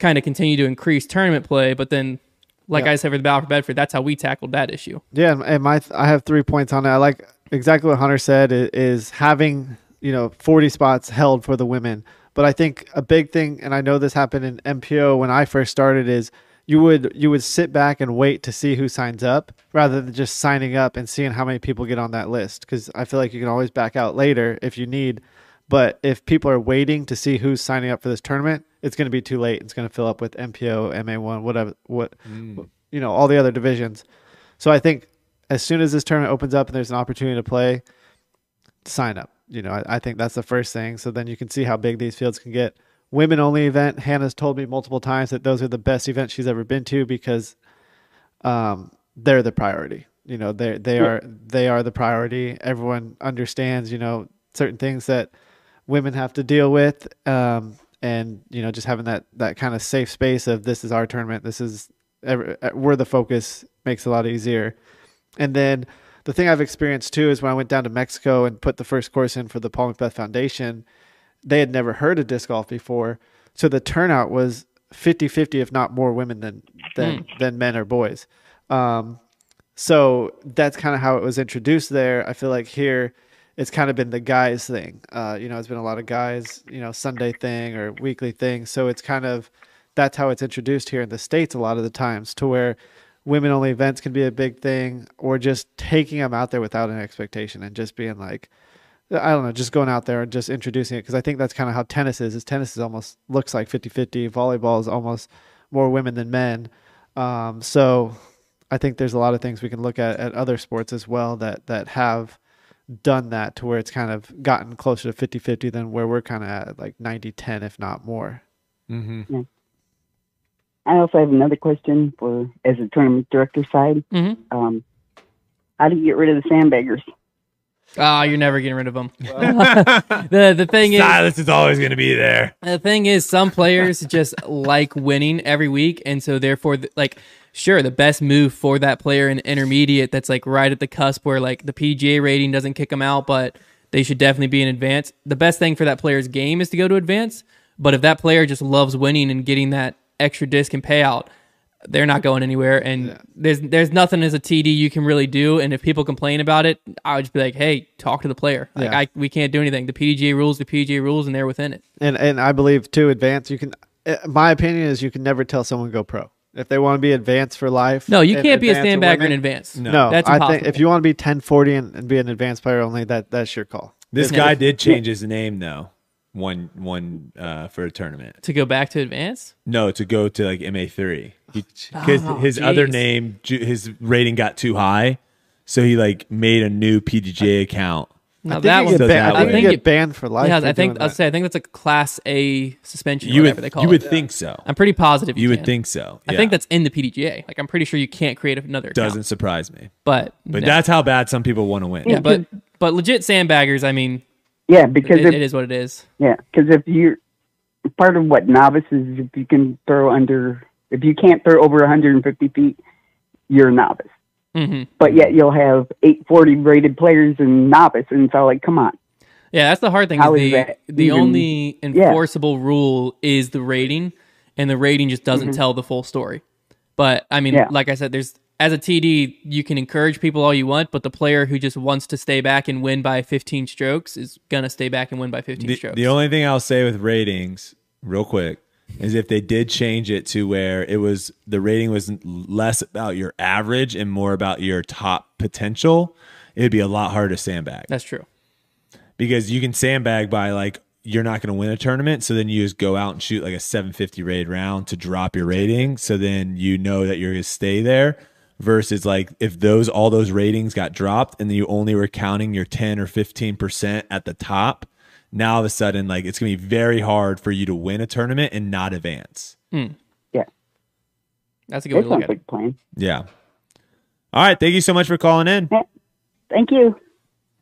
Speaker 1: kind of continue to increase tournament play but then like I said for the Battle for Bedford, that's how we tackled that issue.
Speaker 4: Yeah, and- and my I have three points on it. I like exactly what Hunter said i- is having you know forty spots held for the women. But I think a big thing, and I know this happened in MPO when I first started, is you would you would sit back and wait to see who signs up rather than just signing up and seeing how many people get on that list. Because I feel like you can always back out later if you need. But if people are waiting to see who's signing up for this tournament, it's going to be too late. It's going to fill up with MPO, MA1, whatever, what, you know, all the other divisions. So I think as soon as this tournament opens up and there's an opportunity to play, sign up. You know, I, I think that's the first thing. So then you can see how big these fields can get. Women only event. Hannah's told me multiple times that those are the best events she's ever been to because um, they're the priority. You know, they they are they are the priority. Everyone understands. You know, certain things that women have to deal with, um, and you know, just having that that kind of safe space of this is our tournament. This is every, we're the focus makes it a lot easier. And then the thing I've experienced too is when I went down to Mexico and put the first course in for the Paul Macbeth Foundation, they had never heard of disc golf before. So the turnout was 50 50, if not more women than, than, than men or boys. Um, so that's kind of how it was introduced there. I feel like here it's kind of been the guys thing. Uh, you know, it's been a lot of guys, you know, Sunday thing or weekly thing. So it's kind of that's how it's introduced here in the States a lot of the times to where women only events can be a big thing or just taking them out there without an expectation and just being like, I don't know, just going out there and just introducing it because I think that's kind of how tennis is. Is tennis is almost looks like 50-50. Volleyball is almost more women than men. Um, so I think there's a lot of things we can look at at other sports as well that that have done that to where it's kind of gotten closer to 50-50 than where we're kind of at like 90-10 if not more.
Speaker 8: I also have another question for as a tournament director side.
Speaker 1: Mhm.
Speaker 8: Um, how do you get rid of the sandbaggers?
Speaker 1: Ah, you're never getting rid of them. the the thing is,
Speaker 2: Silas Ah, is always going to be there.
Speaker 1: The thing is, some players just like winning every week, and so therefore, th- like, sure, the best move for that player in intermediate that's like right at the cusp where like the PGA rating doesn't kick them out, but they should definitely be in advance. The best thing for that player's game is to go to advance, but if that player just loves winning and getting that extra disc and payout, they're not going anywhere. And there's there's nothing as a TD you can really do. And if people complain about it, I would just be like, hey, talk to the player. Like,
Speaker 4: Yeah.
Speaker 1: I we can't do anything. The PGA rules, the PGA rules, and they're within it.
Speaker 4: and and I believe too advanced. You can, eh, my opinion is you can never tell someone go pro if they want to be advanced for life.
Speaker 1: No, you
Speaker 4: if
Speaker 1: can't be a
Speaker 4: advanced or
Speaker 1: sandbagger in
Speaker 4: women-
Speaker 1: advance.
Speaker 4: No,
Speaker 1: that's
Speaker 4: I
Speaker 1: impossible.
Speaker 4: think if you want to be 1040 and, and be an advanced player only, that that's your call.
Speaker 2: This guy did change his name though. One one uh, for a tournament.
Speaker 1: to go back to advance,
Speaker 2: No, to go to like MA three because his other
Speaker 1: Oh, jeez.
Speaker 2: name, ju- his rating got too high, so he like made a new PGJ account.
Speaker 1: now
Speaker 4: I think
Speaker 1: that
Speaker 4: you
Speaker 1: one.
Speaker 4: get
Speaker 2: So that
Speaker 4: banned- I think
Speaker 2: way.
Speaker 4: you
Speaker 1: I
Speaker 4: get
Speaker 1: think
Speaker 4: banned for life.
Speaker 1: Yeah,
Speaker 4: for
Speaker 1: I think
Speaker 4: doing
Speaker 1: I'll
Speaker 4: that.
Speaker 1: say I think that's a class A suspension.
Speaker 2: You
Speaker 1: or whatever
Speaker 2: would
Speaker 1: they call
Speaker 2: you
Speaker 1: it.
Speaker 2: would think so.
Speaker 1: I'm pretty positive.
Speaker 2: You would
Speaker 1: can.
Speaker 2: think so.
Speaker 1: I
Speaker 2: Yeah.
Speaker 1: think that's in the PDGA. Like I'm pretty sure you can't create another. account.
Speaker 2: doesn't surprise me.
Speaker 1: But
Speaker 2: But
Speaker 1: no.
Speaker 2: that's how bad some people want to win.
Speaker 1: yeah, but but legit sandbaggers. I mean,
Speaker 8: Yeah, because
Speaker 1: it,
Speaker 8: if,
Speaker 1: it is what it is.
Speaker 8: yeah, because if you're part of what novices, if you can throw under, if you can't throw over 150 feet, you're a novice.
Speaker 1: hmm
Speaker 8: But yet you'll have 840 rated players and novice, and so like, come on,
Speaker 1: Yeah, that's the hard thing. Is
Speaker 8: How is
Speaker 1: the
Speaker 8: that
Speaker 1: the
Speaker 8: even-
Speaker 1: only enforceable rule is the rating, and the rating just doesn't tell the full story. But I mean,
Speaker 8: Mm-hmm. Yeah.
Speaker 1: like I said, there's as a TD, you can encourage people all you want, but the player who just wants to stay back and win by 15 strokes is gonna stay back and win by 15
Speaker 2: the,
Speaker 1: strokes.
Speaker 2: the only thing I'll say with ratings, real quick, is if they did change it to where it was the rating was less about your average and more about your top potential, it'd be a lot harder to sandbag
Speaker 1: That's true.
Speaker 2: because you can sandbag by like you're not going to win a tournament, so then you just go out and shoot like a 750 raid round to drop your rating, so then you know that you're going to stay there. Versus like if those all those ratings got dropped and you only were counting your 10 or 15 percent at the top, now all of a sudden like it's going to be very hard for you to win a tournament and not advance.
Speaker 1: That's a good way
Speaker 8: That
Speaker 1: to look
Speaker 8: sounds
Speaker 1: at it.
Speaker 8: like a plan.
Speaker 2: Yeah. All right. Thank you so much for calling in.
Speaker 8: Thank you.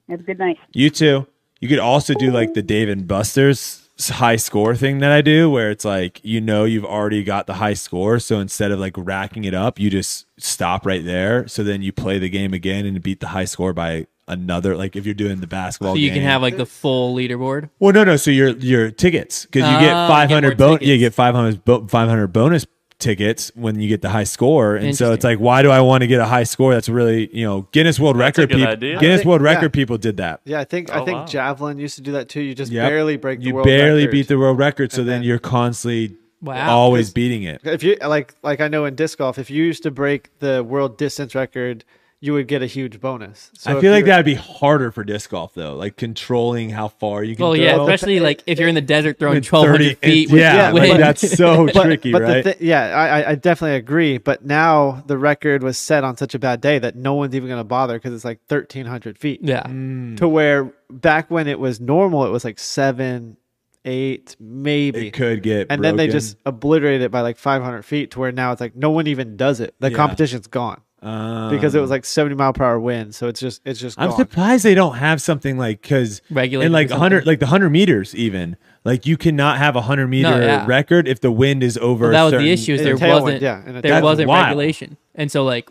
Speaker 8: Have a good night.
Speaker 2: You too. You could also do like the Dave and Buster's high score thing that I do, where it's like you know you've already got the high score, so instead of like racking it up, you just stop right there. So then you play the game again and beat the high score by another. Like if you're doing the basketball,
Speaker 1: So you can
Speaker 2: game.
Speaker 1: have like the full leaderboard.
Speaker 2: well, no, no. So your your tickets because you get
Speaker 1: Ah, you get
Speaker 2: five hundred
Speaker 1: more
Speaker 2: bon-
Speaker 1: tickets.
Speaker 2: you get 500, bo- 500 bonus tickets when you get the high score, and so it's
Speaker 1: Interesting.
Speaker 2: like why do I want to get a high score? That's really you know Guinness World
Speaker 3: That's a
Speaker 2: Record
Speaker 3: good
Speaker 2: people
Speaker 3: idea.
Speaker 2: Guinness
Speaker 4: I think-
Speaker 2: World
Speaker 4: yeah.
Speaker 2: Record people did that.
Speaker 4: Yeah, I think
Speaker 3: Oh,
Speaker 4: I think
Speaker 3: wow.
Speaker 4: javelin used to do that too. You just
Speaker 2: Yep.
Speaker 4: barely break the
Speaker 2: you
Speaker 4: world
Speaker 2: barely
Speaker 4: record.
Speaker 2: beat the world record, so then,
Speaker 4: then-
Speaker 2: you're constantly
Speaker 1: Wow.
Speaker 2: always beating it.
Speaker 4: if you like like I know in disc golf, if you used to break the world distance record, you would get a huge bonus. So
Speaker 2: I
Speaker 4: if
Speaker 2: feel like
Speaker 4: you're-
Speaker 2: that'd be harder for disc golf though, like controlling how far you can.
Speaker 1: Well, yeah,
Speaker 2: throw.
Speaker 1: especially like if you're in the desert throwing
Speaker 2: With
Speaker 1: 1,200
Speaker 2: 30
Speaker 1: feet.
Speaker 2: and- yeah,
Speaker 1: with
Speaker 2: like,
Speaker 1: wind.
Speaker 2: that's so tricky, right?
Speaker 4: the thi- yeah, I, I- I definitely agree. But now the record was set on such a bad day that no one's even going to bother because it's like thirteen hundred feet.
Speaker 1: yeah.
Speaker 4: To where back when it was normal, it was like seven, eight, maybe.
Speaker 2: it could get,
Speaker 4: and then they
Speaker 2: broken.
Speaker 4: just obliterated it by like 500 feet to where now it's like no one even does it. The
Speaker 2: Yeah.
Speaker 4: competition's gone
Speaker 2: Um,
Speaker 4: because it was like 70 mile per hour wind. So it's just it's just
Speaker 2: I'm
Speaker 4: gone.
Speaker 2: surprised they don't have something like because
Speaker 1: Regulated
Speaker 2: in like
Speaker 1: or something.
Speaker 2: 100 like the 100 meters even like you cannot have a 100 meter
Speaker 1: yeah.
Speaker 2: record if the wind is
Speaker 1: Well,
Speaker 2: over. a
Speaker 1: that was
Speaker 2: certain-
Speaker 1: the issue. Is
Speaker 4: in a
Speaker 1: there
Speaker 4: tailwind,
Speaker 1: wasn't
Speaker 4: yeah, in a
Speaker 1: there
Speaker 2: tailwind.
Speaker 1: wasn't
Speaker 2: Wild.
Speaker 1: regulation, and so like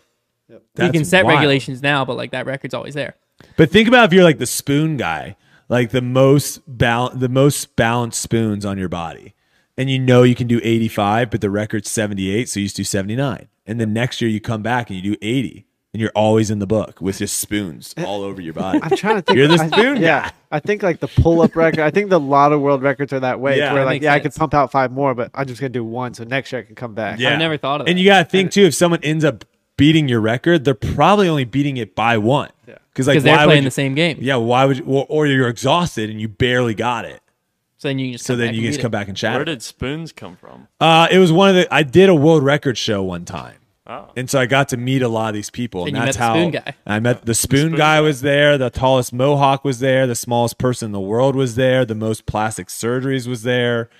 Speaker 1: we
Speaker 2: That's
Speaker 1: can set
Speaker 2: wild.
Speaker 1: regulations now, but like that record's always there.
Speaker 2: But think about if you're like the spoon guy, like the most bal- the most balanced spoons on your body, and you know you can do 85, but the record's 78, so you just do 79. And then next year you come back and you do 80, and you're always in the book with just spoons all over your body.
Speaker 4: I'm trying to think.
Speaker 2: You're the
Speaker 4: I-
Speaker 2: spoon
Speaker 4: yeah, I think like the pull up record. I think the lot of world records are that way.
Speaker 2: Yeah.
Speaker 4: Yeah, where
Speaker 2: That
Speaker 4: like
Speaker 1: makes
Speaker 4: yeah, I
Speaker 1: sense.
Speaker 4: could pump out five more, but I'm just gonna do one. So next year I can come back.
Speaker 2: Yeah.
Speaker 1: I've never thought of that.
Speaker 2: And you gotta think too if someone ends up beating your record, they're probably only beating it by one. Yeah, because like
Speaker 1: because they're
Speaker 2: why would
Speaker 1: playing
Speaker 2: you-
Speaker 1: the same game.
Speaker 2: Yeah, why would you, or, or you're exhausted and you barely got it.
Speaker 1: So then you can just
Speaker 2: So
Speaker 1: come
Speaker 2: then
Speaker 1: back
Speaker 2: you
Speaker 1: and
Speaker 2: just
Speaker 1: beat
Speaker 2: come
Speaker 1: it.
Speaker 2: back and chat.
Speaker 3: Where did spoons come from?
Speaker 2: Uh, it was one of the. I did a world record show one time,
Speaker 3: Oh.
Speaker 2: and so I got to meet a lot of these people. And,
Speaker 1: And you
Speaker 2: that's
Speaker 1: met the
Speaker 2: how
Speaker 1: spoon guy.
Speaker 2: I met the spoon,
Speaker 3: spoon
Speaker 2: guy
Speaker 3: guy.
Speaker 2: was there. The tallest mohawk was there. The smallest person in the world was there. The most plastic surgeries was there.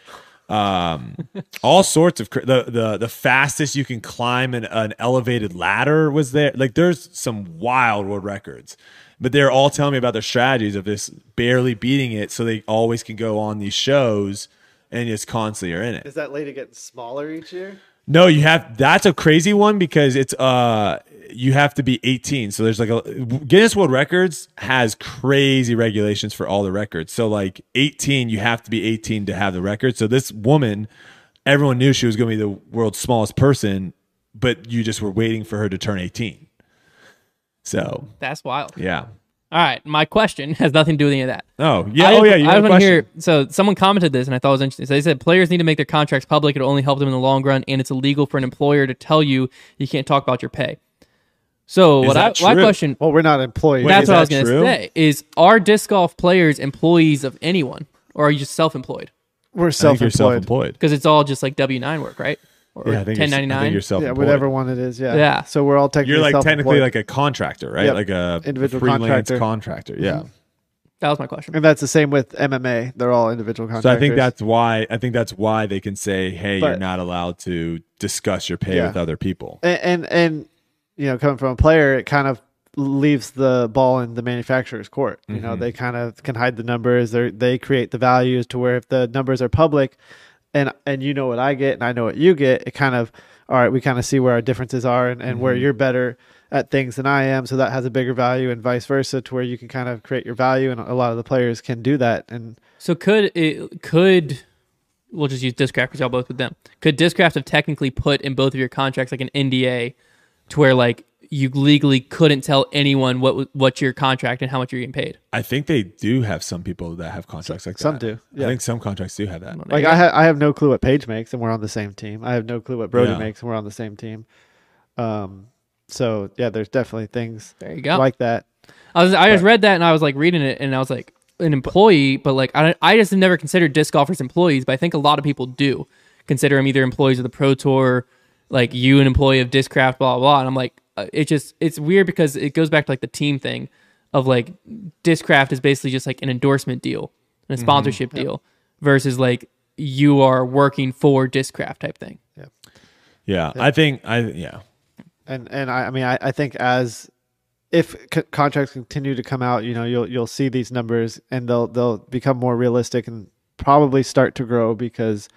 Speaker 2: Um, all sorts of cr- the the the fastest you can climb an, an elevated ladder was there. Like there's some wild world records, but they're all telling me about their strategies of just barely beating it, so they always can go on these shows and just constantly are in it.
Speaker 4: Is that lady getting smaller each year?
Speaker 2: No, you have that's a crazy one because it's uh you have to be 18. So there's like a Guinness World Records has crazy regulations for all the records. So like 18, you have to be 18 to have the record. So this woman, everyone knew she was going to be the world's smallest person, but you just were waiting for her to turn 18. So,
Speaker 1: That's wild.
Speaker 2: yeah.
Speaker 1: All right, my question has nothing to do with any of that.
Speaker 2: Oh, yeah.
Speaker 1: I,
Speaker 2: oh, yeah. You
Speaker 1: I
Speaker 2: have a
Speaker 1: want to
Speaker 2: question.
Speaker 1: hear. So someone commented this, and I thought it was interesting. So they said players need to make their contracts public. It'll only help them in the long run, and it's illegal for an employer to tell you you can't talk about your pay. So
Speaker 2: Is
Speaker 1: what I
Speaker 2: that
Speaker 1: my
Speaker 2: true?
Speaker 1: question
Speaker 4: Well, we're not employees.
Speaker 2: Wait,
Speaker 1: that's
Speaker 2: is
Speaker 1: what I
Speaker 2: that
Speaker 1: was going to
Speaker 2: true?
Speaker 1: say is are disc golf players employees of anyone, or are you just self-employed?
Speaker 4: we're
Speaker 2: I think you're
Speaker 4: self-employed.
Speaker 2: self-employed.
Speaker 1: Because it's all just like W nine work, right? Or
Speaker 2: Yeah, I think you're- I think You're,
Speaker 4: Yeah,
Speaker 2: self-employed.
Speaker 4: whatever one it is. Yeah.
Speaker 1: Yeah.
Speaker 4: So we're all technically
Speaker 2: You're like technically
Speaker 4: self-employed.
Speaker 2: like a contractor, right?
Speaker 4: Yep.
Speaker 2: Like a
Speaker 4: Individual
Speaker 2: freelance contractor.
Speaker 4: contractor.
Speaker 2: Yeah.
Speaker 1: that was my question.
Speaker 4: and that's the same with MMA. They're all individual contractors.
Speaker 2: So I think that's why I think that's why they can say, "Hey, you're
Speaker 4: But-
Speaker 2: not allowed to discuss your pay
Speaker 4: Yeah.
Speaker 2: with other people."
Speaker 4: and, and and you know coming from a player it kind of leaves the ball in the manufacturer's court you know they kind of can hide the numbers they they create the values to where if the numbers are public and and you know what i get and i know what you get it kind of all right we kind of see where our differences are and, and where you're better at things than i am so that has a bigger value and vice versa to where you can kind of create your value and a lot of the players can do that and
Speaker 1: So could it could we'll just use Discraft because y'all both with them. Could Discraft have technically put in both of your contracts like an NDA to where like you legally couldn't tell anyone what w- what your contract and how much you're getting paid.
Speaker 2: I think they do have some people that have contracts like
Speaker 4: Some
Speaker 2: that.
Speaker 4: do,
Speaker 2: I
Speaker 4: yeah.
Speaker 2: think some contracts do have that.
Speaker 1: Well, there
Speaker 4: Like
Speaker 1: you
Speaker 4: I,
Speaker 1: go.
Speaker 4: ha- I have no clue what Paige makes, and we're on the same team. I have no clue what Brody
Speaker 2: Yeah.
Speaker 4: makes, and we're on the same team. Um, so yeah, there's definitely things
Speaker 1: there you go.
Speaker 4: like that.
Speaker 1: I was I just read that and I was like reading it and I was like an employee, but like I I just never considered disc golfers employees, but I think a lot of people do consider them either employees of the pro tour, like you an employee of Discraft, blah blah. And I'm like, uh, it just it's weird because it goes back to like the team thing of like Discraft is basically just like an endorsement deal, and a sponsorship deal, versus like you are working for Discraft type thing.
Speaker 2: Yeah, I think I yeah.
Speaker 4: And and I, I mean, I, I think as if c- contracts continue to come out, you know, you'll you'll see these numbers, and they'll they'll become more realistic and probably start to grow because.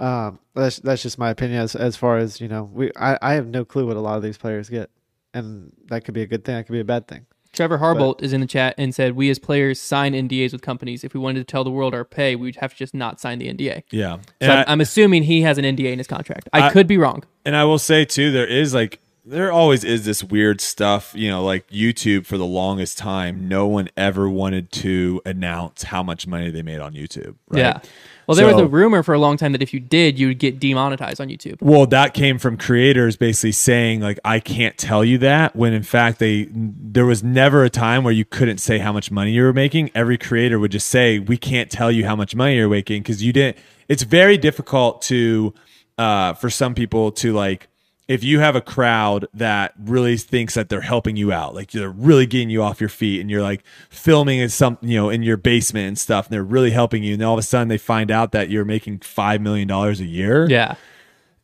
Speaker 4: Um, that's that's just my opinion as as far as you know. We I, I have no clue what a lot of these players get, and that could be a good thing. That could be a bad thing.
Speaker 1: Trevor Harbolt is in the chat and said, "We as players sign NDAs with companies. If we wanted to tell the world our pay, we'd have to just not sign the NDA."
Speaker 2: Yeah.
Speaker 1: So
Speaker 2: And
Speaker 1: I'm,
Speaker 2: I-
Speaker 1: I'm assuming he has an NDA in his contract. I,
Speaker 2: I-
Speaker 1: could be wrong.
Speaker 2: And I will say too, there is like there always is this weird stuff, you know, like YouTube for the longest time, no one ever wanted to announce how much money they made on YouTube. Right?
Speaker 1: Yeah. Well, there was
Speaker 2: So-
Speaker 1: a rumor for a long time that if you did, you would get demonetized on YouTube.
Speaker 2: Well, that came from creators basically saying like I can't tell you that when in fact they there was never a time where you couldn't say how much money you were making. Every creator would just say we can't tell you how much money you're making because you didn't. It's very difficult to uh, for some people to like if you have a crowd that really thinks that they're helping you out, like they're really getting you off your feet and you're like filming in some, you know, in your basement and stuff, and they're really helping you. And all of a sudden they find out that you're making $5 million a year
Speaker 1: Yeah.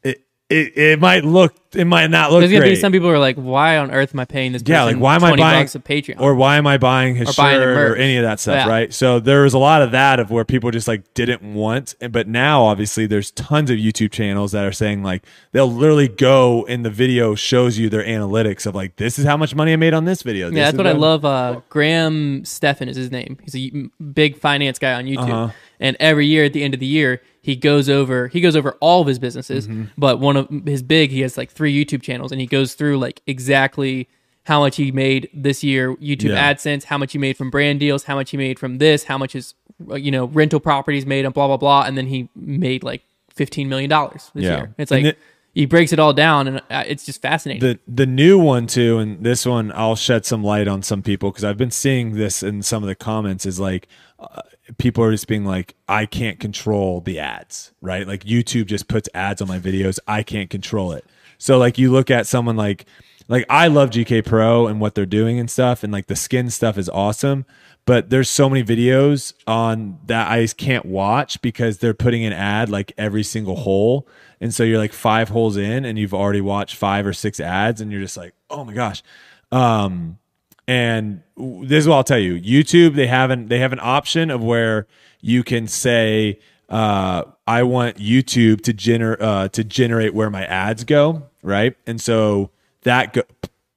Speaker 2: it, it it might look it might not look
Speaker 1: There's going to be
Speaker 2: great.
Speaker 1: some people who are like, why on earth am I paying this person
Speaker 2: yeah, like why am I
Speaker 1: 20
Speaker 2: buying
Speaker 1: bucks of Patreon?
Speaker 2: or why am I buying his
Speaker 1: Or
Speaker 2: shirt
Speaker 1: buying the
Speaker 2: or
Speaker 1: merch.
Speaker 2: any of that stuff,
Speaker 1: Yeah.
Speaker 2: right? So there was a lot of that of where people just like didn't want, and but now obviously there's tons of YouTube channels that are saying like they'll literally go and the video shows you their analytics of like this is how much money I made on this video.
Speaker 1: yeah,
Speaker 2: This
Speaker 1: that's
Speaker 2: is
Speaker 1: what I love. Uh, Graham Stefan is his name. He's a y- big finance guy on YouTube.
Speaker 2: Uh-huh.
Speaker 1: And every year at the end of the year, he goes over he goes over all of his businesses,
Speaker 2: Mm-hmm.
Speaker 1: but one of his big he has like three YouTube channels, and he goes through like exactly how much he made this year YouTube
Speaker 2: Yeah.
Speaker 1: AdSense, how much he made from brand deals, how much he made from this, how much his uh, you know rental properties made, and blah blah blah. And then he made like fifteen million dollars this
Speaker 2: Yeah.
Speaker 1: year. It's like
Speaker 2: And it-
Speaker 1: he breaks it all down, and uh, it's just fascinating.
Speaker 2: the the new one too and this one i'll shed some light on some people because i've been seeing this in some of the comments is like uh, people are just being like i can't control the ads right like youtube just puts ads on my videos i can't control it so like you look at someone like like i love gk pro and what they're doing and stuff and like the skin stuff is awesome but there's so many videos on that I just can't watch because they're putting an ad like every single hole. And so you're like five holes in and you've already watched five or six ads and you're just like, oh my gosh. Um, and w- this is what I'll tell you. YouTube, they have an they have an option of where you can say, uh, I want YouTube to gener uh, to generate where my ads go, right? And so that go-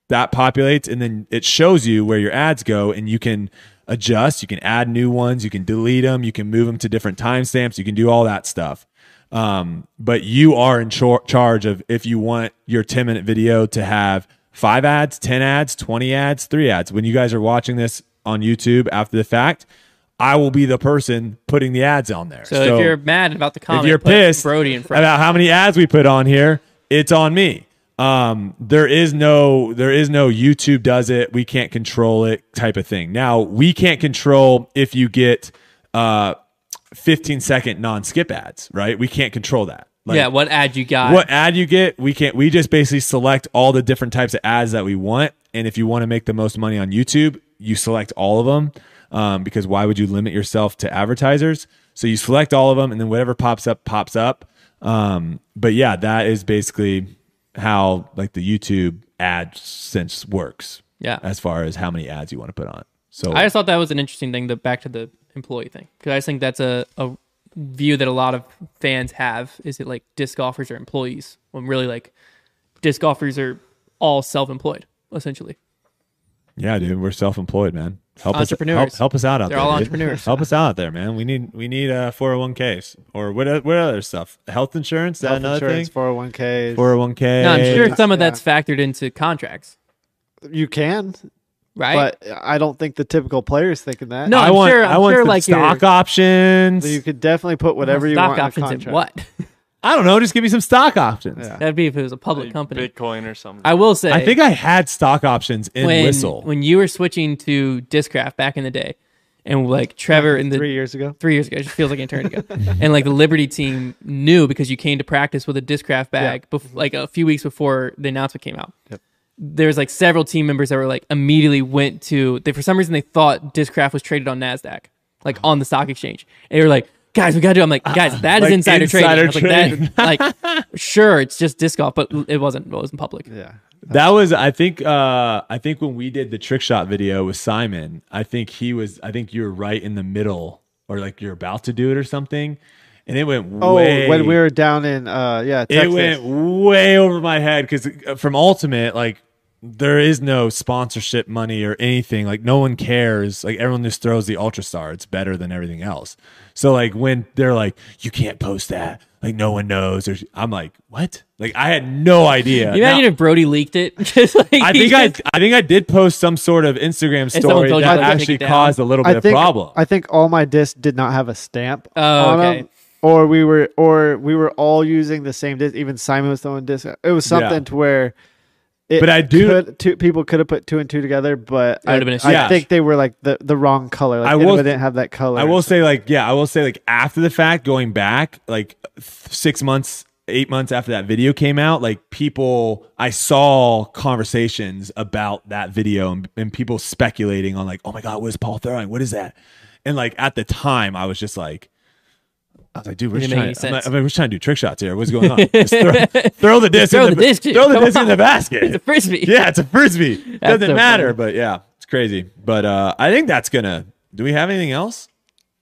Speaker 2: that populates, and then it shows you where your ads go, and you can adjust, you can add new ones, you can delete them, you can move them to different timestamps, you can do all that stuff. Um, but you are in char- charge of if you want your 10 minute video to have five ads, 10 ads, 20 ads, three ads. When you guys are watching this on YouTube after the fact, I will be the person putting the ads on there.
Speaker 1: so, if you're mad about the comment,
Speaker 2: if you're
Speaker 1: put
Speaker 2: pissed
Speaker 1: Brody in front.
Speaker 2: about how many ads we put on here, it's on me. Um, there is no, there is no YouTube does it. We can't control it type of thing. Now we can't control if you get, uh, 15 second non skip ads, right? We can't control that. Like,
Speaker 1: yeah, what ad you got?
Speaker 2: what ad you get, we can't, we just basically select all the different types of ads that we want. And if you want to make the most money on YouTube, you select all of them um, because why would you limit yourself to advertisers? So you select all of them and then whatever pops up, pops up. Um, but yeah, that is basically how like the YouTube ad sense works
Speaker 1: Yeah.
Speaker 2: as far as how many ads you want to put on. it. So
Speaker 1: I just thought that was an interesting thing. The back to the employee thing, because I just think that's a, a view that a lot of fans have is that like disc golfers are employees when really like disc golfers are all self-employed essentially.
Speaker 2: Yeah, dude, we're self-employed, man. Help
Speaker 1: Entrepreneurs.
Speaker 2: Us, help, help us out out
Speaker 1: They're
Speaker 2: there.
Speaker 1: all
Speaker 2: dude.
Speaker 1: entrepreneurs.
Speaker 2: Help us out there, man. We need we need uh 401ks or what what other stuff? Health insurance, is that
Speaker 4: Health
Speaker 2: another
Speaker 4: insurance,
Speaker 2: thing?
Speaker 1: oh
Speaker 4: four hundred one k.
Speaker 2: 401k.
Speaker 1: Now I'm sure some of that's factored into contracts.
Speaker 4: You can,
Speaker 1: right?
Speaker 4: but I don't think the typical player is thinking that.
Speaker 1: No,
Speaker 2: I
Speaker 1: I'm
Speaker 2: want
Speaker 1: sure-
Speaker 2: I
Speaker 1: I'm
Speaker 2: want
Speaker 1: sure,
Speaker 2: some
Speaker 1: like, your-
Speaker 2: stock options.
Speaker 4: you could definitely put whatever you
Speaker 1: stock
Speaker 4: want in a
Speaker 1: options and
Speaker 4: contract.
Speaker 1: what?
Speaker 2: I don't know. Just give me some stock options.
Speaker 4: Yeah.
Speaker 1: That'd be if it was a public
Speaker 3: Like
Speaker 1: company.
Speaker 3: Bitcoin or something.
Speaker 1: I will say,
Speaker 2: I think I had stock options in
Speaker 1: when
Speaker 2: Whistle.
Speaker 1: when you were switching to Discraft back in the day, and like Trevor in the
Speaker 4: Three years ago,
Speaker 1: three years ago. It just feels like an eternity ago. And like the Liberty team knew because you came to practice with a discraft bag bef- like a few weeks before the announcement came out. Yep. There's like several team members that were like immediately went to they for some reason they thought discraft was traded on Nasdaq, like on the stock exchange. And they were like, guys, we gotta do. It. I'm like, guys, that is
Speaker 2: Ah, Like
Speaker 1: insider,
Speaker 2: insider
Speaker 1: trading. I was Like, that, like sure, it's just disc golf, but it wasn't. It wasn't public.
Speaker 4: yeah.
Speaker 2: that was I think uh I think when we did the trick shot video with Simon, I think he was I think you were right in the middle or like you're about to do it or something. And it went
Speaker 4: Oh,
Speaker 2: way
Speaker 4: when we were down in uh, yeah, Texas.
Speaker 2: it went way over my head cuz from Ultimate like there is no sponsorship money or anything. Like no one cares. Like everyone just throws the Ultra Star. It's better than everything else. So like when they're like you can't post that. Like no one knows or I'm like, "What?" Like I had no idea.
Speaker 1: You imagine
Speaker 2: Now-
Speaker 1: if Brody leaked it? 'Cause, like,
Speaker 2: I
Speaker 1: he
Speaker 2: think I,
Speaker 1: just-
Speaker 2: I think I did post some sort of Instagram
Speaker 1: someone told
Speaker 2: story
Speaker 1: you
Speaker 2: that
Speaker 1: to take it
Speaker 2: actually
Speaker 1: down.
Speaker 2: caused a little bit
Speaker 4: I think
Speaker 2: of problem.
Speaker 4: I think all my discs did not have a stamp.
Speaker 1: Oh,
Speaker 4: on
Speaker 1: okay.
Speaker 4: 'em, Or we were, or we were all using the same disc. Even Simon was throwing disc. It was something
Speaker 2: Yeah.
Speaker 4: to where, it
Speaker 2: But I do-
Speaker 4: Could, two people could have put two and two together, but I,
Speaker 1: would've been a
Speaker 4: I
Speaker 2: Yeah.
Speaker 4: think they were like the, the wrong color. Like
Speaker 2: I
Speaker 4: I
Speaker 2: will-
Speaker 4: didn't have that color.
Speaker 2: I will say, like, yeah, I will say, like, after the fact, going back, like, th- six months, eight months after that video came out, like, people, I saw conversations about that video and, and people speculating on, like, oh my God, what is Paul throwing? What is that? And, like, at the time, I was just like, I was like, dude, we're just
Speaker 1: Didn't make any
Speaker 2: trying. I'm like,
Speaker 1: sense.
Speaker 2: I mean, we're trying to do trick shots here. What's going on? Just throw, throw the disc.
Speaker 1: Throw
Speaker 2: in
Speaker 1: the disc, dude.
Speaker 2: Throw the
Speaker 1: Come
Speaker 2: disc in
Speaker 1: on.
Speaker 2: the basket.
Speaker 1: It's a frisbee.
Speaker 2: Yeah, it's a frisbee.
Speaker 1: That's
Speaker 2: Doesn't
Speaker 1: so
Speaker 2: matter,
Speaker 1: funny.
Speaker 2: but yeah, it's crazy. But uh, I think that's gonna. Do we have anything else?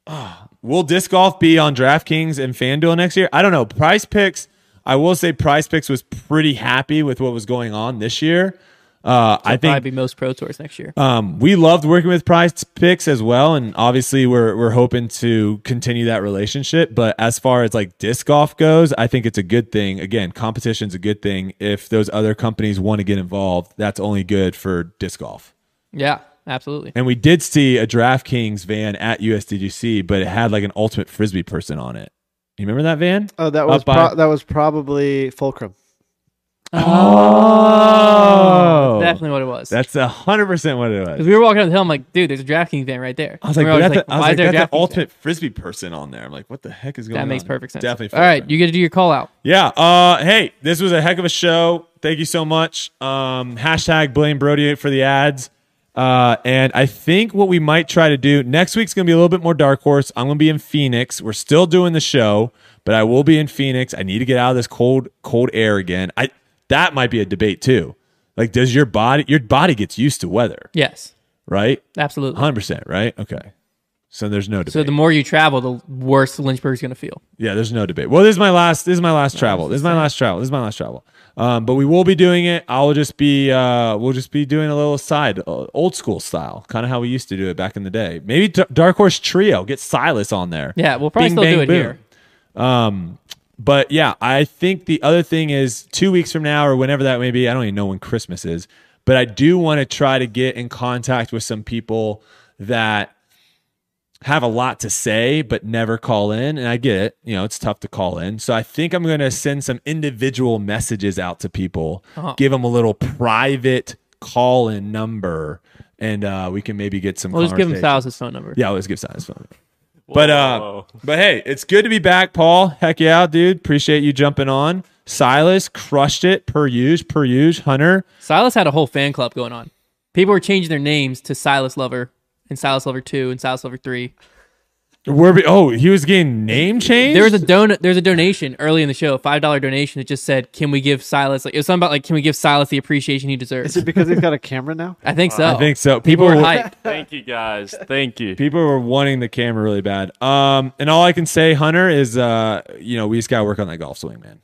Speaker 2: Ah, will disc golf be on DraftKings and FanDuel next year? I don't know. Price Picks. I will say Price Picks was pretty happy with what was going on this year. Uh, I think
Speaker 1: probably be most pro tours next year.
Speaker 2: um, we loved working with Price Picks as well, and obviously we're we're hoping to continue that relationship. But as far as like disc golf goes, I think it's a good thing. Again, competition's a good thing. If those other companies want to get involved, that's only good for disc golf.
Speaker 1: yeah, absolutely.
Speaker 2: And we did see a DraftKings van at USDGC, but it had like an ultimate frisbee person on it. You remember that van?
Speaker 4: oh, that
Speaker 2: Up
Speaker 4: was
Speaker 2: by-
Speaker 4: pro- that was probably Fulcrum.
Speaker 2: Oh,
Speaker 1: That's definitely what it was.
Speaker 2: that's a hundred percent what it was.
Speaker 1: Because we were walking up the hill, I'm like, dude, there's a DraftKings van right there.
Speaker 2: I was like,
Speaker 1: We were
Speaker 2: but
Speaker 1: always
Speaker 2: that's, the- I was
Speaker 1: why
Speaker 2: like,
Speaker 1: is there a
Speaker 2: that's the
Speaker 1: DraftKings
Speaker 2: ultimate frisbee person on there. I'm like, what the heck is going
Speaker 1: van?
Speaker 2: on?
Speaker 1: That makes perfect sense.
Speaker 2: Definitely.
Speaker 1: All right, you get to do your call out.
Speaker 2: yeah. Uh, hey, this was a heck of a show. Thank you so much. Um, hashtag blame Brody for the ads. Uh, and I think what we might try to do next week's going to be a little bit more dark horse. I'm going to be in Phoenix. We're still doing the show, but I will be in Phoenix. I need to get out of this cold, cold air again. I that might be a debate too. Like, does your body your body gets used to weather,
Speaker 1: Yes,
Speaker 2: right?
Speaker 1: absolutely.
Speaker 2: 100, percent right? Okay. So there's no debate.
Speaker 1: So the more you travel, the worse Lynchburg's going to feel.
Speaker 2: Yeah, there's no debate. Well, this is my last. This is my last travel. This is my last travel. This is my last travel. Um, but we will be doing it. I'll just be. Uh, we'll just be doing a little side, uh, old school style, kind of how we used to do it back in the day. Maybe D- Dark Horse Trio get Silas on there.
Speaker 1: Yeah, we'll probably
Speaker 2: Bing,
Speaker 1: still
Speaker 2: bang,
Speaker 1: do it
Speaker 2: boom.
Speaker 1: here.
Speaker 2: But yeah, I think the other thing is two weeks from now or whenever that may be, I don't even know when Christmas is, but I do want to try to get in contact with some people that have a lot to say but never call in. And I get it, you know, it's tough to call in. So I think I'm going to send some individual messages out to people,
Speaker 1: Uh-huh.
Speaker 2: give them a little private call in number, and uh, we can maybe get some.
Speaker 1: We'll just give him
Speaker 2: conversation.
Speaker 1: Silas's phone number.
Speaker 2: Yeah, let's give Silas phone. But uh,
Speaker 3: Whoa.
Speaker 2: but hey, it's good to be back, Paul. Heck yeah, dude. Appreciate you jumping on. Silas crushed it per use, per use. Hunter,
Speaker 1: Silas had a whole fan club going on. People were changing their names to Silas Lover and Silas Lover Two and Silas Lover Three.
Speaker 2: where? Be, oh, he was getting name changed.
Speaker 1: There was a don there's a donation early in the show, a five dollar donation that just said, Can we give Silas like it was something about like can we give Silas the appreciation he deserves?
Speaker 4: Is it because he's got a camera now?
Speaker 1: I think so.
Speaker 2: I think so.
Speaker 1: People
Speaker 2: People,
Speaker 1: were
Speaker 2: were
Speaker 1: hyped.
Speaker 3: Thank you guys. Thank you.
Speaker 2: people were wanting the camera really bad. Um, and all I can say, Hunter, is uh, you know, we just gotta work on that golf swing, man.